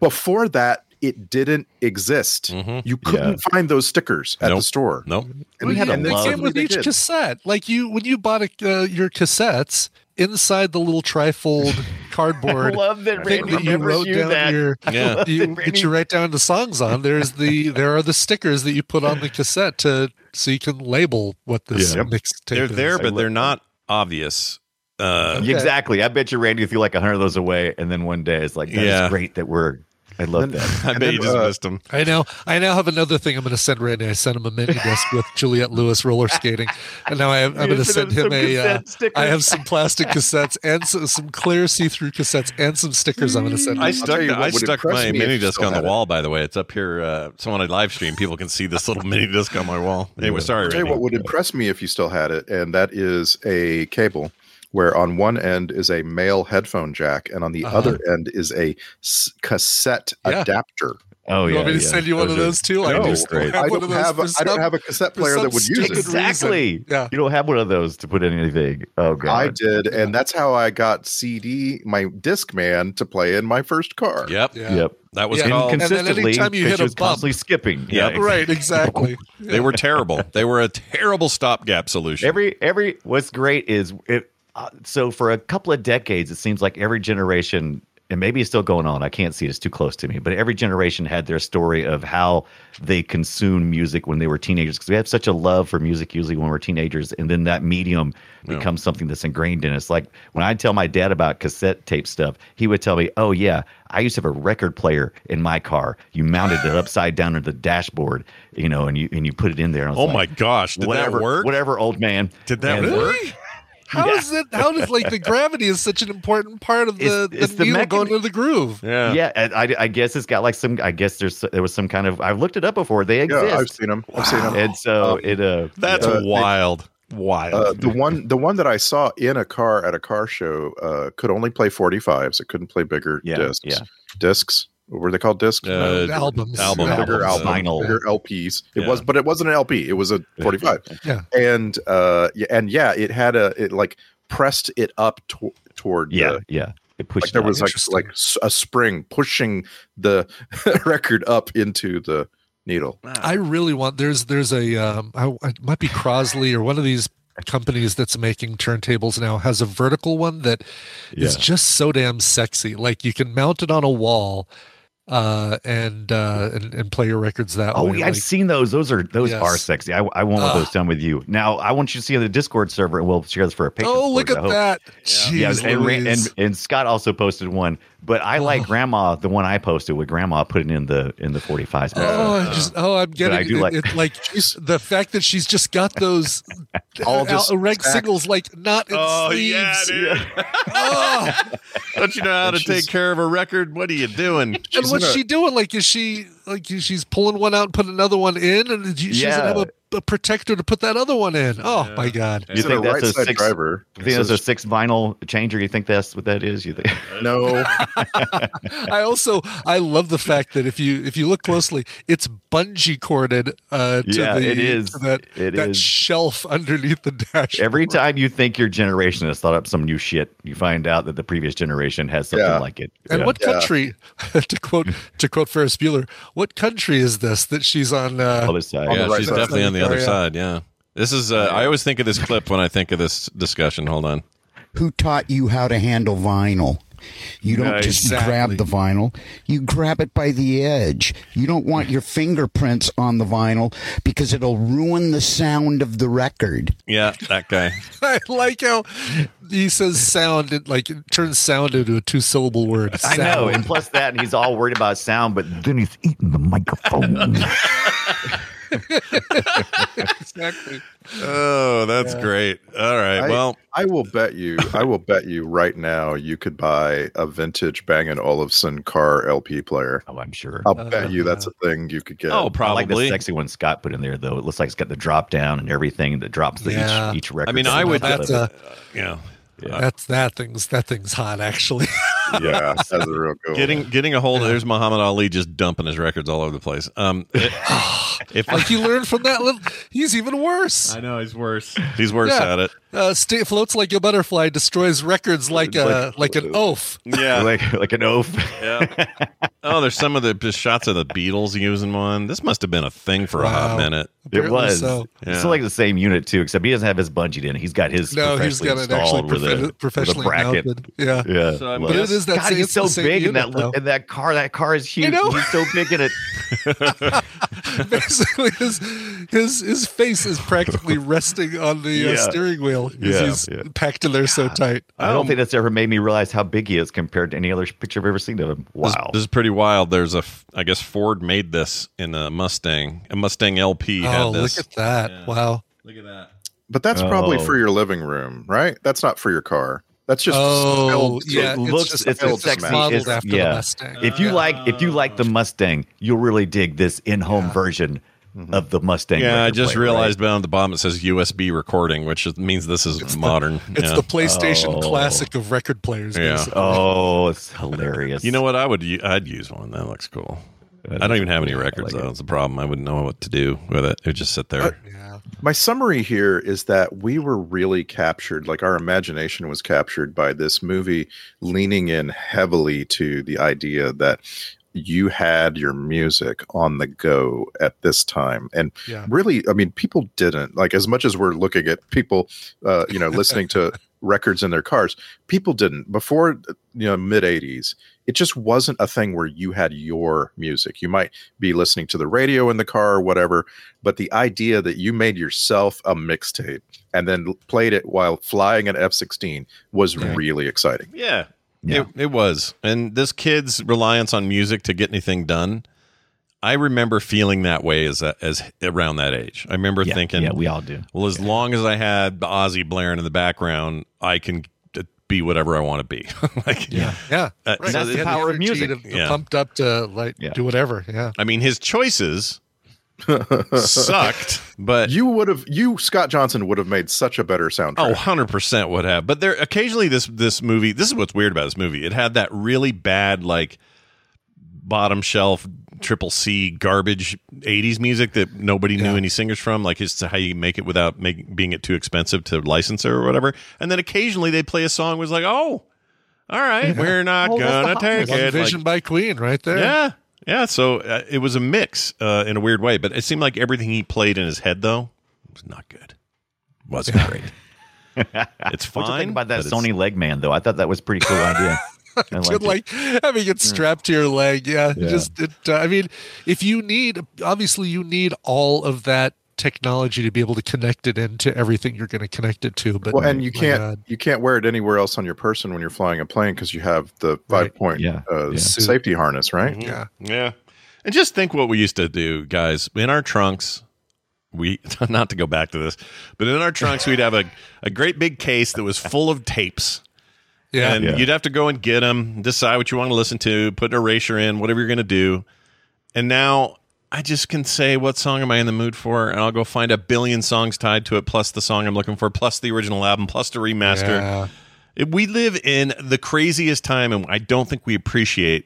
Speaker 6: before that, it didn't exist. You couldn't find those stickers at the store.
Speaker 8: Nope.
Speaker 6: And,
Speaker 2: Well, yeah,
Speaker 6: and
Speaker 2: they came
Speaker 6: then suddenly
Speaker 2: with
Speaker 6: they
Speaker 2: each
Speaker 6: did.
Speaker 2: cassette. Like you, when you bought a, uh, your cassettes, inside the little
Speaker 10: (laughs)
Speaker 2: trifold cardboard
Speaker 10: I love that
Speaker 2: thing
Speaker 10: Randy
Speaker 2: that you
Speaker 10: remembers
Speaker 2: wrote
Speaker 10: you
Speaker 2: down
Speaker 10: that. (laughs)
Speaker 2: your,
Speaker 10: I Yeah. love
Speaker 2: you,
Speaker 10: that
Speaker 2: that
Speaker 10: Randy-
Speaker 2: you write down the songs on. There's
Speaker 10: (laughs)
Speaker 2: the there are the stickers that you put on the cassette to so you can label what this
Speaker 8: Yeah.
Speaker 2: mixtape
Speaker 8: They're
Speaker 2: is.
Speaker 8: there, but they're not obvious. Uh,
Speaker 10: Yeah, Exactly. I bet you Randy threw like a hundred of those away, and then one day it's like, that's
Speaker 8: Yeah.
Speaker 10: great that we're. I love
Speaker 8: (laughs)
Speaker 10: that.
Speaker 8: I bet you
Speaker 6: uh,
Speaker 8: just missed them.
Speaker 2: I know. I now have another thing. I'm going to send Randy. I sent him a mini disc
Speaker 10: (laughs)
Speaker 2: with Juliet Lewis roller skating, and now I have, I'm
Speaker 10: You
Speaker 2: going to
Speaker 10: sent
Speaker 2: send him
Speaker 10: him some
Speaker 2: a. Uh,
Speaker 10: cassette stickers.
Speaker 2: I have some plastic cassettes and so, some clear see-through cassettes and some stickers. I'm going to send.
Speaker 8: I
Speaker 2: him.
Speaker 8: stuck,
Speaker 6: you what
Speaker 8: I
Speaker 6: would
Speaker 8: stuck
Speaker 6: impress
Speaker 8: my
Speaker 6: me if
Speaker 8: mini
Speaker 6: you
Speaker 8: disc
Speaker 6: still
Speaker 8: on the
Speaker 6: had it.
Speaker 8: wall, by the way. It's up here. Uh, someone I live stream. People can see this little (laughs) mini disc on my wall. Anyway, sorry,
Speaker 6: I'll tell you
Speaker 8: Randy.
Speaker 6: what would impress me if you still had it, and that is a cable where on one end is a male headphone jack, and on the
Speaker 2: Uh-huh.
Speaker 6: other end is a s- cassette
Speaker 2: Yeah.
Speaker 6: adapter.
Speaker 10: Oh
Speaker 2: You
Speaker 10: yeah.
Speaker 2: want me to
Speaker 10: yeah.
Speaker 2: send you one of
Speaker 10: are-
Speaker 2: those too? I
Speaker 10: those
Speaker 2: do
Speaker 10: are
Speaker 2: still have
Speaker 10: great.
Speaker 6: I
Speaker 2: one
Speaker 6: don't
Speaker 2: of those
Speaker 6: have a-
Speaker 2: for
Speaker 6: I don't
Speaker 2: some-
Speaker 6: have a cassette
Speaker 2: for
Speaker 6: player
Speaker 2: some
Speaker 6: that would use it.
Speaker 2: stupid reason.
Speaker 10: Exactly.
Speaker 2: Yeah.
Speaker 10: You don't have one of those to put in anything. Oh god.
Speaker 6: I did, and that's how I got CD, my Discman, to play in my first car.
Speaker 8: Yep.
Speaker 2: Yeah.
Speaker 10: Yep.
Speaker 8: That was
Speaker 2: Yeah.
Speaker 8: called.
Speaker 2: And then
Speaker 10: Consistently,
Speaker 2: anytime you hit
Speaker 10: because she
Speaker 2: a
Speaker 10: was
Speaker 2: bump-
Speaker 10: constantly skipping.
Speaker 8: Yeah.
Speaker 10: ex- (laughs)
Speaker 2: Right. Exactly.
Speaker 8: They
Speaker 2: (laughs)
Speaker 8: were terrible. they were a terrible stopgap solution.
Speaker 10: Every every what's great is it. Uh, so for a couple of decades, it seems like every generation, and maybe it's still going on. I can't see it; it's too close to me. But every generation had their story of how they consumed music when they were teenagers, because we have such a love for music usually when we're teenagers, and then that medium becomes something that's ingrained in us. Like when I tell my dad about cassette tape stuff, he would tell me, "Oh yeah, I used to have a record player in my car. You mounted it upside down on the dashboard, you know, and you and you put it in there." And I was
Speaker 8: oh
Speaker 10: like,
Speaker 8: my gosh, did
Speaker 10: whatever,
Speaker 8: that work?
Speaker 10: Whatever, old man.
Speaker 8: Did that
Speaker 10: And-
Speaker 8: work?
Speaker 2: How is it? How does like the gravity is such an important part of the
Speaker 10: It's-
Speaker 2: the,
Speaker 10: it's the
Speaker 2: needle
Speaker 10: mechan-
Speaker 2: going to the groove?
Speaker 8: Yeah.
Speaker 10: Yeah, and I, I guess it's got like some. I guess there's there was some kind of. I've looked it up before. They
Speaker 6: Yeah,
Speaker 10: exist.
Speaker 6: I've seen them. I've seen them.
Speaker 10: And so
Speaker 6: Um,
Speaker 10: it. Uh,
Speaker 8: That's
Speaker 6: Uh,
Speaker 8: wild. Wild.
Speaker 6: Uh, the one, the one that I saw in a car at a car show uh, could only play 45s. It couldn't play bigger
Speaker 10: Yeah,
Speaker 6: discs.
Speaker 10: yeah.
Speaker 6: Discs. Were they called discs?
Speaker 8: Uh,
Speaker 2: Albums.
Speaker 8: Album.
Speaker 6: bigger
Speaker 10: Albums,
Speaker 6: album,
Speaker 10: vinyl.
Speaker 6: bigger LPs. It
Speaker 8: Yeah.
Speaker 6: was, but it wasn't an LP. It was a 45.
Speaker 2: Yeah.
Speaker 6: And uh, yeah, and yeah, it had a it like pressed it up to- toward the-
Speaker 10: yeah, yeah. It pushed.
Speaker 6: like there
Speaker 10: up.
Speaker 6: was like like s- a spring pushing the (laughs) record up into the needle.
Speaker 2: I really want. There's there's a um, I, it might be Crosley or one of these companies that's making turntables now has a vertical one that is
Speaker 10: Yeah.
Speaker 2: just so damn sexy. Like you can mount it on a wall uh and uh and, and play your records that
Speaker 10: Oh,
Speaker 2: way.
Speaker 10: yeah, I've
Speaker 2: Like,
Speaker 10: seen those. Those are those
Speaker 2: Yes.
Speaker 10: are sexy. I, I want one of
Speaker 2: Ugh.
Speaker 10: those done with you. Now I want you to see on the Discord server, and we'll share this for a picture.
Speaker 2: oh look at that.
Speaker 10: yeah,
Speaker 2: Jeez,
Speaker 10: and, Ra-
Speaker 2: Louise.
Speaker 10: and and Scott also posted one, but I like Grandma. The one I posted with Grandma putting in the in the forty fives.
Speaker 2: Oh, I just oh, I'm getting
Speaker 10: I do
Speaker 2: it,
Speaker 10: like- (laughs)
Speaker 2: it, like the fact that she's just got those
Speaker 6: All
Speaker 2: all (laughs)
Speaker 6: just
Speaker 2: reg
Speaker 6: stacked.
Speaker 2: singles like not in
Speaker 8: Oh yeah,
Speaker 2: sleeves.
Speaker 8: dude.
Speaker 10: (laughs)
Speaker 2: Oh,
Speaker 8: Don't you know how to
Speaker 6: she's-
Speaker 8: take care of a record? What are you doing?
Speaker 2: and what's she doing? Like, is she like she's pulling one out and putting another one in, and she, she doesn't
Speaker 10: Yeah.
Speaker 2: have a, a protector to put that other one in? Oh my god!
Speaker 10: You
Speaker 6: Is it
Speaker 10: think that's a
Speaker 6: right-side
Speaker 10: six?
Speaker 6: driver?
Speaker 10: You think
Speaker 6: It
Speaker 10: that's a
Speaker 6: says-
Speaker 10: six vinyl changer? You think that's what that is? You think? (laughs)
Speaker 6: no.
Speaker 2: I also I love the fact that if you if you look closely, it's bungee corded uh, to
Speaker 10: Yeah,
Speaker 2: the
Speaker 10: it is.
Speaker 2: to that
Speaker 10: It
Speaker 2: that
Speaker 10: is.
Speaker 2: shelf underneath the dash.
Speaker 10: Every time you think your generation has thought up some new shit, you find out that the previous generation has something
Speaker 6: Yeah.
Speaker 10: like it.
Speaker 2: And
Speaker 10: Yeah.
Speaker 2: what country, (laughs) to quote to quote Ferris Bueller, what country is this that she's on? Uh,
Speaker 10: other side?
Speaker 8: yeah,
Speaker 6: right
Speaker 8: she's
Speaker 6: side.
Speaker 8: definitely on the other
Speaker 2: Yeah.
Speaker 8: side. Yeah. This is. Uh, I always think of this clip when I think of this discussion. Hold on.
Speaker 11: Who taught you how to handle vinyl? You don't just
Speaker 12: Exactly.
Speaker 11: grab the vinyl, you grab it by the edge. You don't want your fingerprints on the vinyl because it'll ruin the sound of the record.
Speaker 8: Yeah, that guy.
Speaker 2: (laughs) I like how he says sound, it like it turns sound into a two syllable word.
Speaker 10: I know, and
Speaker 2: Sound.
Speaker 10: plus that he's all worried about sound, but then he's eating the microphone.
Speaker 2: exactly.
Speaker 8: Oh, that's great. All right.
Speaker 6: I-
Speaker 8: well,
Speaker 6: I will bet you. I will bet you right now. You could buy a vintage Bang and Olufsen car LP player.
Speaker 10: Oh, I'm sure.
Speaker 6: I'll bet you that's a thing you could
Speaker 8: Oh,
Speaker 6: get.
Speaker 10: I like the sexy one Scott put in there though. It looks like it's got the drop down and everything that drops the
Speaker 2: Yeah.
Speaker 10: each each record.
Speaker 8: I mean, I would.
Speaker 2: That's
Speaker 8: uh,
Speaker 2: a-
Speaker 8: yeah.
Speaker 2: That's that thing's that thing's hot actually.
Speaker 6: (laughs)
Speaker 2: (laughs)
Speaker 10: (laughs)
Speaker 6: yeah, that's a real good.
Speaker 8: Getting getting a hold of there's Muhammad Ali just dumping his records all over the place. Um, if
Speaker 2: like you learn from that little he's even worse.
Speaker 8: I know he's worse. He's worse
Speaker 2: Yeah.
Speaker 8: at it.
Speaker 2: Uh, stay floats like a butterfly, destroys records like a like an oaf.
Speaker 8: Yeah,
Speaker 10: (laughs) like like an oaf.
Speaker 8: Yeah. (laughs) Oh, there's some of the just shots of the Beatles using one. This must have been a thing for a hot
Speaker 10: Wow.
Speaker 8: minute.
Speaker 10: It was.
Speaker 8: Yeah.
Speaker 10: It's still like the same unit too, except he doesn't have his bungee in. it. He's got his
Speaker 2: No, he's
Speaker 10: professionally
Speaker 2: got it actually
Speaker 10: installed with a-
Speaker 2: profe-
Speaker 10: with a
Speaker 2: professionally
Speaker 10: bracket.
Speaker 2: mounted. Yeah.
Speaker 10: yeah.
Speaker 2: So I
Speaker 10: Love
Speaker 2: But it is that
Speaker 10: God,
Speaker 2: same-
Speaker 10: he's
Speaker 2: it's the
Speaker 10: so
Speaker 2: same
Speaker 10: big in
Speaker 2: unit,
Speaker 10: that
Speaker 2: though. (laughs)
Speaker 10: in that car. That car is huge.
Speaker 2: know?
Speaker 10: He's so big
Speaker 2: (laughs)
Speaker 10: in it.
Speaker 2: Basically, his his his face is
Speaker 10: (laughs)
Speaker 2: practically resting on the uh,
Speaker 10: Yeah.
Speaker 2: steering wheel. 'cause
Speaker 10: Yeah,
Speaker 2: he's
Speaker 10: yeah.
Speaker 2: packed in there so tight.
Speaker 10: I don't think that's ever made me realize how big he is compared to any other picture I've ever seen of him.
Speaker 8: This,
Speaker 10: Wow.
Speaker 8: this is pretty wild. There's a, f- I guess Ford made this in a Mustang. A Mustang LP
Speaker 2: oh,
Speaker 8: had
Speaker 2: look
Speaker 8: this.
Speaker 2: at that! Wow.
Speaker 6: But that's probably
Speaker 8: Oh.
Speaker 6: for your living room, right? That's not for your car. That's just
Speaker 2: Oh,
Speaker 6: spelled-
Speaker 2: yeah,
Speaker 10: it
Speaker 2: it's
Speaker 10: looks
Speaker 2: just-
Speaker 10: it's, it's,
Speaker 6: it's
Speaker 10: sexy.
Speaker 2: modeled
Speaker 10: It's-
Speaker 2: after the
Speaker 10: yeah.
Speaker 2: Mustang.
Speaker 10: If you like if you like
Speaker 8: Oh.
Speaker 10: the Mustang, you'll really dig this in-home version of the Mustang.
Speaker 8: Mm-hmm. yeah, I
Speaker 10: record
Speaker 8: just
Speaker 10: player,
Speaker 8: realized down at the bottom it says USB recording, which is- means this is (laughs) modern.
Speaker 2: It's
Speaker 8: Yeah.
Speaker 2: the PlayStation classic of record players.
Speaker 8: Yeah.
Speaker 2: Basically.
Speaker 10: Oh, it's
Speaker 8: (laughs)
Speaker 10: hilarious.
Speaker 8: You know what? I would u- I'd use one. That looks cool. I don't even have any records though. That's the problem. I wouldn't know what to do with it. It would just sit there.
Speaker 6: My summary here is that we were really captured, like our imagination was captured by this movie leaning in heavily to the idea that you had your music on the go at this time. And
Speaker 9: Yeah.
Speaker 6: really, I mean, people didn't. Like, as much as we're looking at people, uh, you know, listening to records in their cars, people didn't. Before, you know, mid 80s, it just wasn't a thing where you had your music. You might be listening to the radio in the car or whatever, but the idea that you made yourself a mixtape and then l- played it while flying an F 16 was really exciting.
Speaker 8: Yeah. It, it was. And this kid's reliance on music to get anything done, I remember feeling that way as as around that age. I remember
Speaker 10: Yeah,
Speaker 8: thinking,
Speaker 10: yeah, we all do.
Speaker 8: Well, as long as I had the Ozzy blaring in the background, I can uh, be whatever I want to be. (laughs) like, yeah.
Speaker 2: Yeah,
Speaker 8: Uh, so
Speaker 2: That's
Speaker 8: the
Speaker 2: the
Speaker 8: power of
Speaker 2: energy
Speaker 8: music.
Speaker 2: to- to
Speaker 8: Yeah.
Speaker 2: pumped up to like
Speaker 8: Yeah.
Speaker 2: do whatever. Yeah,
Speaker 8: I mean, his choices sucked, but
Speaker 6: you would have, you, Scott Johnson, would have made such a better soundtrack.
Speaker 8: Oh, 100% would have. But there occasionally this this movie, this is what's weird about this movie. It had that really bad like bottom shelf triple C garbage 80s music that nobody knew any singers from, like it's how you make it without make, being it too expensive to license it or whatever. And then occasionally they play a song was like, "Oh, all right, we're not
Speaker 2: Oh, that's the
Speaker 8: going
Speaker 2: hot
Speaker 8: to take
Speaker 2: one.
Speaker 8: it."
Speaker 2: Vision
Speaker 8: Like,
Speaker 2: by Queen, right there.
Speaker 8: yeah. Yeah, so uh, it was a mix uh, in a weird way, but it seemed like everything he played in his head though was not good. Was not great. it's
Speaker 10: What'd you
Speaker 8: fine,
Speaker 10: think about
Speaker 8: but
Speaker 10: that
Speaker 8: it's-
Speaker 10: Sony leg man though? I thought that was a pretty
Speaker 8: (laughs)
Speaker 10: cool idea. I liked
Speaker 2: Just
Speaker 10: it.
Speaker 2: like having it strapped to your leg. Yeah,
Speaker 10: Yeah.
Speaker 2: just it, uh, I mean, if you need, obviously, you need all of that technology to be able to connect it into everything you're going to connect it to. But
Speaker 6: well, and you
Speaker 2: my
Speaker 6: can't
Speaker 2: God.
Speaker 6: you can't wear it anywhere else on your person when you're flying a plane because you have the five point Uh, safety harness, right?
Speaker 2: Yeah,
Speaker 8: yeah. And just think what we used to do, guys. In our trunks, we (laughs) not to go back to this, but in our trunks we'd have a a great big case that was full of tapes.
Speaker 2: Yeah.
Speaker 8: and
Speaker 2: Yeah.
Speaker 8: you'd have to go and get them, decide what you want to listen to, put an erasure in, whatever you're going to do. And now I just can say, what song am I in the mood for? And I'll go find a billion songs tied to it, plus the song I'm looking for, plus the original album, plus the remaster.
Speaker 2: Yeah.
Speaker 8: It- We live in the craziest time, and I don't think we appreciate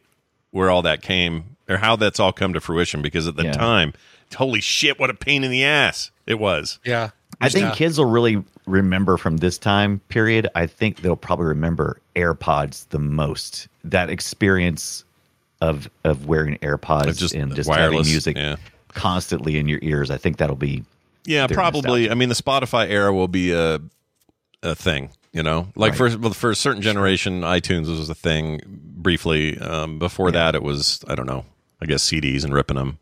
Speaker 8: where all that came or how that's all come to fruition because at the
Speaker 10: Yeah.
Speaker 8: time, holy shit, what a pain in the ass it was.
Speaker 2: Yeah.
Speaker 10: I think
Speaker 8: Yeah.
Speaker 10: kids will really remember from this time period. I think they'll probably remember AirPods the most. That experience of of wearing AirPods
Speaker 8: Of just
Speaker 10: and just
Speaker 8: wireless,
Speaker 10: having music
Speaker 8: yeah.
Speaker 10: constantly in your ears. I think that'll be (laughs)
Speaker 8: Yeah,
Speaker 10: their
Speaker 8: probably. I mean, the Spotify era will be a a thing. You know, like
Speaker 12: Right.
Speaker 8: for well, for a certain generation, iTunes was a thing briefly. Um, before that, it was I don't know. I guess CDs and ripping them.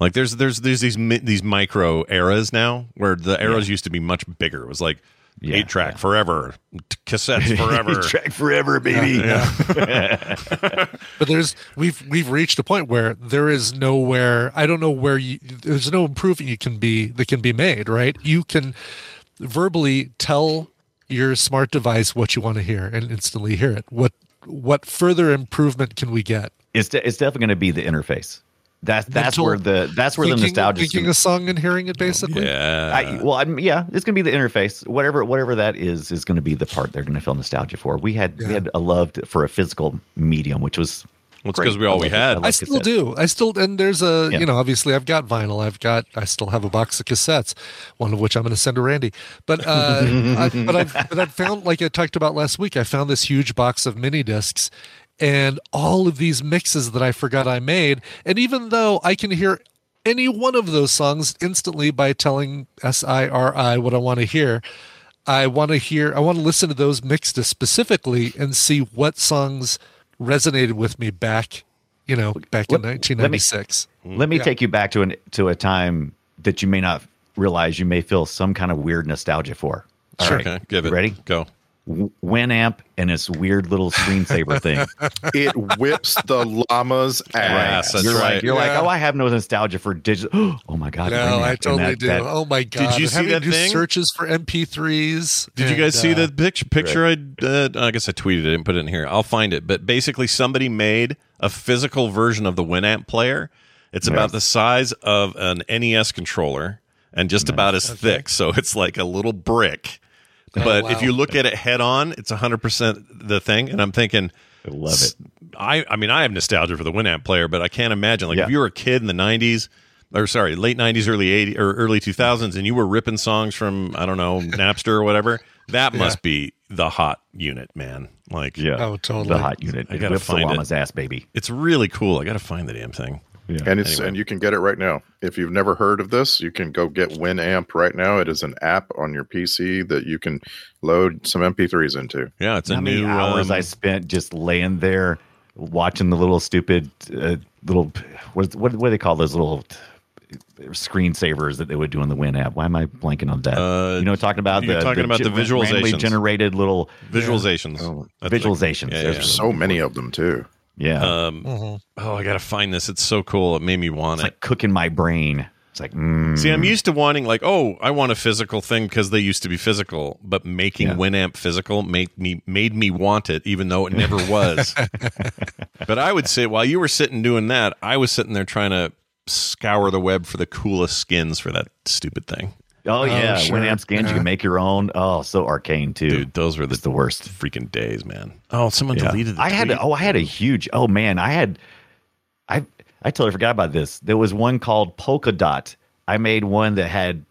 Speaker 8: Like there's there's there's these mi- these micro eras now where the eras used to be much bigger. It was like eight track forever, t-
Speaker 10: (laughs)
Speaker 8: cassettes forever,
Speaker 2: Eight-track
Speaker 8: forever,
Speaker 10: Uh,
Speaker 2: baby. but there's we've we've reached a point where there is nowhere I don't know where you there's no improving you can be that can be made, right? You can verbally tell your smart device what you want to hear and instantly hear it. What what further improvement can we get?
Speaker 10: It's de- it's definitely going to be the interface. That's that's
Speaker 2: Mental-
Speaker 10: where the that's where the
Speaker 2: Thinking-
Speaker 10: nostalgia. is
Speaker 2: thinking
Speaker 10: gonna-
Speaker 2: a song and hearing it basically.
Speaker 8: Uh,
Speaker 10: I, well, I'm, yeah, it's going to be the interface. Whatever, whatever that is, is going to be the part they're going to feel nostalgia for. We had we had a love t- for a physical medium, which was well,
Speaker 8: it's 'cause we all we had.
Speaker 2: I still do. I still and there's a
Speaker 10: Yeah.
Speaker 2: you know obviously I've got vinyl. I've got I still have a box of cassettes, one of which I'm going to send to Randy. But uh, I, but I've but I've found like I talked about last week. I found this huge box of mini discs. And all of these mixes that I forgot I made, and even though I can hear any one of those songs instantly by telling S I R I what I want to hear, I want to hear, I want to listen to those mixed specifically and see what songs resonated with me back, you know, back in 1996.
Speaker 10: Let me, let me take you back to an to a time that you may not realize you may feel some kind of weird nostalgia for. All
Speaker 8: Sure.
Speaker 10: right.
Speaker 8: Okay, give it.
Speaker 10: Ready?
Speaker 8: Go.
Speaker 10: Winamp and its weird
Speaker 8: (laughs)
Speaker 10: little screensaver thing.
Speaker 6: it whips the
Speaker 10: (laughs)
Speaker 6: llama's ass.
Speaker 10: you're like, you're like, oh, I have no nostalgia for digital. (gasps) Oh my god! Winamp.
Speaker 2: No, I
Speaker 10: And
Speaker 2: totally
Speaker 10: that-
Speaker 2: do.
Speaker 10: that-
Speaker 2: oh my
Speaker 8: Did
Speaker 2: god!
Speaker 8: you
Speaker 2: And
Speaker 8: see
Speaker 2: having
Speaker 8: that
Speaker 2: to do
Speaker 8: thing?
Speaker 2: Searches for MP3s.
Speaker 8: Did you guys see
Speaker 2: that?
Speaker 8: the picture? Picture I, uh, I guess I tweeted it and put it in here. I'll find it. But basically, somebody made a physical version of the Winamp player. It's about
Speaker 12: Nice.
Speaker 8: the size of an NES controller and just about as thick. So it's like a little brick.
Speaker 12: Oh,
Speaker 8: But
Speaker 12: wow.
Speaker 8: if you look at it head on, it's 100% the thing. And I'm thinking, I
Speaker 10: love it.
Speaker 8: I, I mean, I have nostalgia for the Winamp player, but I can't imagine. Like,
Speaker 10: Yeah.
Speaker 8: if you were a kid in the 90s, or sorry, late 90s, early 80s, or early 2000s, and you were ripping songs from, I don't know, Napster or whatever, that
Speaker 10: (laughs) Yeah.
Speaker 8: must be the hot unit, man. Like,
Speaker 2: uh,
Speaker 10: Yeah. Oh, totally. The hot unit.
Speaker 8: I
Speaker 10: It
Speaker 8: got to
Speaker 10: whips the
Speaker 8: find
Speaker 10: llama's
Speaker 8: it.
Speaker 10: ass, baby.
Speaker 8: It's really cool. I got to find the damn thing.
Speaker 6: And it's
Speaker 8: Anyway.
Speaker 6: and you can get it right now. If you've never heard of this, you can go get Winamp right now. It is an app on your PC that you can load some MP3s into.
Speaker 8: Yeah, it's um,
Speaker 10: How many hours I spent just laying there watching the little stupid uh, little what, what what do they call those little screensavers that they would do in the Win app? Why am I blanking on that? you know, talking about
Speaker 8: Uh, you're
Speaker 10: the
Speaker 8: talking about the
Speaker 10: gen- randomly
Speaker 8: visualizations.
Speaker 10: generated little
Speaker 8: Visualizations.
Speaker 10: Oh,
Speaker 8: That's like-
Speaker 10: visualizations.
Speaker 8: Yeah,
Speaker 10: There's
Speaker 8: yeah.
Speaker 6: So many of them too.
Speaker 10: Yeah.
Speaker 8: Um, Oh, I got to find this. It's so cool. It made me want
Speaker 10: it's
Speaker 8: it.
Speaker 10: like cooking my brain. It's like mm,
Speaker 8: See, I'm used to wanting like, oh, I want a physical thing because they used to be physical, but making
Speaker 10: Yeah.
Speaker 8: Winamp physical made me made me want it, even though it never (laughs) was. but I would say while you were sitting doing that, I was sitting there trying to scour the web for the coolest skins for that stupid thing.
Speaker 10: Oh yeah,
Speaker 8: sure.
Speaker 10: Winamp skins. You
Speaker 8: Yeah.
Speaker 10: can make your own. Oh, so arcane too. Dude,
Speaker 8: those were the,
Speaker 10: the worst
Speaker 8: freaking days, man. Oh, someone deleted the
Speaker 10: I had.
Speaker 8: tweet.
Speaker 10: Oh, I had a huge. Oh man, I had. I I totally forgot about this. There was one called Polka Dot. I made one that had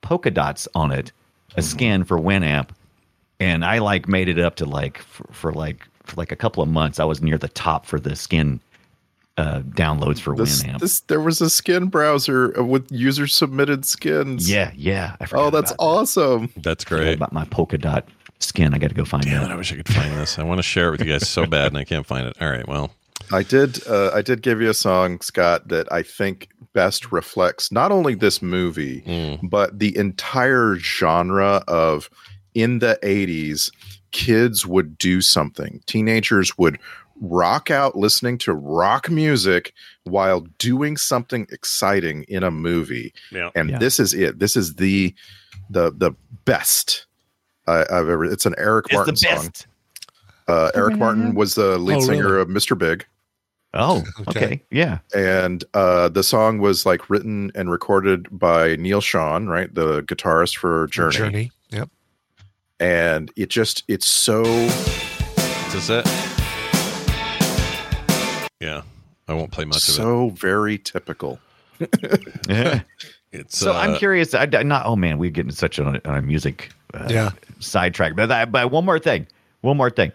Speaker 10: polka dots on it, a skin for Winamp, and I like made it up to like for, for like for like a couple of months. I was near the top for the skin uh, downloads for
Speaker 6: This,
Speaker 10: Winamp.
Speaker 6: this there was a skin browser with user submitted skins.
Speaker 10: yeah, yeah. I forgot
Speaker 6: Oh, that's awesome.
Speaker 8: That's great.
Speaker 10: about my polka dot skin. I got to go find
Speaker 8: Damn
Speaker 10: that.
Speaker 8: it, I wish I could find this. I want to share it with you guys so bad, and I can't find it. All right, well,
Speaker 6: I did. Uh, I did give you a song, Scott, that I think best reflects not only this movie
Speaker 8: mm.
Speaker 6: but the entire genre of in the '80s. Kids would do something. Teenagers would rock out listening to rock music while doing something exciting in a movie.
Speaker 8: Yeah.
Speaker 6: And
Speaker 8: Yeah.
Speaker 6: this is it. This is the the the best I, I've ever. It's an Eric
Speaker 10: It's the
Speaker 6: Martin song.
Speaker 10: best.
Speaker 6: Uh, Eric Martin was the lead
Speaker 10: Oh,
Speaker 6: singer of Mr. Big.
Speaker 10: Oh, okay. Yeah.
Speaker 6: And uh, the song was like written and recorded by Neil Sean, right? The guitarist for Journey.
Speaker 2: Journey. Yep.
Speaker 6: And it just, it's so.
Speaker 8: Is it? Yeah, I won't play much of it.
Speaker 6: So very typical.
Speaker 8: It's,
Speaker 10: so I'm
Speaker 8: uh,
Speaker 10: curious. I, I- not. Oh man, we're getting such on a, on a music uh,
Speaker 2: Yeah.
Speaker 10: sidetrack. But that, but one more thing. One more thing.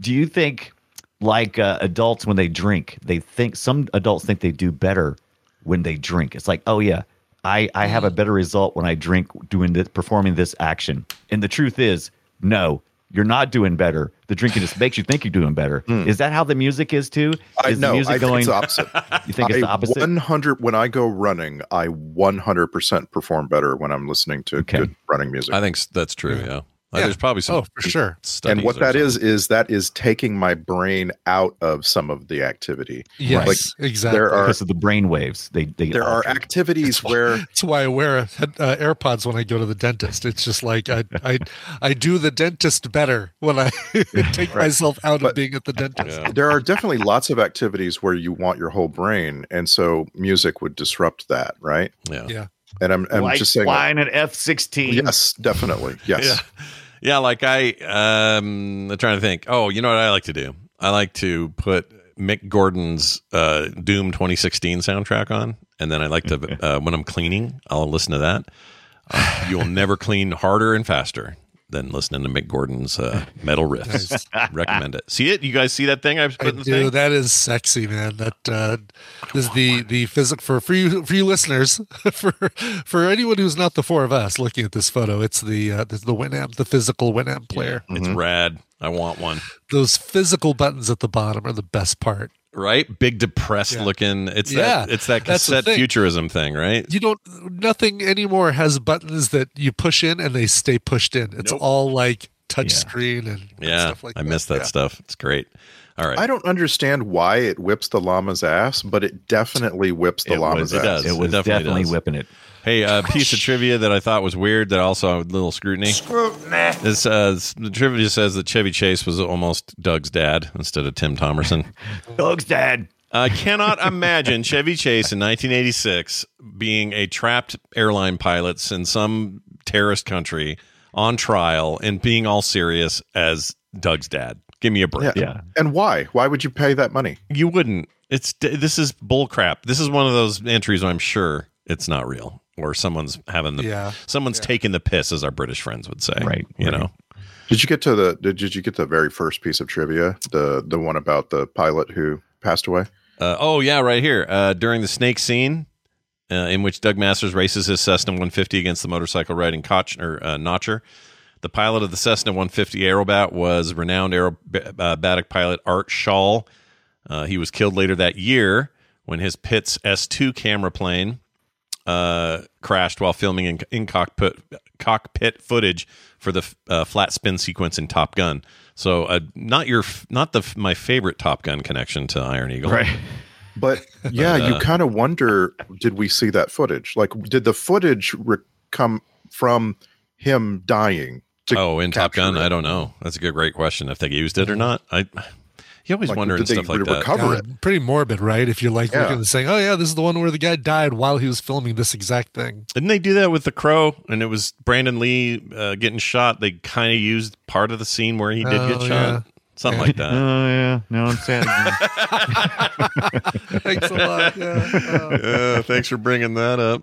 Speaker 10: Do you think like uh, adults when they drink, they think some adults think they do better when they drink? It's like, oh yeah, I I have a better result when I drink doing this performing this action. And the truth is, no, you're not doing better. The drinking just makes you think you're doing better. Is that how the music is too? Is
Speaker 6: Hmm. I
Speaker 10: the
Speaker 6: know.
Speaker 10: music
Speaker 6: I think
Speaker 10: going
Speaker 6: it's the opposite.
Speaker 10: You (laughs) think it's the opposite?
Speaker 6: One hundred. When I go running, I one hundred percent perform better when I'm listening to good running music.
Speaker 8: I think s- that's true. Yeah. Uh, There's probably some.
Speaker 2: Oh,
Speaker 8: studies
Speaker 6: Oh, And what
Speaker 8: or
Speaker 6: that is
Speaker 8: something.
Speaker 6: is that is taking my brain out of some of the activity.
Speaker 2: Yes, exactly.
Speaker 6: There are
Speaker 10: because of the brain waves. They they
Speaker 6: there are activities where
Speaker 2: That's why I wear uh, AirPods when I go to the dentist. It's just like I I, I do the dentist better when I (laughs) take myself out of being at the dentist.
Speaker 6: there are definitely lots of activities where you want your whole brain, and so music would disrupt that, right?
Speaker 8: Yeah.
Speaker 2: Yeah.
Speaker 6: And I'm, I'm
Speaker 10: Like
Speaker 6: just saying uh,
Speaker 10: flying an F sixteen.
Speaker 6: Yes,
Speaker 8: (laughs)
Speaker 6: definitely. Yes.
Speaker 8: Yeah. Yeah, like I um I'm trying to think. Oh, you know what I like to do? I like to put Mick Gordon's uh Doom 2016 soundtrack on and then I like to uh, when I'm cleaning, I'll listen to that. Uh, you'll never clean harder and faster than listening to Mick Gordon's uh, metal riffs.
Speaker 2: (laughs)
Speaker 8: Recommend it. See it? You guys see that thing I was putting the
Speaker 2: Dude,
Speaker 8: thing?
Speaker 2: that is sexy, man. That uh, is the the physic for for you for you listeners (laughs) for for anyone who's not the four of us looking at this photo. It's the uh, the, the Winamp, the physical Winamp player.
Speaker 8: It's rad. I want one.
Speaker 2: Those physical buttons at the bottom are the best part.
Speaker 8: Right? Big depressed looking. It's that
Speaker 2: Yeah.
Speaker 8: it's that
Speaker 2: That's the
Speaker 8: cassette
Speaker 2: thing.
Speaker 8: futurism thing, right?
Speaker 2: You don't nothing anymore has buttons that you push in and they stay pushed in. It's all like touch screen and
Speaker 8: Yeah. I miss that
Speaker 6: Yeah.
Speaker 8: stuff. It's great. All right.
Speaker 6: I don't understand why it whips the llama's ass, but it definitely whips the
Speaker 8: It
Speaker 6: llama's
Speaker 8: was-
Speaker 6: ass.
Speaker 8: it does. It was definitely
Speaker 10: definitely
Speaker 8: does.
Speaker 10: whipping it.
Speaker 8: Hey, a piece of trivia that I thought was weird that also had a little scrutiny. This uh, this- the trivia says that Chevy Chase was almost Doug's dad instead of Tim Thomerson.
Speaker 10: Doug's dad.
Speaker 8: I cannot imagine Chevy Chase in 1986 being a trapped airline pilot in some terrorist country on trial and being all serious as Doug's dad. Give me a
Speaker 6: Yeah.
Speaker 8: break.
Speaker 6: And why? Why would you pay that money?
Speaker 8: You wouldn't. It's this is bull crap. This is one of those entries where I'm sure it's not real or someone's having the
Speaker 2: Yeah.
Speaker 8: someone's taking the piss as our British friends would say. Right. You know.
Speaker 6: Did you get to the did, did you get the very first piece of trivia? The the one about the pilot who passed away?
Speaker 8: Uh, oh yeah, right here. Uh, during the snake scene uh, in which Doug Masters races his Cessna 150 against the motorcycle riding Kochner uh, Notcher, the pilot of the Cessna 150 Aerobat was renowned aerobatic pilot Art Shaw. Uh, he was killed later that year when his Pitts S2 camera plane uh, crashed while filming in, in cockpit cockpit footage for the f- uh, flat spin sequence in Top Gun. So uh, not your f- not the f- my favorite Top Gun connection to Iron Eagle.
Speaker 10: Right.
Speaker 8: (laughs)
Speaker 6: But yeah,
Speaker 8: But, uh,
Speaker 6: you kind of wonder did we see that footage? Like did the footage re- come from him dying?
Speaker 8: oh, in Top Gun, I don't know. That's a good, great question. If they used it or not, I you always
Speaker 6: Like,
Speaker 8: wonder and
Speaker 6: did they
Speaker 8: stuff like that.
Speaker 6: recover
Speaker 2: God, Pretty morbid, right? If you're like
Speaker 8: Yeah.
Speaker 2: looking and saying, "Oh yeah, this is the one where the guy died while he was filming this exact thing."
Speaker 8: Didn't they do that with The Crow? And it was Brandon Lee uh, getting shot. They kind of used part of the scene where he did
Speaker 2: Oh,
Speaker 8: get shot,
Speaker 2: yeah.
Speaker 8: something like that.
Speaker 10: Oh yeah. No, I'm sad.
Speaker 2: Thanks a lot.
Speaker 8: (laughs) Yeah, thanks for bringing that up.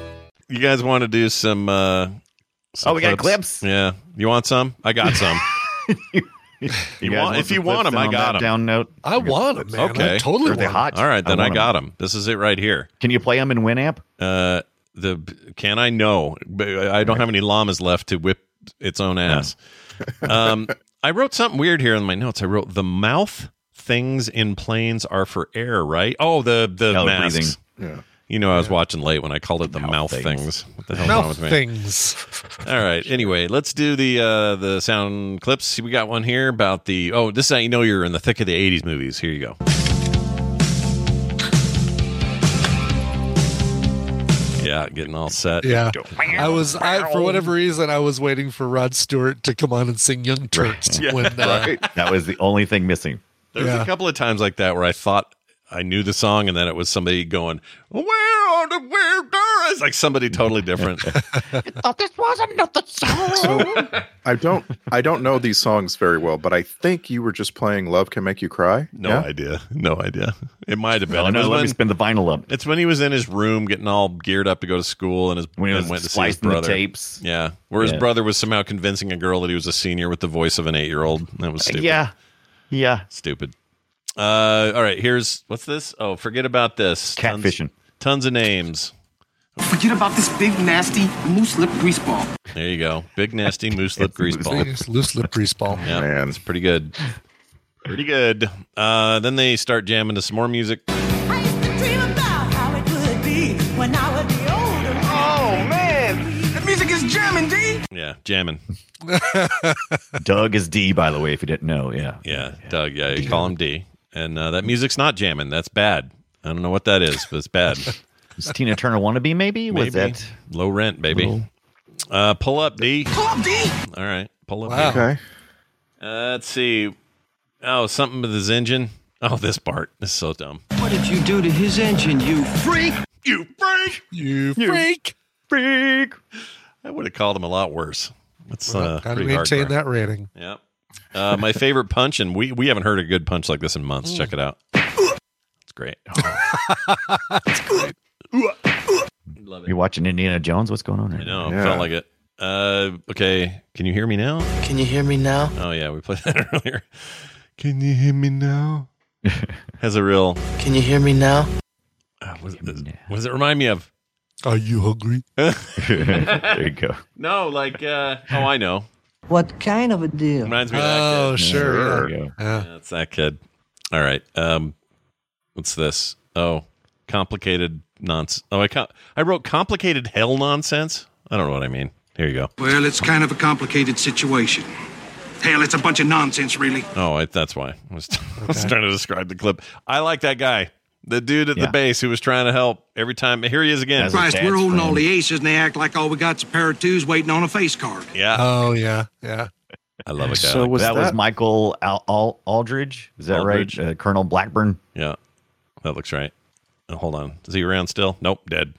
Speaker 8: You guys want to do some? uh some
Speaker 10: Oh, we got clips?
Speaker 8: Yeah, you want some? I got
Speaker 10: (laughs)
Speaker 8: some. You
Speaker 10: guys
Speaker 8: want- if
Speaker 10: some
Speaker 8: you want
Speaker 10: clips
Speaker 8: 'em, I
Speaker 10: on
Speaker 8: got
Speaker 10: that
Speaker 8: 'em.
Speaker 10: Down note.
Speaker 2: I want it, man. I totally
Speaker 10: Are
Speaker 2: want
Speaker 10: they
Speaker 2: 'em.
Speaker 10: hot?
Speaker 8: All right, then I,
Speaker 10: want 'em.
Speaker 8: got him. This is it right here.
Speaker 10: Can you play them in Winamp?
Speaker 8: Uh, the can I know? But I don't have any llamas left to whip its own ass. um, I wrote something weird here in my notes. I wrote the mouth things in planes are for air, right? Oh, the the
Speaker 10: No,
Speaker 8: masks.
Speaker 10: breathing.
Speaker 6: Yeah.
Speaker 8: You know, I was watching late when I called it the mouth, things. What the hell's wrong
Speaker 2: Mouth
Speaker 8: with me?
Speaker 2: things.
Speaker 8: All right. Anyway, let's do the uh, the sound clips. We got one here about the oh, this is how you know you're in the thick of the '80s movies. Here you go. Yeah, getting all set.
Speaker 2: Yeah, I was. I for whatever reason, I was waiting for Rod Stewart to come on and sing "Young Turks." When uh,
Speaker 10: That was the only thing missing.
Speaker 8: There was
Speaker 2: Yeah.
Speaker 8: a couple of times like that where I thought I knew the song, and then it was somebody going, "Where are the where Doris?" Like somebody totally
Speaker 2: (laughs)
Speaker 8: different.
Speaker 1: Oh, this was another song.
Speaker 6: I don't I don't know these songs very well, but I think you were just playing Love Can Make You Cry.
Speaker 8: No idea. No idea. It might have been.
Speaker 10: Well, I
Speaker 8: It
Speaker 10: know.
Speaker 8: was
Speaker 10: Let me
Speaker 8: when-
Speaker 10: spin the vinyl up.
Speaker 8: It's when he was in his room getting all geared up to go to school, and his
Speaker 10: When he
Speaker 8: and
Speaker 10: was
Speaker 8: went to see his
Speaker 10: splicing the
Speaker 8: brother.
Speaker 10: tapes.
Speaker 8: Yeah, where his
Speaker 10: Yeah.
Speaker 8: brother was somehow convincing a girl that he was a senior with the voice of an eight-year-old. That was stupid.
Speaker 10: Yeah, yeah.
Speaker 8: stupid. Uh, all right, here's what's this? Oh, forget about this. Catfishing. Tons, tons of names.
Speaker 1: Forget about this big, nasty moose lip grease ball.
Speaker 8: There you go. Big nasty moose
Speaker 10: (laughs)
Speaker 8: lip grease ball.
Speaker 2: It's loose lip grease ball.
Speaker 8: Yeah, it's pretty good. Pretty good. Uh, then they start jamming to some more music.
Speaker 1: Oh, man. The music is jamming, D.
Speaker 8: Yeah, jamming.
Speaker 10: Doug is D, by the way, if you didn't know. Yeah.
Speaker 8: Yeah, Doug. Yeah, you call him D. And uh, that music's not jamming. That's bad. I don't know what that is, but it's bad.
Speaker 10: Is Tina Turner wannabe, maybe? Was
Speaker 8: Maybe.
Speaker 10: that?
Speaker 8: Low rent, baby.
Speaker 10: Low.
Speaker 8: Uh, pull up, D.
Speaker 1: Pull up, D.
Speaker 8: All right, pull up.
Speaker 6: Wow.
Speaker 8: D.
Speaker 6: Okay.
Speaker 8: Uh, let's see. Oh, something with his engine. Oh, this part. This is so dumb.
Speaker 1: What did you do to his engine, you freak?
Speaker 8: You freak!
Speaker 2: You
Speaker 1: freak!
Speaker 10: Freak!
Speaker 8: I would have called him a lot worse. That's
Speaker 2: Well,
Speaker 8: uh,
Speaker 2: gotta
Speaker 8: pretty
Speaker 2: maintain
Speaker 8: hardcore.
Speaker 2: that rating.
Speaker 8: Yep. Uh, my favorite punch, and we we haven't heard a good punch like this in months. Check it out. It's great.
Speaker 10: You're watching Indiana Jones? What's going on right
Speaker 8: I know.
Speaker 10: now?
Speaker 8: it Felt like it. Uh, okay. Can you hear me now?
Speaker 13: Can you hear me now?
Speaker 8: Oh yeah, we played (laughs) that earlier. Can you hear me now? (laughs) Has a real.
Speaker 13: Can you hear me now?
Speaker 8: Uh, what, what does it remind me of?
Speaker 2: Are you hungry?
Speaker 10: there you go.
Speaker 8: No, like. Uh, oh, I know.
Speaker 1: What kind of a deal?
Speaker 8: Reminds me of that.
Speaker 2: Oh, sure.
Speaker 10: There you go.
Speaker 2: Yeah.
Speaker 8: That's that kid. All right. Um, what's this? Oh, complicated nonsense. Oh, I com- I wrote complicated hell nonsense. I don't know what I mean. Here you go.
Speaker 14: Well, it's kind of a complicated situation. Hell, it's a bunch of nonsense, really.
Speaker 8: Oh, I, that's why I was, (laughs) I was trying to describe the clip. I like that guy, the dude at
Speaker 10: Yeah.
Speaker 8: the base who was trying to help every time. Here he is again.
Speaker 14: Christ, we're holding all the aces, and they act like all we got's a pair of twos waiting on a face card.
Speaker 6: Uh,
Speaker 8: yeah,
Speaker 2: Oh yeah, yeah.
Speaker 8: I love a guy.
Speaker 6: So
Speaker 8: like
Speaker 6: was
Speaker 10: that,
Speaker 6: that,
Speaker 10: was Michael Al- Al- Aldridge. Is that
Speaker 8: Aldridge.
Speaker 10: right? Uh, Colonel Blackburn.
Speaker 8: that. yeah, that looks right. Oh, hold on, is he around still? Nope, dead.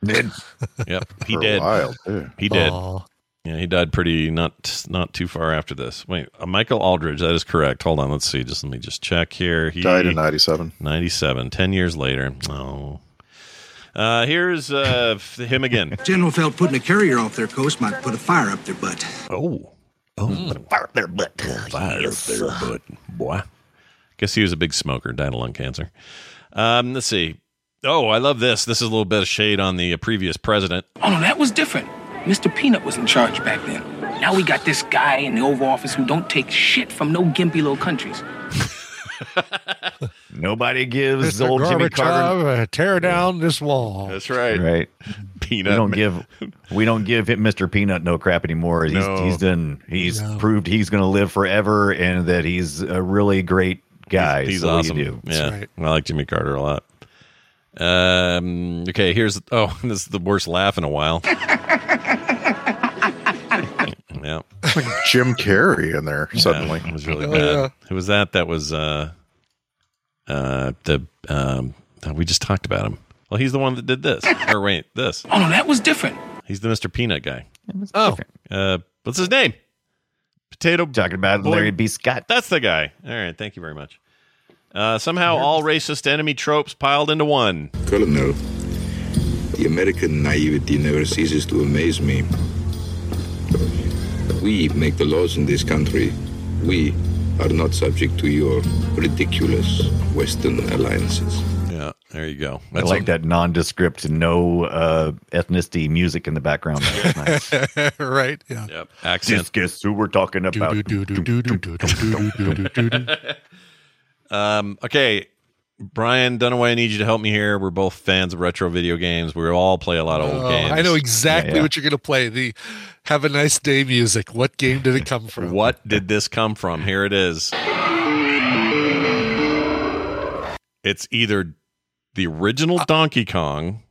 Speaker 10: (laughs)
Speaker 8: Yep, he
Speaker 6: for
Speaker 8: did.
Speaker 6: a while too.
Speaker 8: He did.
Speaker 2: Aw.
Speaker 8: Yeah, he died pretty not not too far after this. Wait, uh, Michael Aldridge, that is correct. Hold on, let's see. Just let me just check here. He
Speaker 6: Died in '97.
Speaker 8: 97, 10 years later. Oh. Uh, here's uh, (laughs) f- him again.
Speaker 14: General felt putting a carrier off their coast might put a fire up their butt.
Speaker 8: Oh. Oh,
Speaker 10: Fire up their butt.
Speaker 8: fire up there, bud. Boy. Guess he was a big smoker, died of lung cancer. Um, let's see. Oh, I love this. This is a little bit of shade on the uh, previous president.
Speaker 1: Oh, no, that was different. Mr. Peanut was in charge back then. Now we got this guy in the Oval Office who don't take shit from no gimpy little countries.
Speaker 10: Nobody gives
Speaker 2: Mr.
Speaker 10: old Jimmy
Speaker 2: Gorbachev,
Speaker 10: Carter.
Speaker 2: uh, tear down this wall.
Speaker 8: That's right.
Speaker 10: (laughs) Right.
Speaker 8: (laughs) Peanut.
Speaker 10: We don't
Speaker 8: man.
Speaker 10: give we don't give him Mr. Peanut no crap anymore. He's
Speaker 8: No.
Speaker 10: he's done he's proved he's going to live forever and that he's a really great guy.
Speaker 8: He's
Speaker 10: So what do
Speaker 8: awesome.
Speaker 10: you do?
Speaker 8: Yeah,
Speaker 2: right.
Speaker 8: I like Jimmy Carter a lot. Um, okay, here's oh, (laughs) this is the worst laugh in a while. (laughs) yeah,
Speaker 6: It's like Jim Carrey in there suddenly.
Speaker 8: it was really
Speaker 2: Oh,
Speaker 8: bad.
Speaker 2: yeah.
Speaker 8: Who was that? That was uh, uh, the um, oh, we just talked about him. Well, he's the one that did this. or wait, this.
Speaker 1: Oh, no, that was different.
Speaker 8: He's the Mr. Peanut guy.
Speaker 2: Oh,
Speaker 8: Uh, what's his name? Potato.
Speaker 10: Talking about
Speaker 8: Boy.
Speaker 10: Larry B. Scott.
Speaker 8: That's the guy. All right, thank you very much. Uh, somehow all racist enemy tropes piled into one.
Speaker 9: Colonel, the American naivety never ceases to amaze me. We make the laws in this country. We are not subject to your ridiculous Western alliances.
Speaker 8: Yeah, there you go.
Speaker 10: I like that nondescript, no uh, ethnicity music in the background. That's nice.
Speaker 2: right. Yeah.
Speaker 8: Yep. Accent.
Speaker 10: Just guess who we're talking about.
Speaker 2: Do, do, do, do, do, do, do, do, do, do, do.
Speaker 8: Um, okay. Brian Dunaway, I need you to help me here. We're both fans of retro video games. We all play a lot of old
Speaker 2: Oh,
Speaker 8: games.
Speaker 2: I know exactly
Speaker 10: yeah.
Speaker 2: what you're going to play. The "Have a Nice Day" music. What game did it come
Speaker 8: (laughs)
Speaker 2: from?
Speaker 8: What did this come from? Here it is. It's either the original Donkey Kong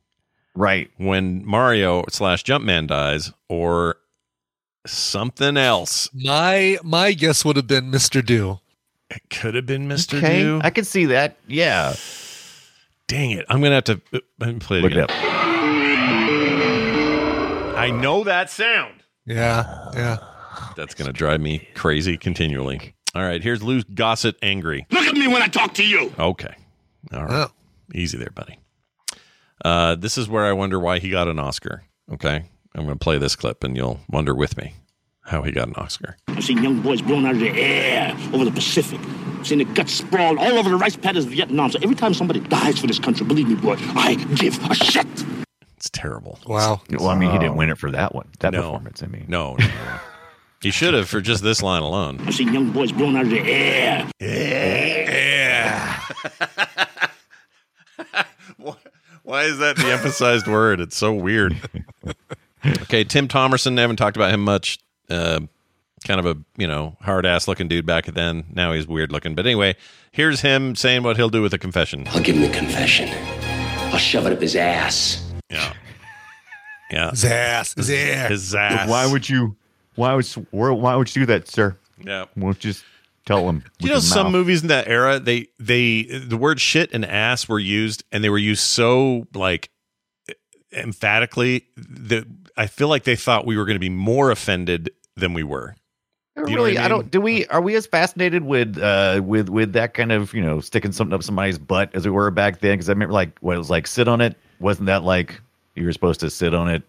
Speaker 10: Right.
Speaker 8: when Mario slash Jumpman dies, or something else.
Speaker 2: My my guess would have been Mr. Do.
Speaker 8: It could have been Mr.
Speaker 10: Okay,
Speaker 8: Do.
Speaker 10: I can see that. Yeah.
Speaker 8: Dang it. I'm going to have to uh, uh, play it
Speaker 10: Look it
Speaker 8: again. I know that sound. Ah.
Speaker 2: Yeah. Yeah.
Speaker 8: That's going to drive me crazy continually. All right. Here's Lou Gossett angry.
Speaker 14: Look at me when I talk to you.
Speaker 8: Okay. All
Speaker 2: Oh,
Speaker 8: right. Easy there, buddy. Uh, this is where I wonder why he got an Oscar. Okay. I'm going to play this clip and you'll wonder with me how he got an Oscar.
Speaker 15: I've seen young boys blown out of the air over the Pacific. Seen the guts sprawled all over the rice paddies of Vietnam. So every time somebody dies for this country, believe me, boy, I give a shit.
Speaker 8: It's terrible.
Speaker 2: Wow.
Speaker 10: Well, I mean, he didn't win it for that one. That
Speaker 8: No.
Speaker 10: performance, I mean.
Speaker 8: No. no, no. he should have for just this line alone.
Speaker 15: I've seen young boys blown out of the air.
Speaker 8: Yeah. Why is that (laughs) the emphasized word? It's so weird. (laughs) okay, Tim Thomerson. I haven't talked about him much. Uh, kind of a you know hard ass looking dude back then. Now he's weird looking. But anyway, here's him saying what he'll do with a confession.
Speaker 15: I'll give him the confession. I'll shove it up his ass.
Speaker 8: Yeah. Yeah.
Speaker 2: His ass. His ass.
Speaker 8: His ass.
Speaker 10: Why would you? Why would why would you do that, sir?
Speaker 8: Yeah.
Speaker 10: Won't just tell him.
Speaker 8: you know some movies in that era they they the word shit and ass were used and they were used so like emphatically that i feel like they thought we were going to be more offended than we were
Speaker 10: Really,
Speaker 8: you know what I
Speaker 10: I, don't. Do we? Are we as fascinated with uh with with that kind of you know sticking something up somebody's butt as we were back then? Because I remember like what it was like sit on it. Wasn't that like you were supposed to sit on it?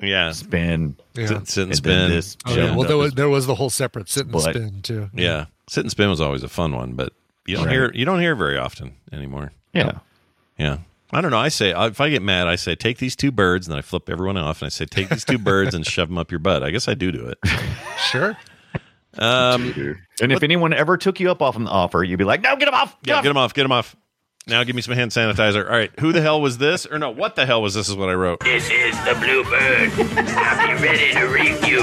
Speaker 8: Yeah,
Speaker 10: spin,
Speaker 2: Yeah. Sit-
Speaker 8: sit and
Speaker 10: then
Speaker 8: spin.
Speaker 10: This
Speaker 8: Oh, yeah,
Speaker 10: shoved
Speaker 2: Yeah, well,
Speaker 10: up
Speaker 2: there
Speaker 10: his
Speaker 2: was, there was the whole separate sit and
Speaker 10: But-
Speaker 2: spin too.
Speaker 8: yeah sit and spin was always a fun one but you don't
Speaker 10: Right.
Speaker 8: hear you don't hear it very often anymore
Speaker 10: Yeah.
Speaker 8: yeah i don't know i say if i get mad i say take these two birds and then i flip everyone off and i say take these two birds and shove them up your butt i guess i do do it
Speaker 2: Sure.
Speaker 8: um
Speaker 10: And if anyone ever took you up off on the offer, you'd be like, "No, get him off."
Speaker 8: Yeah, get him off. Get him off. Now give me some hand sanitizer. All right. Who the hell was this? Or no, what the hell was this? Is what I wrote.
Speaker 15: This is the bluebird. I'll be ready to reap you.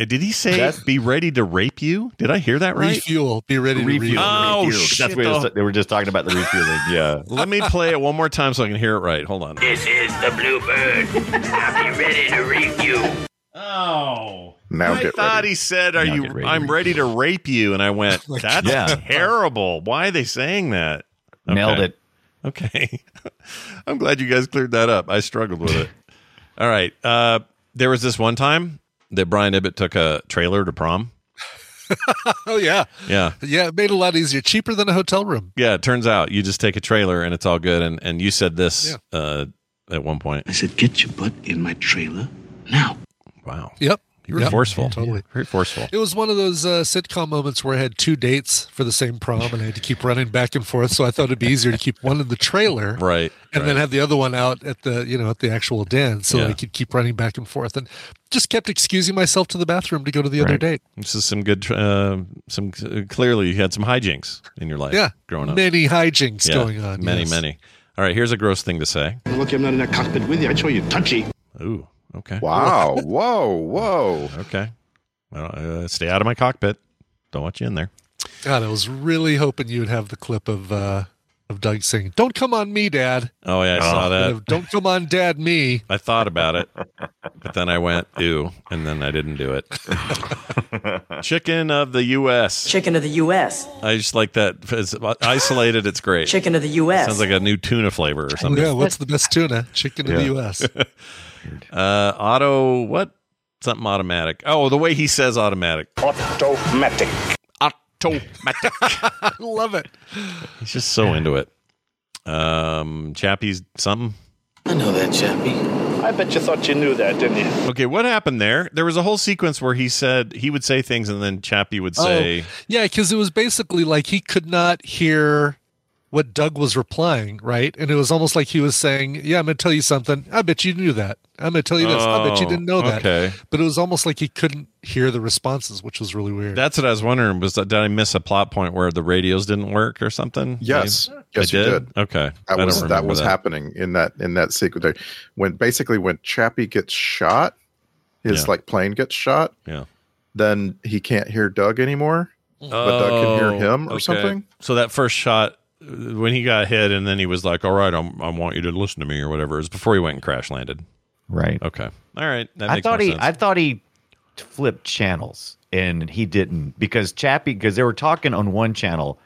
Speaker 8: Uh, Did he say be ready to rape you? Did I hear that right?
Speaker 2: Refuel. Be ready to refuel.
Speaker 8: Oh,
Speaker 10: Refuel.
Speaker 8: shit.
Speaker 10: That's what it was- they were just talking about the refueling. Yeah.
Speaker 8: Let me play it one more time so I can hear it right. Hold on.
Speaker 15: This is the bluebird. I'll be ready to reap you.
Speaker 8: Oh.
Speaker 6: Now
Speaker 8: I
Speaker 6: get
Speaker 8: thought
Speaker 6: ready.
Speaker 8: he said, "Are
Speaker 10: Now
Speaker 8: you?
Speaker 10: get ready to
Speaker 8: I'm ready to rape you." And I
Speaker 10: (laughs)
Speaker 8: went,
Speaker 2: Like,
Speaker 8: "That's
Speaker 10: Yeah.
Speaker 8: terrible. Why are they saying that?"
Speaker 10: Nailed
Speaker 8: Okay.
Speaker 10: it.
Speaker 8: Okay. (laughs) I'm glad you guys cleared that up. I struggled with it. (laughs) All right. Uh, there was this one time that Brian Ibbett took a trailer to prom.
Speaker 2: Oh yeah.
Speaker 8: Yeah.
Speaker 2: Yeah. It made it a lot easier. Cheaper than a hotel room.
Speaker 8: Yeah, it turns out you just take a trailer and it's all good. And and you said this uh, at one point.
Speaker 14: I said, get your butt in my trailer.
Speaker 8: Wow,
Speaker 2: Yep.
Speaker 8: you were
Speaker 2: Yep.
Speaker 8: forceful,
Speaker 2: Totally.
Speaker 8: very forceful.
Speaker 2: It was one of those uh, sitcom moments where I had two dates for the same prom and I had to keep running back and forth. So I thought it'd be easier to keep one in the trailer
Speaker 8: Right,
Speaker 2: and then have the other one out at the you know at the actual den, so
Speaker 8: Yeah.
Speaker 2: I could keep running back and forth and just kept excusing myself to the bathroom to go to the other
Speaker 10: Right.
Speaker 2: date.
Speaker 8: this is some good. Uh, some clearly you had some hijinks in your life.
Speaker 2: Yeah,
Speaker 8: growing up,
Speaker 2: many hijinks
Speaker 8: Yeah,
Speaker 2: going on.
Speaker 8: many,
Speaker 2: yes.
Speaker 8: many. All right, here's a gross thing to say.
Speaker 14: You're lucky I'm not in that cockpit with you. I show you touchy.
Speaker 8: Ooh, okay,
Speaker 6: Wow. whoa. Whoa.
Speaker 8: okay. Well, uh, stay out of my cockpit. Don't want you in there.
Speaker 2: God, I was really hoping you would have the clip of uh of Doug saying, "Don't come on me, Dad."
Speaker 8: Oh yeah, I saw
Speaker 2: Instead
Speaker 8: that.
Speaker 2: (laughs) of, Don't come on, Dad, me.
Speaker 8: I thought about it, but then I went ew, and then I didn't do it. Chicken of the U.S.
Speaker 16: Chicken of the U.S.
Speaker 8: I just like that. It's isolated, it's great.
Speaker 16: Chicken of the U.S.
Speaker 8: Sounds like a new tuna flavor or something.
Speaker 2: Yeah, what's the best tuna? Chicken in the
Speaker 8: Yeah. (laughs)
Speaker 2: U.S.
Speaker 8: Uh, auto what? Something automatic. Oh, the way he says automatic.
Speaker 14: Automatic.
Speaker 8: Automatic.
Speaker 2: I love it.
Speaker 8: He's just so into it. Um, Chappie's something.
Speaker 13: I know that, Chappie.
Speaker 14: I bet you thought you knew that, didn't you?
Speaker 8: Okay, what happened there? There was a whole sequence where he said he would say things, and then Chappie would say,
Speaker 2: Oh, yeah, because it was basically like he could not hear what Doug was replying, right? And it was almost like he was saying, "Yeah, I'm going to tell you something. I bet you knew that. I'm going to tell you this. I bet you
Speaker 8: Oh,
Speaker 2: didn't know that."
Speaker 8: okay.
Speaker 2: But it was almost like he couldn't hear the responses, which was really weird.
Speaker 8: "That's what I was wondering. Was that, did I miss a plot point where the radios didn't work or something?"
Speaker 6: Yes.
Speaker 8: I-
Speaker 6: Yes,
Speaker 8: I
Speaker 6: you
Speaker 8: did.
Speaker 6: did.
Speaker 8: Okay, I
Speaker 6: That
Speaker 8: don't
Speaker 6: was that
Speaker 8: remember
Speaker 6: was happening in that in that sequence when basically when Chappie gets shot, his
Speaker 8: Yeah.
Speaker 6: like plane gets shot.
Speaker 8: Yeah.
Speaker 6: Then he can't hear Doug anymore, but Doug can hear him or
Speaker 8: Oh, okay.
Speaker 6: something.
Speaker 8: So that first shot uh, when he got hit, and then he was like, "All right, I'm, I want you to listen to me" or whatever. Is before he went and crash landed.
Speaker 10: Right.
Speaker 8: Okay. All right. That
Speaker 10: I
Speaker 8: makes
Speaker 10: thought
Speaker 8: more
Speaker 10: he.
Speaker 8: sense.
Speaker 10: I thought he flipped channels and he didn't because Chappie because they were talking on one channel,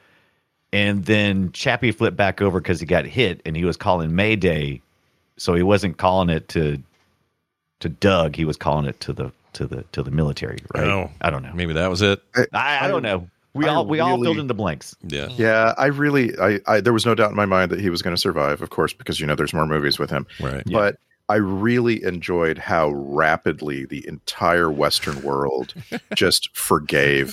Speaker 10: and then Chappie flipped back over because he got hit and he was calling Mayday, so he wasn't calling it to to Doug. He was calling it to the to the to the military. Right?
Speaker 8: Oh.
Speaker 10: I don't know.
Speaker 8: Maybe that was it.
Speaker 10: I, I don't know. We
Speaker 6: I
Speaker 10: all we all
Speaker 6: really-
Speaker 10: filled in the blanks.
Speaker 8: Yeah.
Speaker 6: Yeah, I really, I, I, there was no doubt in my mind that he was going to survive, of course, because you know there's more movies with him.
Speaker 8: Right.
Speaker 6: But I really enjoyed how rapidly the entire Western world just forgave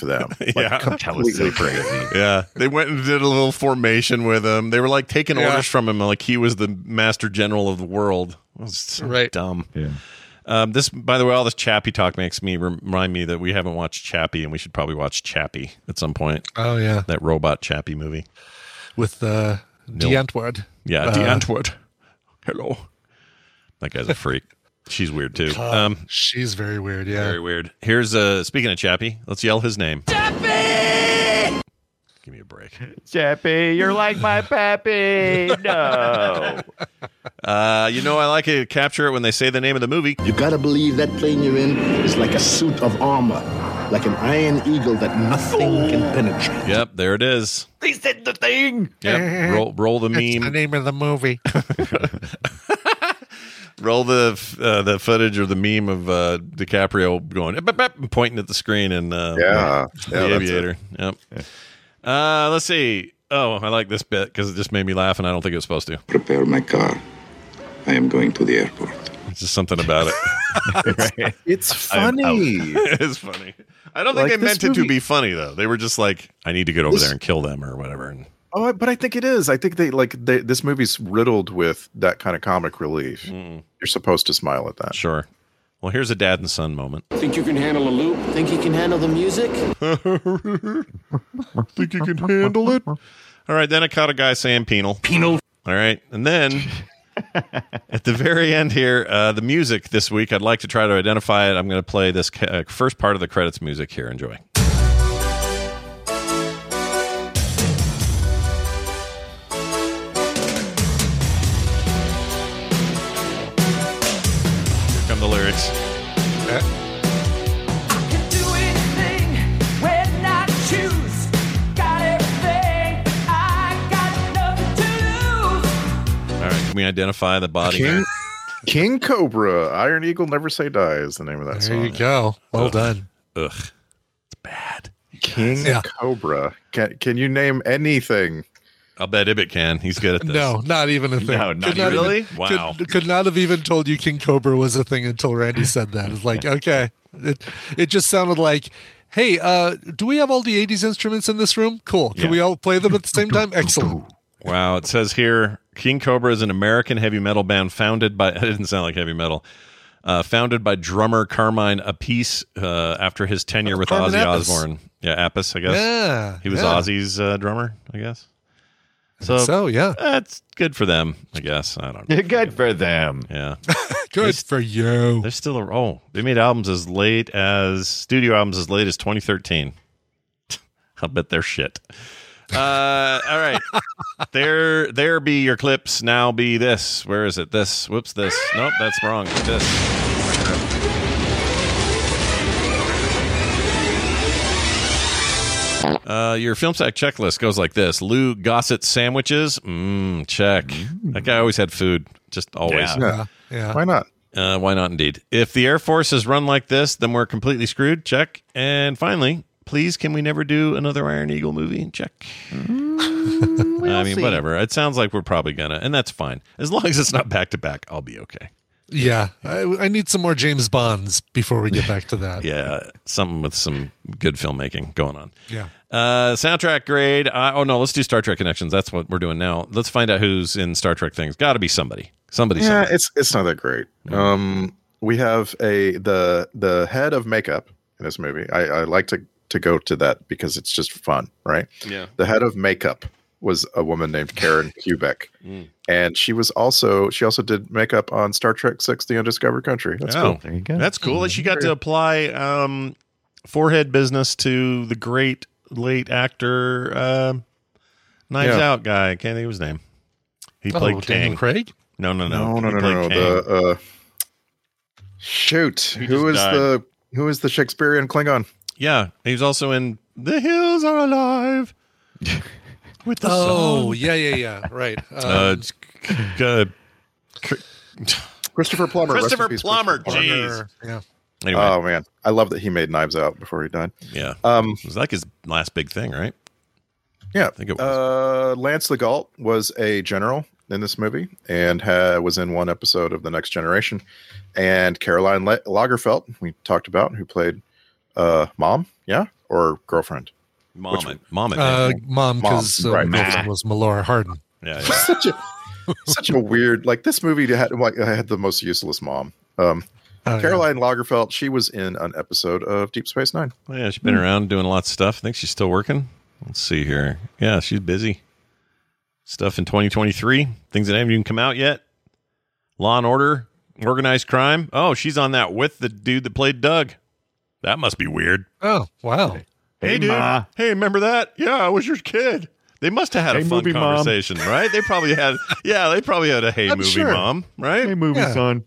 Speaker 2: (laughs)
Speaker 6: them.
Speaker 8: (laughs)
Speaker 6: Like,
Speaker 8: Yeah. (laughs) That was so
Speaker 6: completely forgave them.
Speaker 8: Yeah, they went and did a little formation with him. They were like taking
Speaker 6: Yeah.
Speaker 8: orders from him, like he was the master general of the world. It was so
Speaker 2: Right.
Speaker 8: dumb. Yeah. Um, this, by the way, all this Chappie talk makes me remind me that we haven't watched Chappie, and we should probably watch Chappie at some point.
Speaker 2: Oh, yeah.
Speaker 8: that robot Chappie movie.
Speaker 2: with uh,
Speaker 8: Nil-
Speaker 2: D'Antwoord.
Speaker 8: Yeah,
Speaker 2: uh,
Speaker 8: D'Antwoord. Hello. That guy's a freak. She's weird too. Um,
Speaker 2: she's very weird. Yeah,
Speaker 8: very weird. Here's uh, speaking of Chappie, let's yell his name.
Speaker 10: Chappie, you're like
Speaker 8: (laughs)
Speaker 10: my pappy. No.
Speaker 8: Uh, you know, I like to capture it when they say the name of the movie.
Speaker 16: You gotta believe that plane you're in is like a suit of armor, like an iron eagle that nothing can penetrate.
Speaker 8: Yep, there it is.
Speaker 10: They said the thing.
Speaker 8: Yep. roll, roll the
Speaker 2: That's the
Speaker 8: meme.
Speaker 2: name of
Speaker 8: (laughs)
Speaker 2: the movie.
Speaker 8: Roll the f- uh, the footage or the meme of uh, DiCaprio going "Bap, bap," and pointing at the screen and uh,
Speaker 6: Yeah. Yeah,
Speaker 8: the
Speaker 6: that's
Speaker 8: aviator. Yep. Uh, let's see. Oh, I like this bit because it just made me laugh, and I don't think it was supposed to.
Speaker 9: Prepare my car. I am going to the airport.
Speaker 8: It's just something about it.
Speaker 6: it's, it's
Speaker 8: I'm out. (laughs)
Speaker 6: funny.
Speaker 8: it is funny. I don't think
Speaker 6: Like,
Speaker 8: they
Speaker 6: this
Speaker 8: meant it to
Speaker 6: movie-
Speaker 8: be funny though. They were just like, "I need to get over
Speaker 6: This-
Speaker 8: there and kill them" or whatever. And
Speaker 6: Oh, I- but I think it is. I think they like they, this movie's riddled with that kind of comic relief.
Speaker 2: Mm.
Speaker 6: You're supposed to smile at that.
Speaker 8: Sure. Well, here's a dad and son moment.
Speaker 13: Think you can handle a loop? Think you can handle the music?
Speaker 8: (laughs) Think you can handle it? All right, then I caught a guy saying penal. Penal. All right,
Speaker 13: (laughs)
Speaker 8: and then at the very end here, uh, the music this week, I'd like to try to identify it. I'm going to play this ca- uh, first part of the credits music here. Enjoy. Here come the lyrics. All right, can we identify the body?
Speaker 6: King, King Cobra, Iron Eagle Never Say Die is the name of that
Speaker 2: There
Speaker 6: song.
Speaker 2: you go. Well done.
Speaker 8: Ugh.
Speaker 6: King
Speaker 2: Yeah.
Speaker 6: Cobra. Can can you name anything?
Speaker 8: I'll bet Ibbit can. He's good at this.
Speaker 2: No, not even a thing.
Speaker 8: No, not
Speaker 2: Could
Speaker 8: even-
Speaker 2: even-
Speaker 8: Really? Wow.
Speaker 2: Could, could not have even told you King Cobra was a thing until Randy said that.
Speaker 8: (laughs)
Speaker 2: It's like, okay, it it just sounded like, hey, uh, do we have all the '80s instruments in this room? Cool. Can
Speaker 8: Yeah.
Speaker 2: we all play them at
Speaker 8: (laughs)
Speaker 2: the same time? Excellent.
Speaker 8: Wow, it says here King Cobra is an American heavy metal band founded by, (laughs) it didn't sound like heavy metal, uh, founded by drummer Carmine Appice uh, after his tenure with
Speaker 2: Carmine
Speaker 8: Ozzy
Speaker 2: Appice.
Speaker 8: Osbourne. Yeah, Appice, I guess.
Speaker 2: Yeah,
Speaker 8: He was
Speaker 2: yeah.
Speaker 8: Ozzy's uh, drummer, I guess.
Speaker 2: So, yeah,
Speaker 8: That's good for them, I guess. I don't know.
Speaker 10: Good for them.
Speaker 8: Yeah.
Speaker 2: good for you.
Speaker 8: They're still, a, oh, they made albums as late as, studio albums as late as 2013. (laughs) I'll bet they're shit. Uh, all right. there, there be your clips. Now be this. Where is it? This. Whoops. This. Nope. That's wrong. This. Uh, your film sack checklist goes like this: Lou Gossett sandwiches. Mmm. Check. That guy always had food. Just always.
Speaker 6: Yeah.
Speaker 2: Yeah.
Speaker 6: Why not?
Speaker 8: Uh, why not? Indeed. If the Air Force is run like this, then we're completely screwed. Check. And finally, please, can we never do another Iron Eagle movie? Check. I mean,
Speaker 10: see.
Speaker 8: whatever. It sounds like we're probably gonna, and that's fine. As long as it's not back to back, I'll be okay.
Speaker 2: Yeah, I, I need some more James Bonds before we get back to
Speaker 8: (laughs)
Speaker 2: that.
Speaker 8: Yeah, something with some good filmmaking going on.
Speaker 2: Yeah.
Speaker 8: Uh, soundtrack grade. Uh, oh no, let's do Star Trek connections. That's what we're doing now. Let's find out who's in Star Trek things. Got to be somebody. Somebody.
Speaker 6: yeah,
Speaker 8: somebody.
Speaker 6: it's it's not that great. Um, we have a the the head of makeup in this movie. I, I like to to go to that because it's just fun, right?
Speaker 8: Yeah.
Speaker 6: The head of makeup was a woman
Speaker 8: (laughs)
Speaker 6: named Karen Kubek,
Speaker 8: Mm.
Speaker 6: and she was also she also did makeup on Star Trek Six: The Undiscovered Country. That's
Speaker 8: oh,
Speaker 6: cool.
Speaker 8: there you go. That's cool that she got to apply um, forehead business to the great late actor uh, Knives
Speaker 6: Yeah.
Speaker 8: Out guy. I can't think of his name. He
Speaker 2: Oh,
Speaker 8: played
Speaker 2: Daniel
Speaker 8: Kang.
Speaker 2: Craig?
Speaker 8: No, no, no,
Speaker 6: no, no,
Speaker 8: He
Speaker 6: no, no.
Speaker 8: played Kang.
Speaker 6: no. The uh, shoot,
Speaker 8: just
Speaker 6: who is
Speaker 8: died.
Speaker 6: the who is the Shakespearean Klingon?
Speaker 8: Yeah, he was also in The Hills Are
Speaker 6: (laughs)
Speaker 8: Alive with the
Speaker 2: oh,
Speaker 8: (laughs) song.
Speaker 2: yeah, yeah, yeah. Right.
Speaker 8: Uh,
Speaker 2: Um,
Speaker 8: c- uh,
Speaker 6: Christopher Plummer. rest in
Speaker 8: Christopher
Speaker 6: peace,
Speaker 8: Plummer,
Speaker 6: Plummer.
Speaker 8: jeez.
Speaker 2: Yeah.
Speaker 8: Anyway.
Speaker 6: Oh man, I love that he made Knives Out before he died.
Speaker 8: Yeah.
Speaker 6: Um,
Speaker 8: it was like his last big thing, right?
Speaker 6: Yeah,
Speaker 8: think it
Speaker 6: Uh, Lance Legault was a general in this movie and ha- was in one episode of The Next Generation. And Caroline La- Lagerfeld, we talked about, who played uh, mom, yeah, or girlfriend.
Speaker 8: Mom, I- mom, I
Speaker 2: uh,
Speaker 8: think.
Speaker 2: mom, because uh,
Speaker 6: right.
Speaker 2: girlfriend was Melora Hardin.
Speaker 8: Yeah,
Speaker 6: (laughs) such a such a weird like this movie had like I had the most useless mom. Um,
Speaker 2: Oh, yeah.
Speaker 6: Caroline Lagerfeld, she was in an episode of Deep Space Nine.
Speaker 8: Well, yeah, she's
Speaker 2: Hmm.
Speaker 8: been around doing lots of stuff. I think she's still working. Let's see here. Yeah, she's busy. Stuff in 2023, things that haven't even come out yet. Law and Order, Organized Crime. Oh, she's on that with the dude that played Doug. That must be weird.
Speaker 2: Oh, wow.
Speaker 8: Hey, dude. Hey, remember that? Yeah, I was your kid. They must have had
Speaker 2: Hey,
Speaker 8: a fun
Speaker 2: movie mom.
Speaker 8: conversation, right? They probably had, yeah, they probably
Speaker 2: (laughs)
Speaker 8: had a hey
Speaker 2: I'm
Speaker 8: movie
Speaker 2: sure.
Speaker 8: mom, right?
Speaker 2: Hey, movie Yeah. son.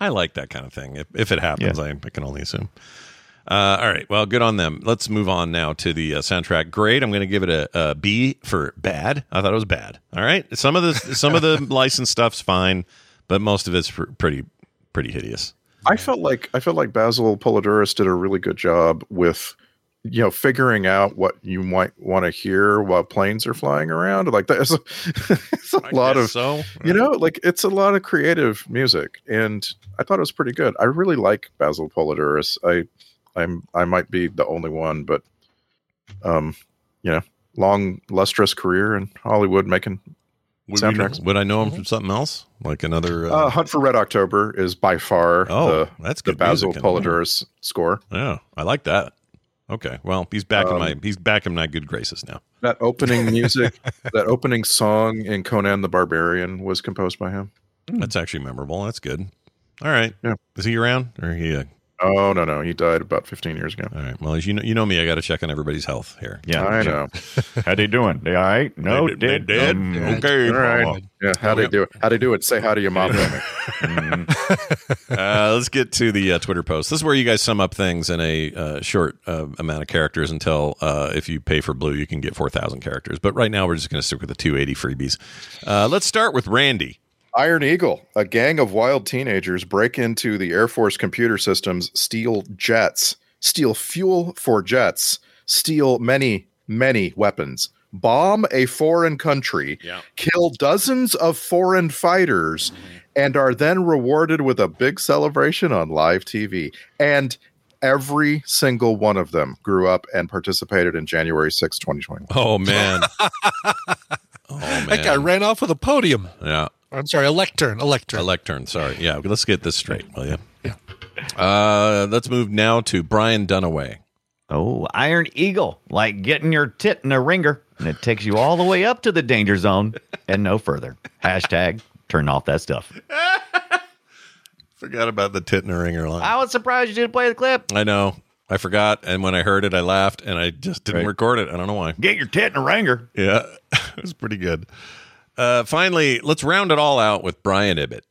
Speaker 8: I like that kind of thing. If, if it happens, I, I can only assume. Uh, all right. Well, good on them. Let's move on now to the uh, soundtrack. Great. I'm going to give it a, a B for bad. I thought it was bad. All right. Some of the some of the licensed stuff's fine, but most of it's pr- pretty pretty hideous.
Speaker 6: I felt like I felt like Basil Polidorus did a really good job with you know figuring out what you might want to hear while planes are flying around. Like that's a, (laughs) it's a lot
Speaker 8: guess
Speaker 6: of
Speaker 8: so.
Speaker 6: you know like it's a lot of creative music, and I thought it was pretty good. I really like Basil Polidorus. I I'm I might be the only one, but um you know long lustrous career in Hollywood making
Speaker 8: Would, we know-
Speaker 6: soundtracks.
Speaker 8: would I know him from something else? Like another?
Speaker 6: Uh, Hunt for Red October is by far
Speaker 8: Oh,
Speaker 6: the,
Speaker 8: that's
Speaker 6: the
Speaker 8: good
Speaker 6: Basil
Speaker 8: music in there.
Speaker 6: Polidorus score.
Speaker 8: Yeah, I like that. Okay, well, he's back in
Speaker 6: Um,
Speaker 8: my he's back in my good graces now.
Speaker 6: That opening music, that opening song in Conan the Barbarian was composed by him.
Speaker 8: That's actually memorable. That's good. All right.
Speaker 6: Yeah.
Speaker 8: Is he around or he? Uh,
Speaker 6: Oh no no, he died about 15 years ago.
Speaker 8: all right. Well, as you know, you know me. I got to check on everybody's health here.
Speaker 10: Yeah,
Speaker 6: I
Speaker 10: yeah.
Speaker 6: know.
Speaker 10: How they doing? They all right? No,
Speaker 8: They- they
Speaker 10: dead.
Speaker 8: dead? Um,
Speaker 10: Mm,
Speaker 8: Okay.
Speaker 6: All right.
Speaker 8: Mama.
Speaker 6: Yeah, how do you do it? How do you do it? Say hi to your mom. for me.
Speaker 8: uh, let's get to the uh, Twitter post. This is where you guys sum up things in a uh, short uh, amount of characters until uh, if you pay for blue, you can get 4,000 characters. But right now, we're just going to stick with the 280 freebies. Uh, let's start with Randy.
Speaker 6: Iron Eagle, a gang of wild teenagers break into the Air Force computer systems, steal jets, steal fuel for jets, steal many, many weapons, bomb a foreign country, kill dozens of foreign fighters, and are then rewarded with a big celebration on live TV. And every single one of them grew up and participated in January 6, 2021.
Speaker 8: Oh, man. oh, man.
Speaker 2: That guy ran off with a podium.
Speaker 8: Yeah.
Speaker 2: I'm sorry, a lectern. A lectern.
Speaker 8: A lectern, sorry. Yeah, let's get this straight, will you? Yeah. Uh, let's move now to Brian Dunaway.
Speaker 10: Oh, Iron Eagle, like getting your tit in a ringer, and it takes you all the way up to the danger zone and no further. Hashtag turn off that stuff.
Speaker 8: Forgot about the tit and a ringer line.
Speaker 10: I was surprised you didn't play the clip.
Speaker 8: I know. I forgot. And when I heard it, I laughed and I just didn't record it. I don't know why.
Speaker 10: Get your tit in a ringer.
Speaker 8: Yeah. (laughs) it was pretty good. Uh, finally, let's round it all out with Brian Ibbett.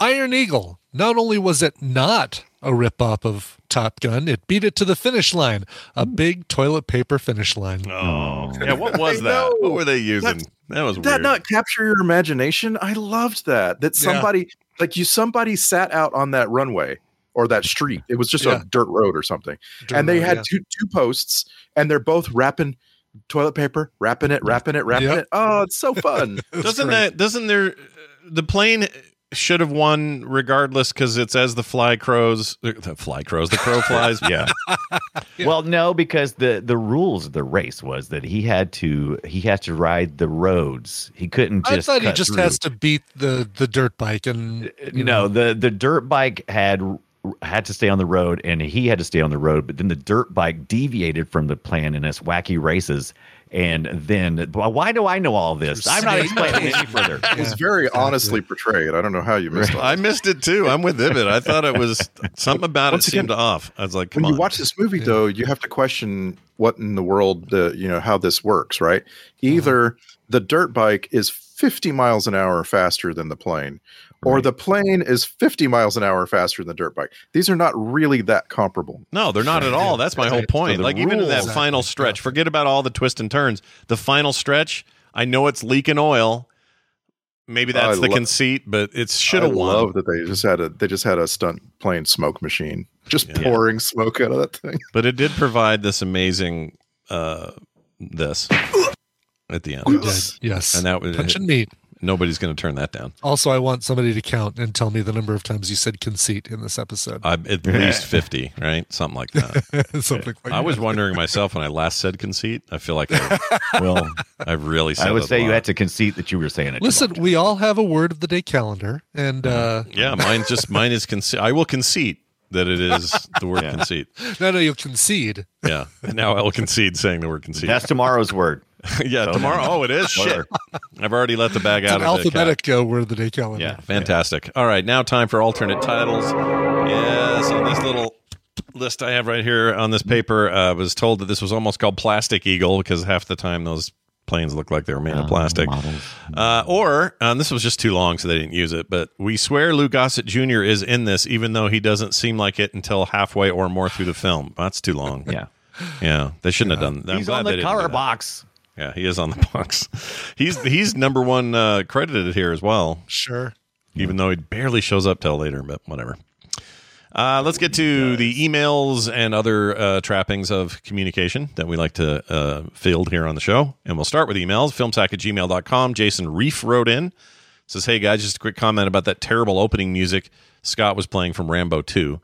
Speaker 2: Iron Eagle. Not only was it not a ripoff of Top Gun, it beat it to the finish line. A
Speaker 10: Hmm.
Speaker 2: big toilet paper finish line.
Speaker 8: Oh. Yeah, (laughs) what was that? What were they using? that was
Speaker 6: Did
Speaker 8: weird.
Speaker 6: that not capture your imagination? I loved that. That
Speaker 2: Yeah.
Speaker 6: somebody like you somebody sat out on that runway or that street. It was just
Speaker 2: Yeah.
Speaker 6: a dirt road or something.
Speaker 2: Dirt
Speaker 6: and they
Speaker 2: road,
Speaker 6: had
Speaker 2: yeah.
Speaker 6: two two posts and they're both wrapping toilet paper, wrapping it, wrapping it, wrapping
Speaker 2: Yep.
Speaker 6: it. Oh, it's so fun.
Speaker 2: (laughs)
Speaker 8: doesn't that doesn't there the plane should have won regardless because it's as the fly crows er, the fly crows the crow flies
Speaker 10: (laughs)
Speaker 8: yeah
Speaker 10: Well, no, because the the rules of the race was that he had to he had to ride the roads. He couldn't
Speaker 2: I
Speaker 10: just.
Speaker 2: thought he
Speaker 10: cut
Speaker 2: just
Speaker 10: through. Uh,
Speaker 2: has to beat the, the dirt bike and you
Speaker 10: No, the the dirt bike had had to stay on the road, and he had to stay on the road. But then the dirt bike deviated from the plan in its wacky races, and then well, why do I know all this? I'm not
Speaker 2: (laughs)
Speaker 10: explaining it any further.
Speaker 6: It was very honestly portrayed. I don't know how you missed that.
Speaker 8: i missed it too i'm with Ibbett. i thought it was
Speaker 6: (laughs)
Speaker 8: something about
Speaker 6: Once
Speaker 8: it
Speaker 6: again,
Speaker 8: seemed off i was like come
Speaker 6: when
Speaker 8: on
Speaker 6: you watch this movie though you have to question
Speaker 8: Mm-hmm.
Speaker 6: what in the world the you know how this works right either the dirt bike is 50 miles an hour faster than the plane, or the plane is 50 miles an hour faster than the dirt bike. These are not really that comparable.
Speaker 8: No, they're not at all. That's my whole point.
Speaker 6: the
Speaker 8: like even in that
Speaker 6: rules-
Speaker 8: final stretch, forget about all the twists and turns. The final stretch, I know it's leaking oil. Maybe that's
Speaker 6: Oh, I
Speaker 8: the
Speaker 6: lo-
Speaker 8: conceit, but it should have
Speaker 6: I
Speaker 8: won.
Speaker 6: love that they just had a they just had a stunt plane smoke machine just pouring smoke out of
Speaker 8: (laughs)
Speaker 6: that thing.
Speaker 8: But it did provide this amazing uh this at the end.
Speaker 2: It did, yes.
Speaker 8: And that was
Speaker 2: Punch and meat.
Speaker 8: Nobody's going to turn that down.
Speaker 2: Also, I want somebody to count and tell me the number of times you said conceit in this episode.
Speaker 8: I, at least 50, right? Something like
Speaker 6: (laughs)
Speaker 8: that.
Speaker 2: (laughs) Something like
Speaker 8: Uh, I was
Speaker 2: that.
Speaker 8: wondering myself when I last said conceit. I feel like I, well, (laughs) I really said
Speaker 10: I would
Speaker 8: that a
Speaker 10: say you
Speaker 8: lot.
Speaker 10: had to concede that you were saying it.
Speaker 2: Listen, we all have a word of the day calendar, and uh,
Speaker 8: Yeah, mine's just mine is conceit. I will concede that it is the word conceit.
Speaker 2: uh, no, no, you'll concede.
Speaker 8: Yeah. Now I'll concede saying the word conceit.
Speaker 10: That's tomorrow's word.
Speaker 8: (laughs) yeah,
Speaker 10: So-
Speaker 8: tomorrow. Oh, it is. Shit.
Speaker 10: Whatever.
Speaker 8: I've already let the bag
Speaker 2: It's
Speaker 8: out
Speaker 2: an
Speaker 8: of the cat.
Speaker 2: alphabetic uh, word of the day calendar.
Speaker 8: Yeah, fantastic. All right, now time for alternate titles. Yes, on this little list I have right here on this paper, uh, I was told that this was almost called Plastic Eagle because half the time those planes look like they were made
Speaker 10: Oh,
Speaker 8: of plastic.
Speaker 10: Um,
Speaker 8: Uh, or, um, this was just too long, so they didn't use it, but we swear Lou Gossett Jr. is in this, even though he doesn't seem like it until halfway or more through the film. That's too long.
Speaker 10: (laughs)
Speaker 8: (laughs)
Speaker 10: Yeah.
Speaker 8: Yeah, they shouldn't have done that. I'm
Speaker 10: He's
Speaker 8: glad
Speaker 10: on
Speaker 8: they
Speaker 10: the
Speaker 8: didn't do
Speaker 10: color
Speaker 8: that.
Speaker 10: box.
Speaker 8: Yeah, he is on the box. (laughs) He's he's number one uh, credited here as well
Speaker 2: Sure.
Speaker 8: even though he barely shows up till later, but whatever. Uh, let's get to the emails and other uh, trappings of communication that we like to uh, field here on the show. And we'll start with emails filmsack at gmail.com. Jason Reef wrote in, says, Hey guys, just a quick comment about that terrible opening music Scott was playing from Rambo 2.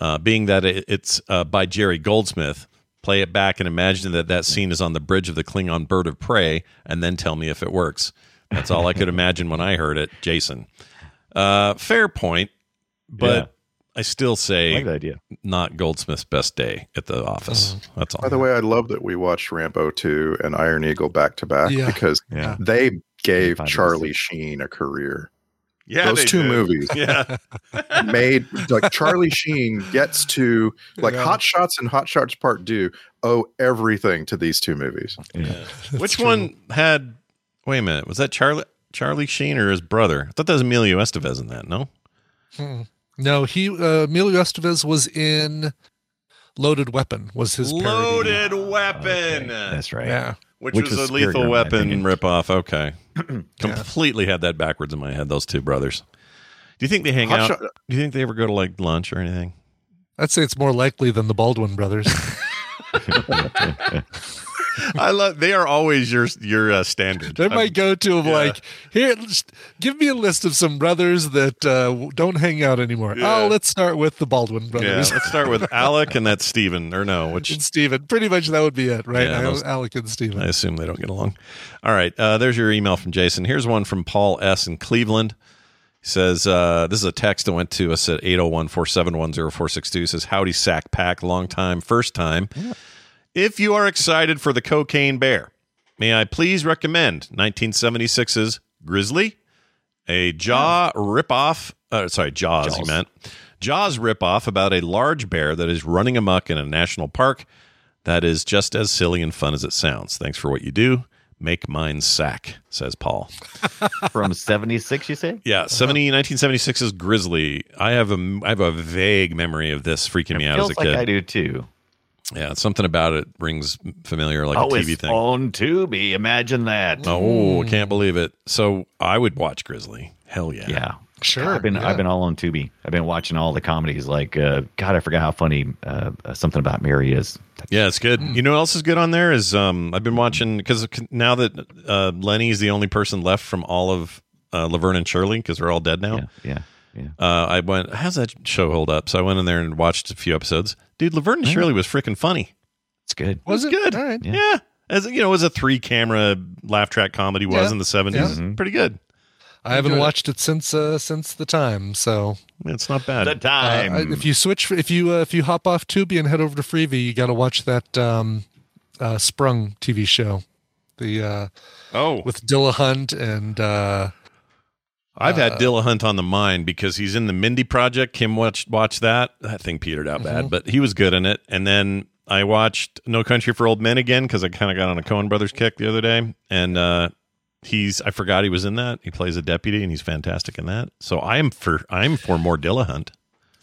Speaker 8: Uh, being that it, it's uh, by Jerry Goldsmith, play it back and imagine that that scene is on the bridge of the Klingon bird of prey, and then tell me if it works. That's all I could imagine when I heard it, Jason. Uh, fair point, but
Speaker 10: Yeah.
Speaker 8: I still say
Speaker 10: Like that idea.
Speaker 8: not Goldsmith's best day at the office.
Speaker 2: Oh.
Speaker 8: That's all.
Speaker 6: By the way, I love that we watched Rambo 2 and Iron Eagle back to back
Speaker 8: Yeah. (laughs)
Speaker 6: because
Speaker 8: Yeah.
Speaker 6: they gave
Speaker 8: Five
Speaker 6: Charlie Sheen a career.
Speaker 8: Yeah,
Speaker 6: those
Speaker 8: they
Speaker 6: two
Speaker 8: did.
Speaker 6: movies.
Speaker 8: (laughs) Yeah.
Speaker 6: made like Charlie Sheen gets to like
Speaker 8: Yeah.
Speaker 6: Hot Shots and Hot Shots Part Do owe everything to these two movies.
Speaker 8: (laughs) Which one had? Wait a minute. Was that Charlie Charlie Sheen or his brother? I thought that was Emilio Estevez in that. No.
Speaker 2: Hmm. No, he uh, Emilio Estevez was in Loaded Weapon. Was his parody.
Speaker 8: Loaded Weapon.
Speaker 10: That's right.
Speaker 2: Yeah.
Speaker 8: Which,
Speaker 2: Which
Speaker 8: was,
Speaker 2: was
Speaker 8: a lethal
Speaker 2: superior, in my
Speaker 8: weapon
Speaker 2: opinion.
Speaker 8: ripoff. (clears throat) Okay. Completely had that backwards in my head, those two brothers. Do you think they hang
Speaker 2: Hot
Speaker 8: out?
Speaker 2: Shot-
Speaker 8: Do you think they ever go to like lunch or anything?
Speaker 2: I'd say it's more likely than the
Speaker 8: (laughs)
Speaker 2: Baldwin brothers.
Speaker 8: I love. They are always your your uh, standard.
Speaker 2: They're my
Speaker 8: I'm-
Speaker 2: go-to of
Speaker 8: Yeah.
Speaker 2: like, here, just give me a list of some brothers that uh, w- don't hang out anymore.
Speaker 8: Yeah.
Speaker 2: Oh, let's start with the Baldwin
Speaker 8: Yeah,
Speaker 2: brothers.
Speaker 8: let's start
Speaker 2: (laughs)
Speaker 8: with Alec and that's Steven, or no, which
Speaker 2: and Steven. Pretty much that would be it, right?
Speaker 8: Yeah,
Speaker 2: I-
Speaker 8: those-
Speaker 2: Alec and Steven.
Speaker 8: I assume they don't get along. All right, uh, there's your email from Jason. Here's one from Paul S. in Cleveland. He says, uh, this is a text that went to us at 801-471-0462. Says, howdy, sack pack, long time, first time. If you are excited for the Cocaine Bear, may I please recommend 1976's Grizzly, a Jaw
Speaker 10: Hmm.
Speaker 8: ripoff. Uh, sorry, Jaws, He meant Jaws ripoff about a large bear that is running amok in a national park. That is just as silly and fun as it sounds. Thanks for what you do. Make mine sack, says Paul.
Speaker 10: (laughs) From 76, you say?
Speaker 8: Yeah, 70, 1976 is Grizzly. I have a I have a vague memory of this freaking me out
Speaker 10: feels
Speaker 8: as a
Speaker 10: like
Speaker 8: kid.
Speaker 10: I do too.
Speaker 8: Yeah, something about it rings familiar, like
Speaker 10: oh,
Speaker 8: a TV
Speaker 10: it's
Speaker 8: thing.
Speaker 10: on Tubi. Imagine that.
Speaker 8: Oh, can't believe it. So I would watch Grizzly. Hell yeah.
Speaker 10: Yeah.
Speaker 2: Sure.
Speaker 10: I've been I've been all on Tubi. I've been watching all the comedies. Like uh, God, I forgot how funny uh, uh, something about Mary is.
Speaker 8: Yeah, it's good. You know what else is good on there is um I've been watching because now that uh, Lenny is the only person left from all of uh, Laverne and Shirley because they're all dead now.
Speaker 10: Yeah.
Speaker 8: Uh, I went. How's that show hold up? So I went in there and watched a few episodes. Dude, Laverne and Shirley was freaking funny.
Speaker 10: It's good.
Speaker 8: Was it good? Yeah. As you know, it was a three camera laugh track comedy was
Speaker 2: Yeah.
Speaker 8: in the seventies.
Speaker 2: Yeah. Mhm.
Speaker 8: Pretty good.
Speaker 2: I haven't
Speaker 8: Enjoyed it.
Speaker 2: watched it since uh, since the time. So
Speaker 8: it's not bad.
Speaker 10: The time.
Speaker 2: Uh, if you switch, if you uh, if you hop off Tubi and head over to Freevee, you got to watch that um, uh, Sprung TV show. The uh,
Speaker 8: oh
Speaker 2: with Dilla Hunt and uh,
Speaker 8: I've had
Speaker 2: uh,
Speaker 8: Dilla Hunt on the mind because he's in the Mindy Project. Kim watched watch that. That thing petered out bad,
Speaker 6: Mm-hmm.
Speaker 2: Mhm.
Speaker 8: but he was good in it. And then I watched No Country for Old Men again because I kind of got on a Coen Brothers kick the other day, and uh, He's I forgot he was in that. He plays a deputy and he's fantastic in that. So I am for I'm for more Dillahunt.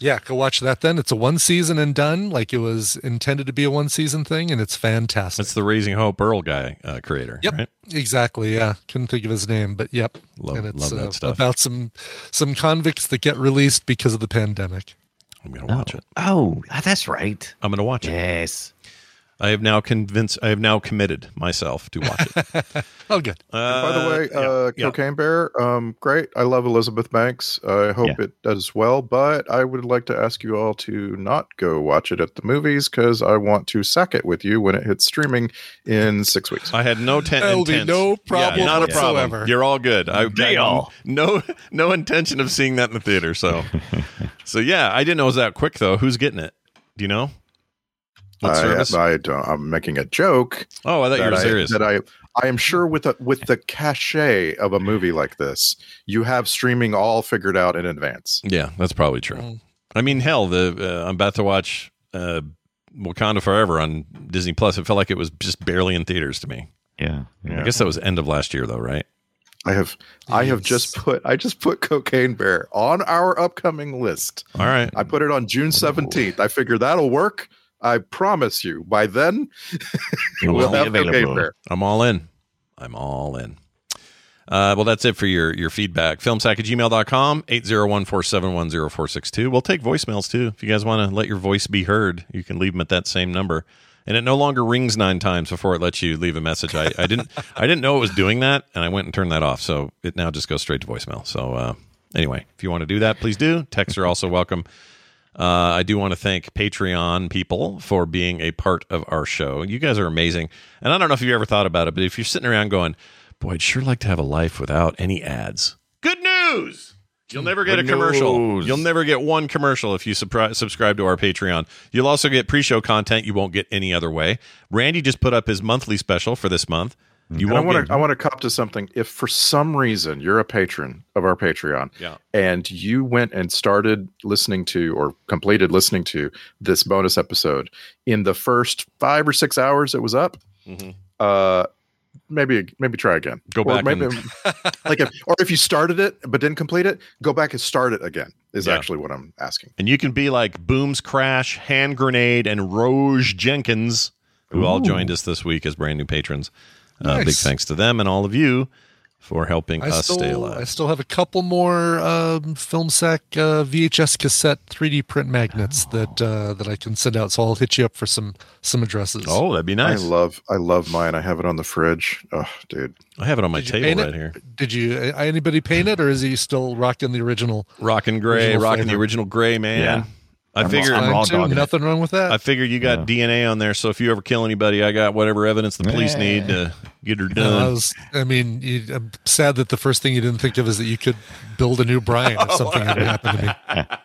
Speaker 2: Yeah, go watch that then. It's a one season and done, like it was intended to be a one season thing, and it's fantastic.
Speaker 8: That's the Raising Hope Earl guy uh, creator.
Speaker 2: Yep,
Speaker 8: right?
Speaker 2: exactly. Yeah, couldn't think of his name, but yep.
Speaker 8: Love-
Speaker 2: and it's
Speaker 8: love that
Speaker 2: uh,
Speaker 8: stuff.
Speaker 2: about some some convicts that get released because of the pandemic.
Speaker 8: I'm gonna watch it.
Speaker 10: Oh, that's right.
Speaker 8: I'm gonna watch it.
Speaker 10: Yes.
Speaker 8: I have now convinced. I have now committed myself to watch it.
Speaker 2: Oh, good.
Speaker 6: (laughs) And by the way, uh,
Speaker 8: yeah.
Speaker 6: Cocaine Bear, um, great. I love Elizabeth Banks. I hope
Speaker 8: Yeah.
Speaker 6: it does well, but I would like to ask you all to not go watch it at the movies because I want to sack it with you when it hits streaming in six weeks.
Speaker 8: I had no ten-
Speaker 2: That'll be
Speaker 8: intent.
Speaker 2: no problem
Speaker 8: not a
Speaker 2: whatsoever.
Speaker 8: problem. You're all good. I
Speaker 2: Deal.
Speaker 8: no no intention of seeing that in the theater. So so yeah, I didn't know it was that quick though. Who's getting it? Do you know? What
Speaker 6: I,
Speaker 8: service?
Speaker 6: I don't, I'm making a joke.
Speaker 8: Oh, I thought you
Speaker 6: that
Speaker 8: were serious.
Speaker 6: That I, I am sure with a, with the cachet of a movie like this, you have streaming all figured out in advance.
Speaker 8: Yeah, that's probably true.
Speaker 2: Mm.
Speaker 8: I mean, hell, the uh, I'm about to watch uh, Wakanda Forever on Disney Plus. It felt like it was just barely in theaters to me.
Speaker 10: Yeah,
Speaker 8: I guess that was end of last year, though, right?
Speaker 6: I have I have just put I just put Cocaine Bear on our upcoming list.
Speaker 8: All right.
Speaker 6: I put it on June seventeenth. I figure that'll work. I promise you. By then, we'll have Cocaine Bear.
Speaker 8: I'm all in. I'm all in. Uh, well, that's it for your your feedback. Filmsack at gmail.com, 801-471-0462. We'll take voicemails too. If you guys want to let your voice be heard, you can leave them at that same number. And it no longer rings nine times before it lets you leave a message. I, I didn't (laughs) I didn't know it was doing that, and I went and turned that off. So it now just goes straight to voicemail. So uh, anyway, if you want to do that, please do. Texts are also welcome. Uh, I do want to thank Patreon people for being a part of our show. You guys are amazing. And I don't know if you've ever thought about it, but if you're sitting around going, boy, I'd sure like to have a life without any ads. Good news! You'll never get a
Speaker 7: Good
Speaker 8: commercial.
Speaker 7: news.
Speaker 8: You'll never get one commercial if you supri- subscribe to our Patreon. You'll also get pre show content you won't get any other way. Randy just put up his monthly special for this month. You
Speaker 6: Mm-hmm. And I
Speaker 8: won't
Speaker 6: want
Speaker 8: get-
Speaker 6: to I want to cop to something. If for some reason you're a patron of our Patreon,
Speaker 8: Yeah.
Speaker 6: and you went and started listening to or completed listening to this bonus episode in the first five or six hours it was up, uh, maybe maybe try again.
Speaker 8: Mm-hmm. Go
Speaker 6: Or
Speaker 8: back
Speaker 6: maybe,
Speaker 8: and-
Speaker 6: (laughs) like if or if you started it but didn't complete it, go back and start it again. Is
Speaker 8: Yeah.
Speaker 6: actually what I'm asking.
Speaker 8: And you can be like Booms Crash, Hand Grenade, and Roge Jenkins, who all
Speaker 6: Ooh.
Speaker 8: joined us this week as brand new patrons. Uh, big
Speaker 2: Nice.
Speaker 8: thanks to them and all of you for helping
Speaker 2: I
Speaker 8: us
Speaker 2: still,
Speaker 8: Uh, stay alive.
Speaker 2: I still have a couple more um, FilmSack uh, VHS cassette 3D print magnets that uh, that I can send out. So I'll hit you up for some some addresses.
Speaker 8: Oh,
Speaker 6: I love I love mine. I have it on the fridge. Oh, dude.
Speaker 8: I have it on my
Speaker 2: Did you table paint right it?
Speaker 8: here.
Speaker 2: Did you uh, anybody paint it, or is he still rocking the original?
Speaker 8: Rockin' Gray,
Speaker 2: Original
Speaker 8: rocking the
Speaker 2: flavor.
Speaker 8: original Gray, man.
Speaker 2: Yeah.
Speaker 8: I figure
Speaker 2: Fine, too. nothing wrong with that.
Speaker 8: I figure you got DNA on there, so if you ever kill anybody, I got whatever evidence the police
Speaker 2: Yeah.
Speaker 8: need to get her
Speaker 2: No, I
Speaker 8: done.
Speaker 2: was. I mean, you, I'm sad that the first thing you didn't think of is that you could build a new Brian
Speaker 8: (laughs)
Speaker 2: if something had happened to me.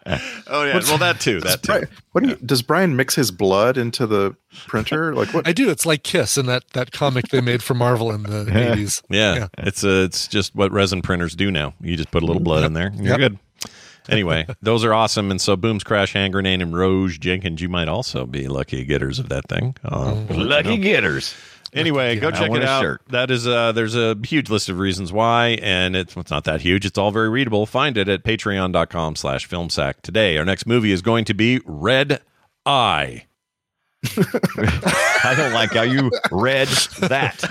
Speaker 8: oh yeah, well that too,
Speaker 2: (laughs)
Speaker 8: that too.
Speaker 6: What do you, does Brian mix his blood into the printer? Like what?
Speaker 2: I do. It's like Kiss and that that comic they made for Marvel in the
Speaker 8: Yeah.
Speaker 2: eighties.
Speaker 8: Yeah. It's a, it's just what resin printers do now. You just put a little blood in there. and You're
Speaker 2: Yep.
Speaker 8: good. Anyway,
Speaker 2: (laughs)
Speaker 8: those are awesome. And so Booms Crash, Hand Grenade, and Roge Jenkins, you might also be lucky getters of that thing. Uh,
Speaker 2: Mm-hmm.
Speaker 8: we'll let you
Speaker 10: Lucky
Speaker 8: know.
Speaker 10: getters.
Speaker 8: Anyway, go
Speaker 10: I
Speaker 8: check
Speaker 10: want
Speaker 8: it
Speaker 10: a
Speaker 8: out.
Speaker 10: shirt.
Speaker 8: That is uh there's a huge list of reasons why, and it's well, it's not that huge. It's all very readable. Find it at patreon.com slash filmsack today. Our next movie is going to be Red Eye. I don't like how you read (laughs) that.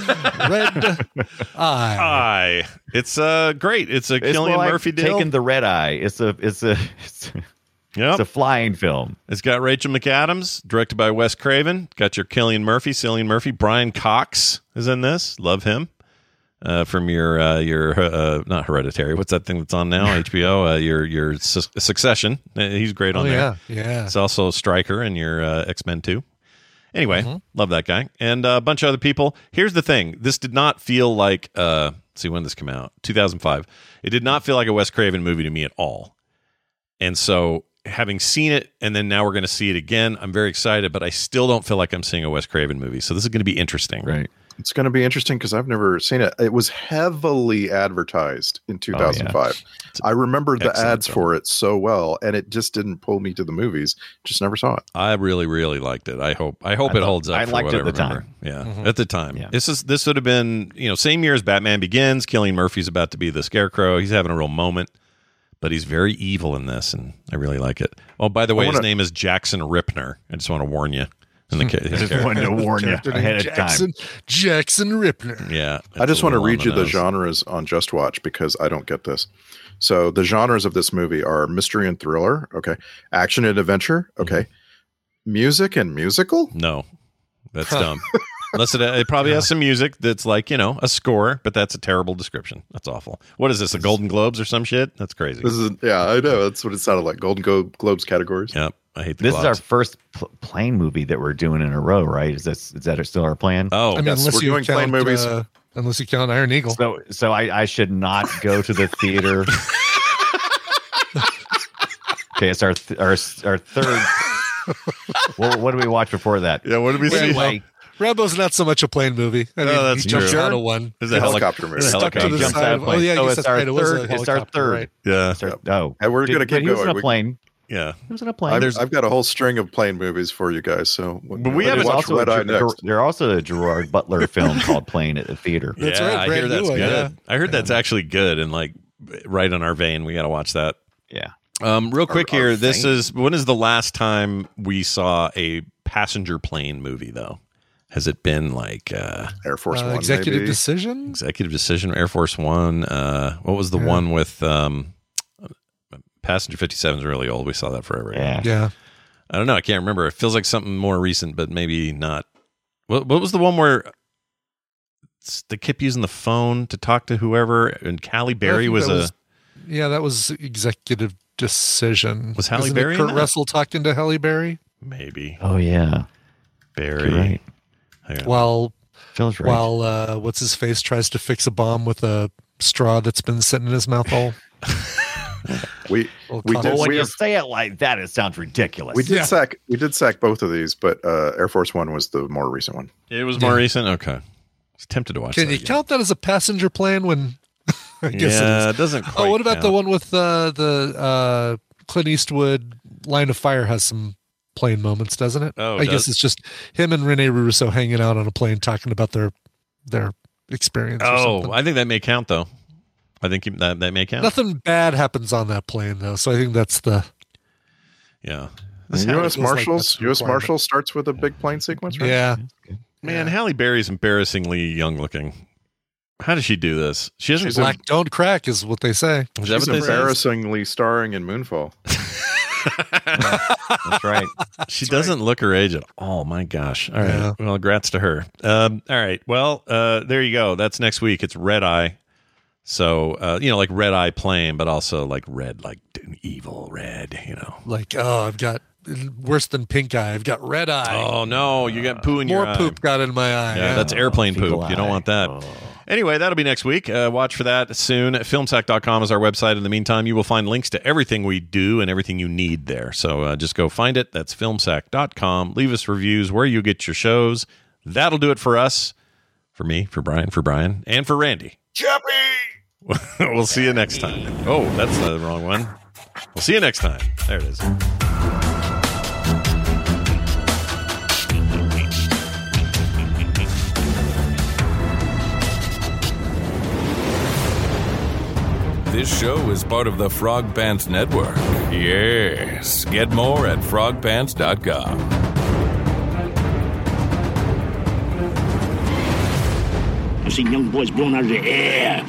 Speaker 8: (laughs)
Speaker 2: Red
Speaker 8: Eye. It's uh great. It's a
Speaker 10: It's
Speaker 8: Killian
Speaker 10: more like
Speaker 8: Murphy deal.
Speaker 10: Taking the red eye. It's a. It's a. (laughs) It's a,
Speaker 8: it's
Speaker 10: a flying film.
Speaker 8: It's got Rachel McAdams, directed by Wes Craven. Got your Killian Murphy, Cillian Murphy. Brian Cox is in this. Love him. Uh, from your uh, your uh, not hereditary. What's that thing that's on
Speaker 2: (laughs)
Speaker 8: now? HBO. Uh, your your Su- Succession. Uh, He's great on
Speaker 2: Oh,
Speaker 8: there.
Speaker 2: yeah. Yeah.
Speaker 8: It's also Striker in your uh, X Men Two. Anyway, love that guy and uh, a bunch of other people. Here's the thing: this did not feel like. Uh, let's see when this came out, 2005. It did not feel like a Wes Craven movie to me at all. And so, having seen it, and then now we're going to see it again. I'm very excited, but I still don't feel like I'm seeing a Wes Craven movie. So this is going to be interesting, right?
Speaker 6: It's going to be interesting because I've never seen it. It was heavily advertised in 2005. I remember the
Speaker 8: excellent
Speaker 6: ads for it so well, and it just didn't pull me to the movies. Just never saw it.
Speaker 8: I really, really liked it. I hope. I hope
Speaker 6: I
Speaker 8: it
Speaker 6: thought-
Speaker 8: holds up.
Speaker 6: I
Speaker 8: for
Speaker 6: liked
Speaker 8: what
Speaker 6: it at the
Speaker 8: remember.
Speaker 6: time.
Speaker 8: Yeah,
Speaker 6: Mhm.
Speaker 8: at the time. This is this would have been you know same year as Batman Begins. Killing Murphy's about to be the Scarecrow. He's having a real moment, but he's very evil in this, and I really like it. Oh, by the
Speaker 6: I
Speaker 8: way, his
Speaker 6: wanna- Hmm.
Speaker 8: name is Jackson Ripner. I just want to warn you. And the, ca- his
Speaker 6: Just wanted to
Speaker 8: character.
Speaker 6: warn you
Speaker 2: Character named Jackson, Jackson Ripner.
Speaker 8: Yeah.
Speaker 6: I just want to read you the
Speaker 8: genre.
Speaker 6: genres on Just Watch because I don't get this. So the genres of this movie are mystery and thriller, okay, action and adventure, okay, music and musical.
Speaker 8: No, that's dumb. Unless it, it probably has some music that's like you know a score, but that's a terrible description. That's awful. What is this? The Golden Globes or some shit? That's crazy.
Speaker 6: This is yeah, I know that's what it sounded like. Golden Glo- Globes categories.
Speaker 8: Yep, I hate the
Speaker 10: This is our
Speaker 8: Globes.
Speaker 10: first pl- plane movie that we're doing in a row, right? Is this is that still our plan?
Speaker 6: Uh,
Speaker 8: Oh,
Speaker 2: I mean, unless you count, uh, unless you count Iron Eagle.
Speaker 10: So, so I, I should not go to the
Speaker 6: (laughs)
Speaker 10: theater. okay, it's our th- our our third. well, what do we watch before that?
Speaker 8: Yeah, what did we
Speaker 2: Rambo. Rambo's not so much a plane movie. I
Speaker 8: Oh,
Speaker 10: No,
Speaker 2: mean,
Speaker 10: that's
Speaker 2: he jumps
Speaker 10: true.
Speaker 2: out of one.
Speaker 10: It's a helicopter movie.
Speaker 2: Stuck to
Speaker 10: Helicopter.
Speaker 2: the
Speaker 10: Jumps
Speaker 2: side
Speaker 10: out
Speaker 2: of
Speaker 10: of
Speaker 2: oh yeah, I guess
Speaker 10: plane. So
Speaker 2: that's
Speaker 10: it's our
Speaker 2: right. It was a
Speaker 10: third- it's our
Speaker 2: helicopter,
Speaker 10: third.
Speaker 2: right.
Speaker 8: Yeah.
Speaker 10: Oh,
Speaker 6: and we're
Speaker 10: Did-
Speaker 6: gonna
Speaker 10: but
Speaker 6: keep
Speaker 10: he was
Speaker 6: going.
Speaker 10: in a
Speaker 6: We-
Speaker 10: plane.
Speaker 8: Yeah,
Speaker 10: He was in a plane.
Speaker 6: I've,
Speaker 10: There's-
Speaker 6: I've got a whole string of plane movies for you guys. So
Speaker 10: But we haven't
Speaker 6: watched
Speaker 10: also a
Speaker 6: Red Eye
Speaker 10: Ger- Ger-
Speaker 6: next.
Speaker 10: there are also a Gerard
Speaker 6: (laughs)
Speaker 10: Butler film called Plane at the Theater.
Speaker 8: yeah, I hear that's good. I heard that's actually good and like right on our vein. We got to watch that.
Speaker 10: Yeah.
Speaker 8: Um, real
Speaker 10: Our-
Speaker 8: quick
Speaker 10: our
Speaker 8: here. This
Speaker 10: vein.
Speaker 8: is when is the last time we saw a passenger plane movie though? Has it been like uh,
Speaker 6: Air Force
Speaker 2: Uh, One, Executive maybe? Decision?
Speaker 8: Executive Decision, Air Force One. Uh, what was the
Speaker 2: Yeah.
Speaker 8: one with um, Passenger Fifty Seven? Is really old. We saw that forever. ago.
Speaker 10: Yeah.
Speaker 2: Yeah.
Speaker 8: I don't know. I can't remember. It feels like something more recent, but maybe not. What, what was the one where they kept using the phone to talk to whoever? And Callie Berry
Speaker 2: think
Speaker 8: was a.
Speaker 2: that was- Yeah, that was executive decision.
Speaker 8: Was Halle
Speaker 2: Isn't it
Speaker 8: Berry in
Speaker 2: Kurt
Speaker 8: that?
Speaker 2: Russell talked into Halle Berry
Speaker 8: maybe.
Speaker 10: Oh yeah,
Speaker 8: Barry.
Speaker 10: You're right.
Speaker 8: Hang on.
Speaker 2: while
Speaker 10: Phil's right.
Speaker 2: while uh, what's his face tries to fix a bomb with a straw that's been sitting in his mouth all.
Speaker 6: We
Speaker 2: Well,
Speaker 6: we
Speaker 2: Colin-
Speaker 6: did
Speaker 2: Well, when
Speaker 6: we
Speaker 2: you
Speaker 6: have-
Speaker 10: Say it like that; it sounds ridiculous.
Speaker 6: we did
Speaker 10: Yeah.
Speaker 6: sack we did sack both of these, but uh, Air Force One was the more recent one.
Speaker 8: It was more recent. Okay. I was tempted to watch
Speaker 2: Can
Speaker 8: that.
Speaker 2: you count that as a passenger plane? When (laughs) I guess
Speaker 8: Yeah,
Speaker 2: it, is.
Speaker 8: it doesn't
Speaker 2: oh,
Speaker 8: quite
Speaker 2: what about the
Speaker 8: count.
Speaker 2: one with uh, the uh, Clint Eastwood? Line of Fire has some plane moments, doesn't it?
Speaker 8: Oh, it
Speaker 2: I
Speaker 8: does.
Speaker 2: guess it's just him and Rene Russo hanging out on a plane talking about their their experience. or
Speaker 8: Oh,
Speaker 2: something.
Speaker 8: I think that may count though. I think you- that that may count.
Speaker 2: Nothing bad happens on that plane though, so I think that's the
Speaker 8: Yeah.
Speaker 6: And
Speaker 8: It
Speaker 6: U.S.
Speaker 8: feels like
Speaker 6: Marshals.
Speaker 8: that's a
Speaker 6: U.S.
Speaker 8: requirement.
Speaker 6: Marshals starts with a big plane sequence, right?
Speaker 2: Yeah.
Speaker 8: Man, Halle Berry's embarrassingly young looking. How does she do this? She doesn't.
Speaker 2: Black don't crack is what they say.
Speaker 8: Is that
Speaker 6: She's
Speaker 8: what they say?
Speaker 6: embarrassingly starring in Moonfall.
Speaker 10: That's right.
Speaker 8: She doesn't look her age at all. My gosh. All right.
Speaker 2: Yeah.
Speaker 8: Well, grats to her. Um, all right. Well, uh, there you go. That's next week. It's Red Eye. So, uh, you know, like Red Eye Plane, but also like red, like evil red, you know.
Speaker 2: Like, oh, I've got worse than pink eye. I've got red eye.
Speaker 8: Oh, no. You got poo in your
Speaker 2: More
Speaker 8: eye.
Speaker 2: poop got in my eye.
Speaker 8: Yeah, that's airplane
Speaker 2: fecal
Speaker 8: poop. You don't
Speaker 2: eye.
Speaker 8: want that. Anyway, that'll be next week. Uh, watch for that soon. Filmsack.com is our website. In the meantime, you will find links to everything we do and everything you need there. So uh, just go find it. That's filmsack.com. Leave us reviews where you get your shows. That'll do it for us. For me, for Brian, for Brian, and for Randy. (laughs) we'll see you next time. Oh, that's the wrong one. We'll see you next time. There it is.
Speaker 7: This show is part of the Frog Pants Network. Yes. Get more at frogpants.com.
Speaker 15: I've seen young boys blown out of the air.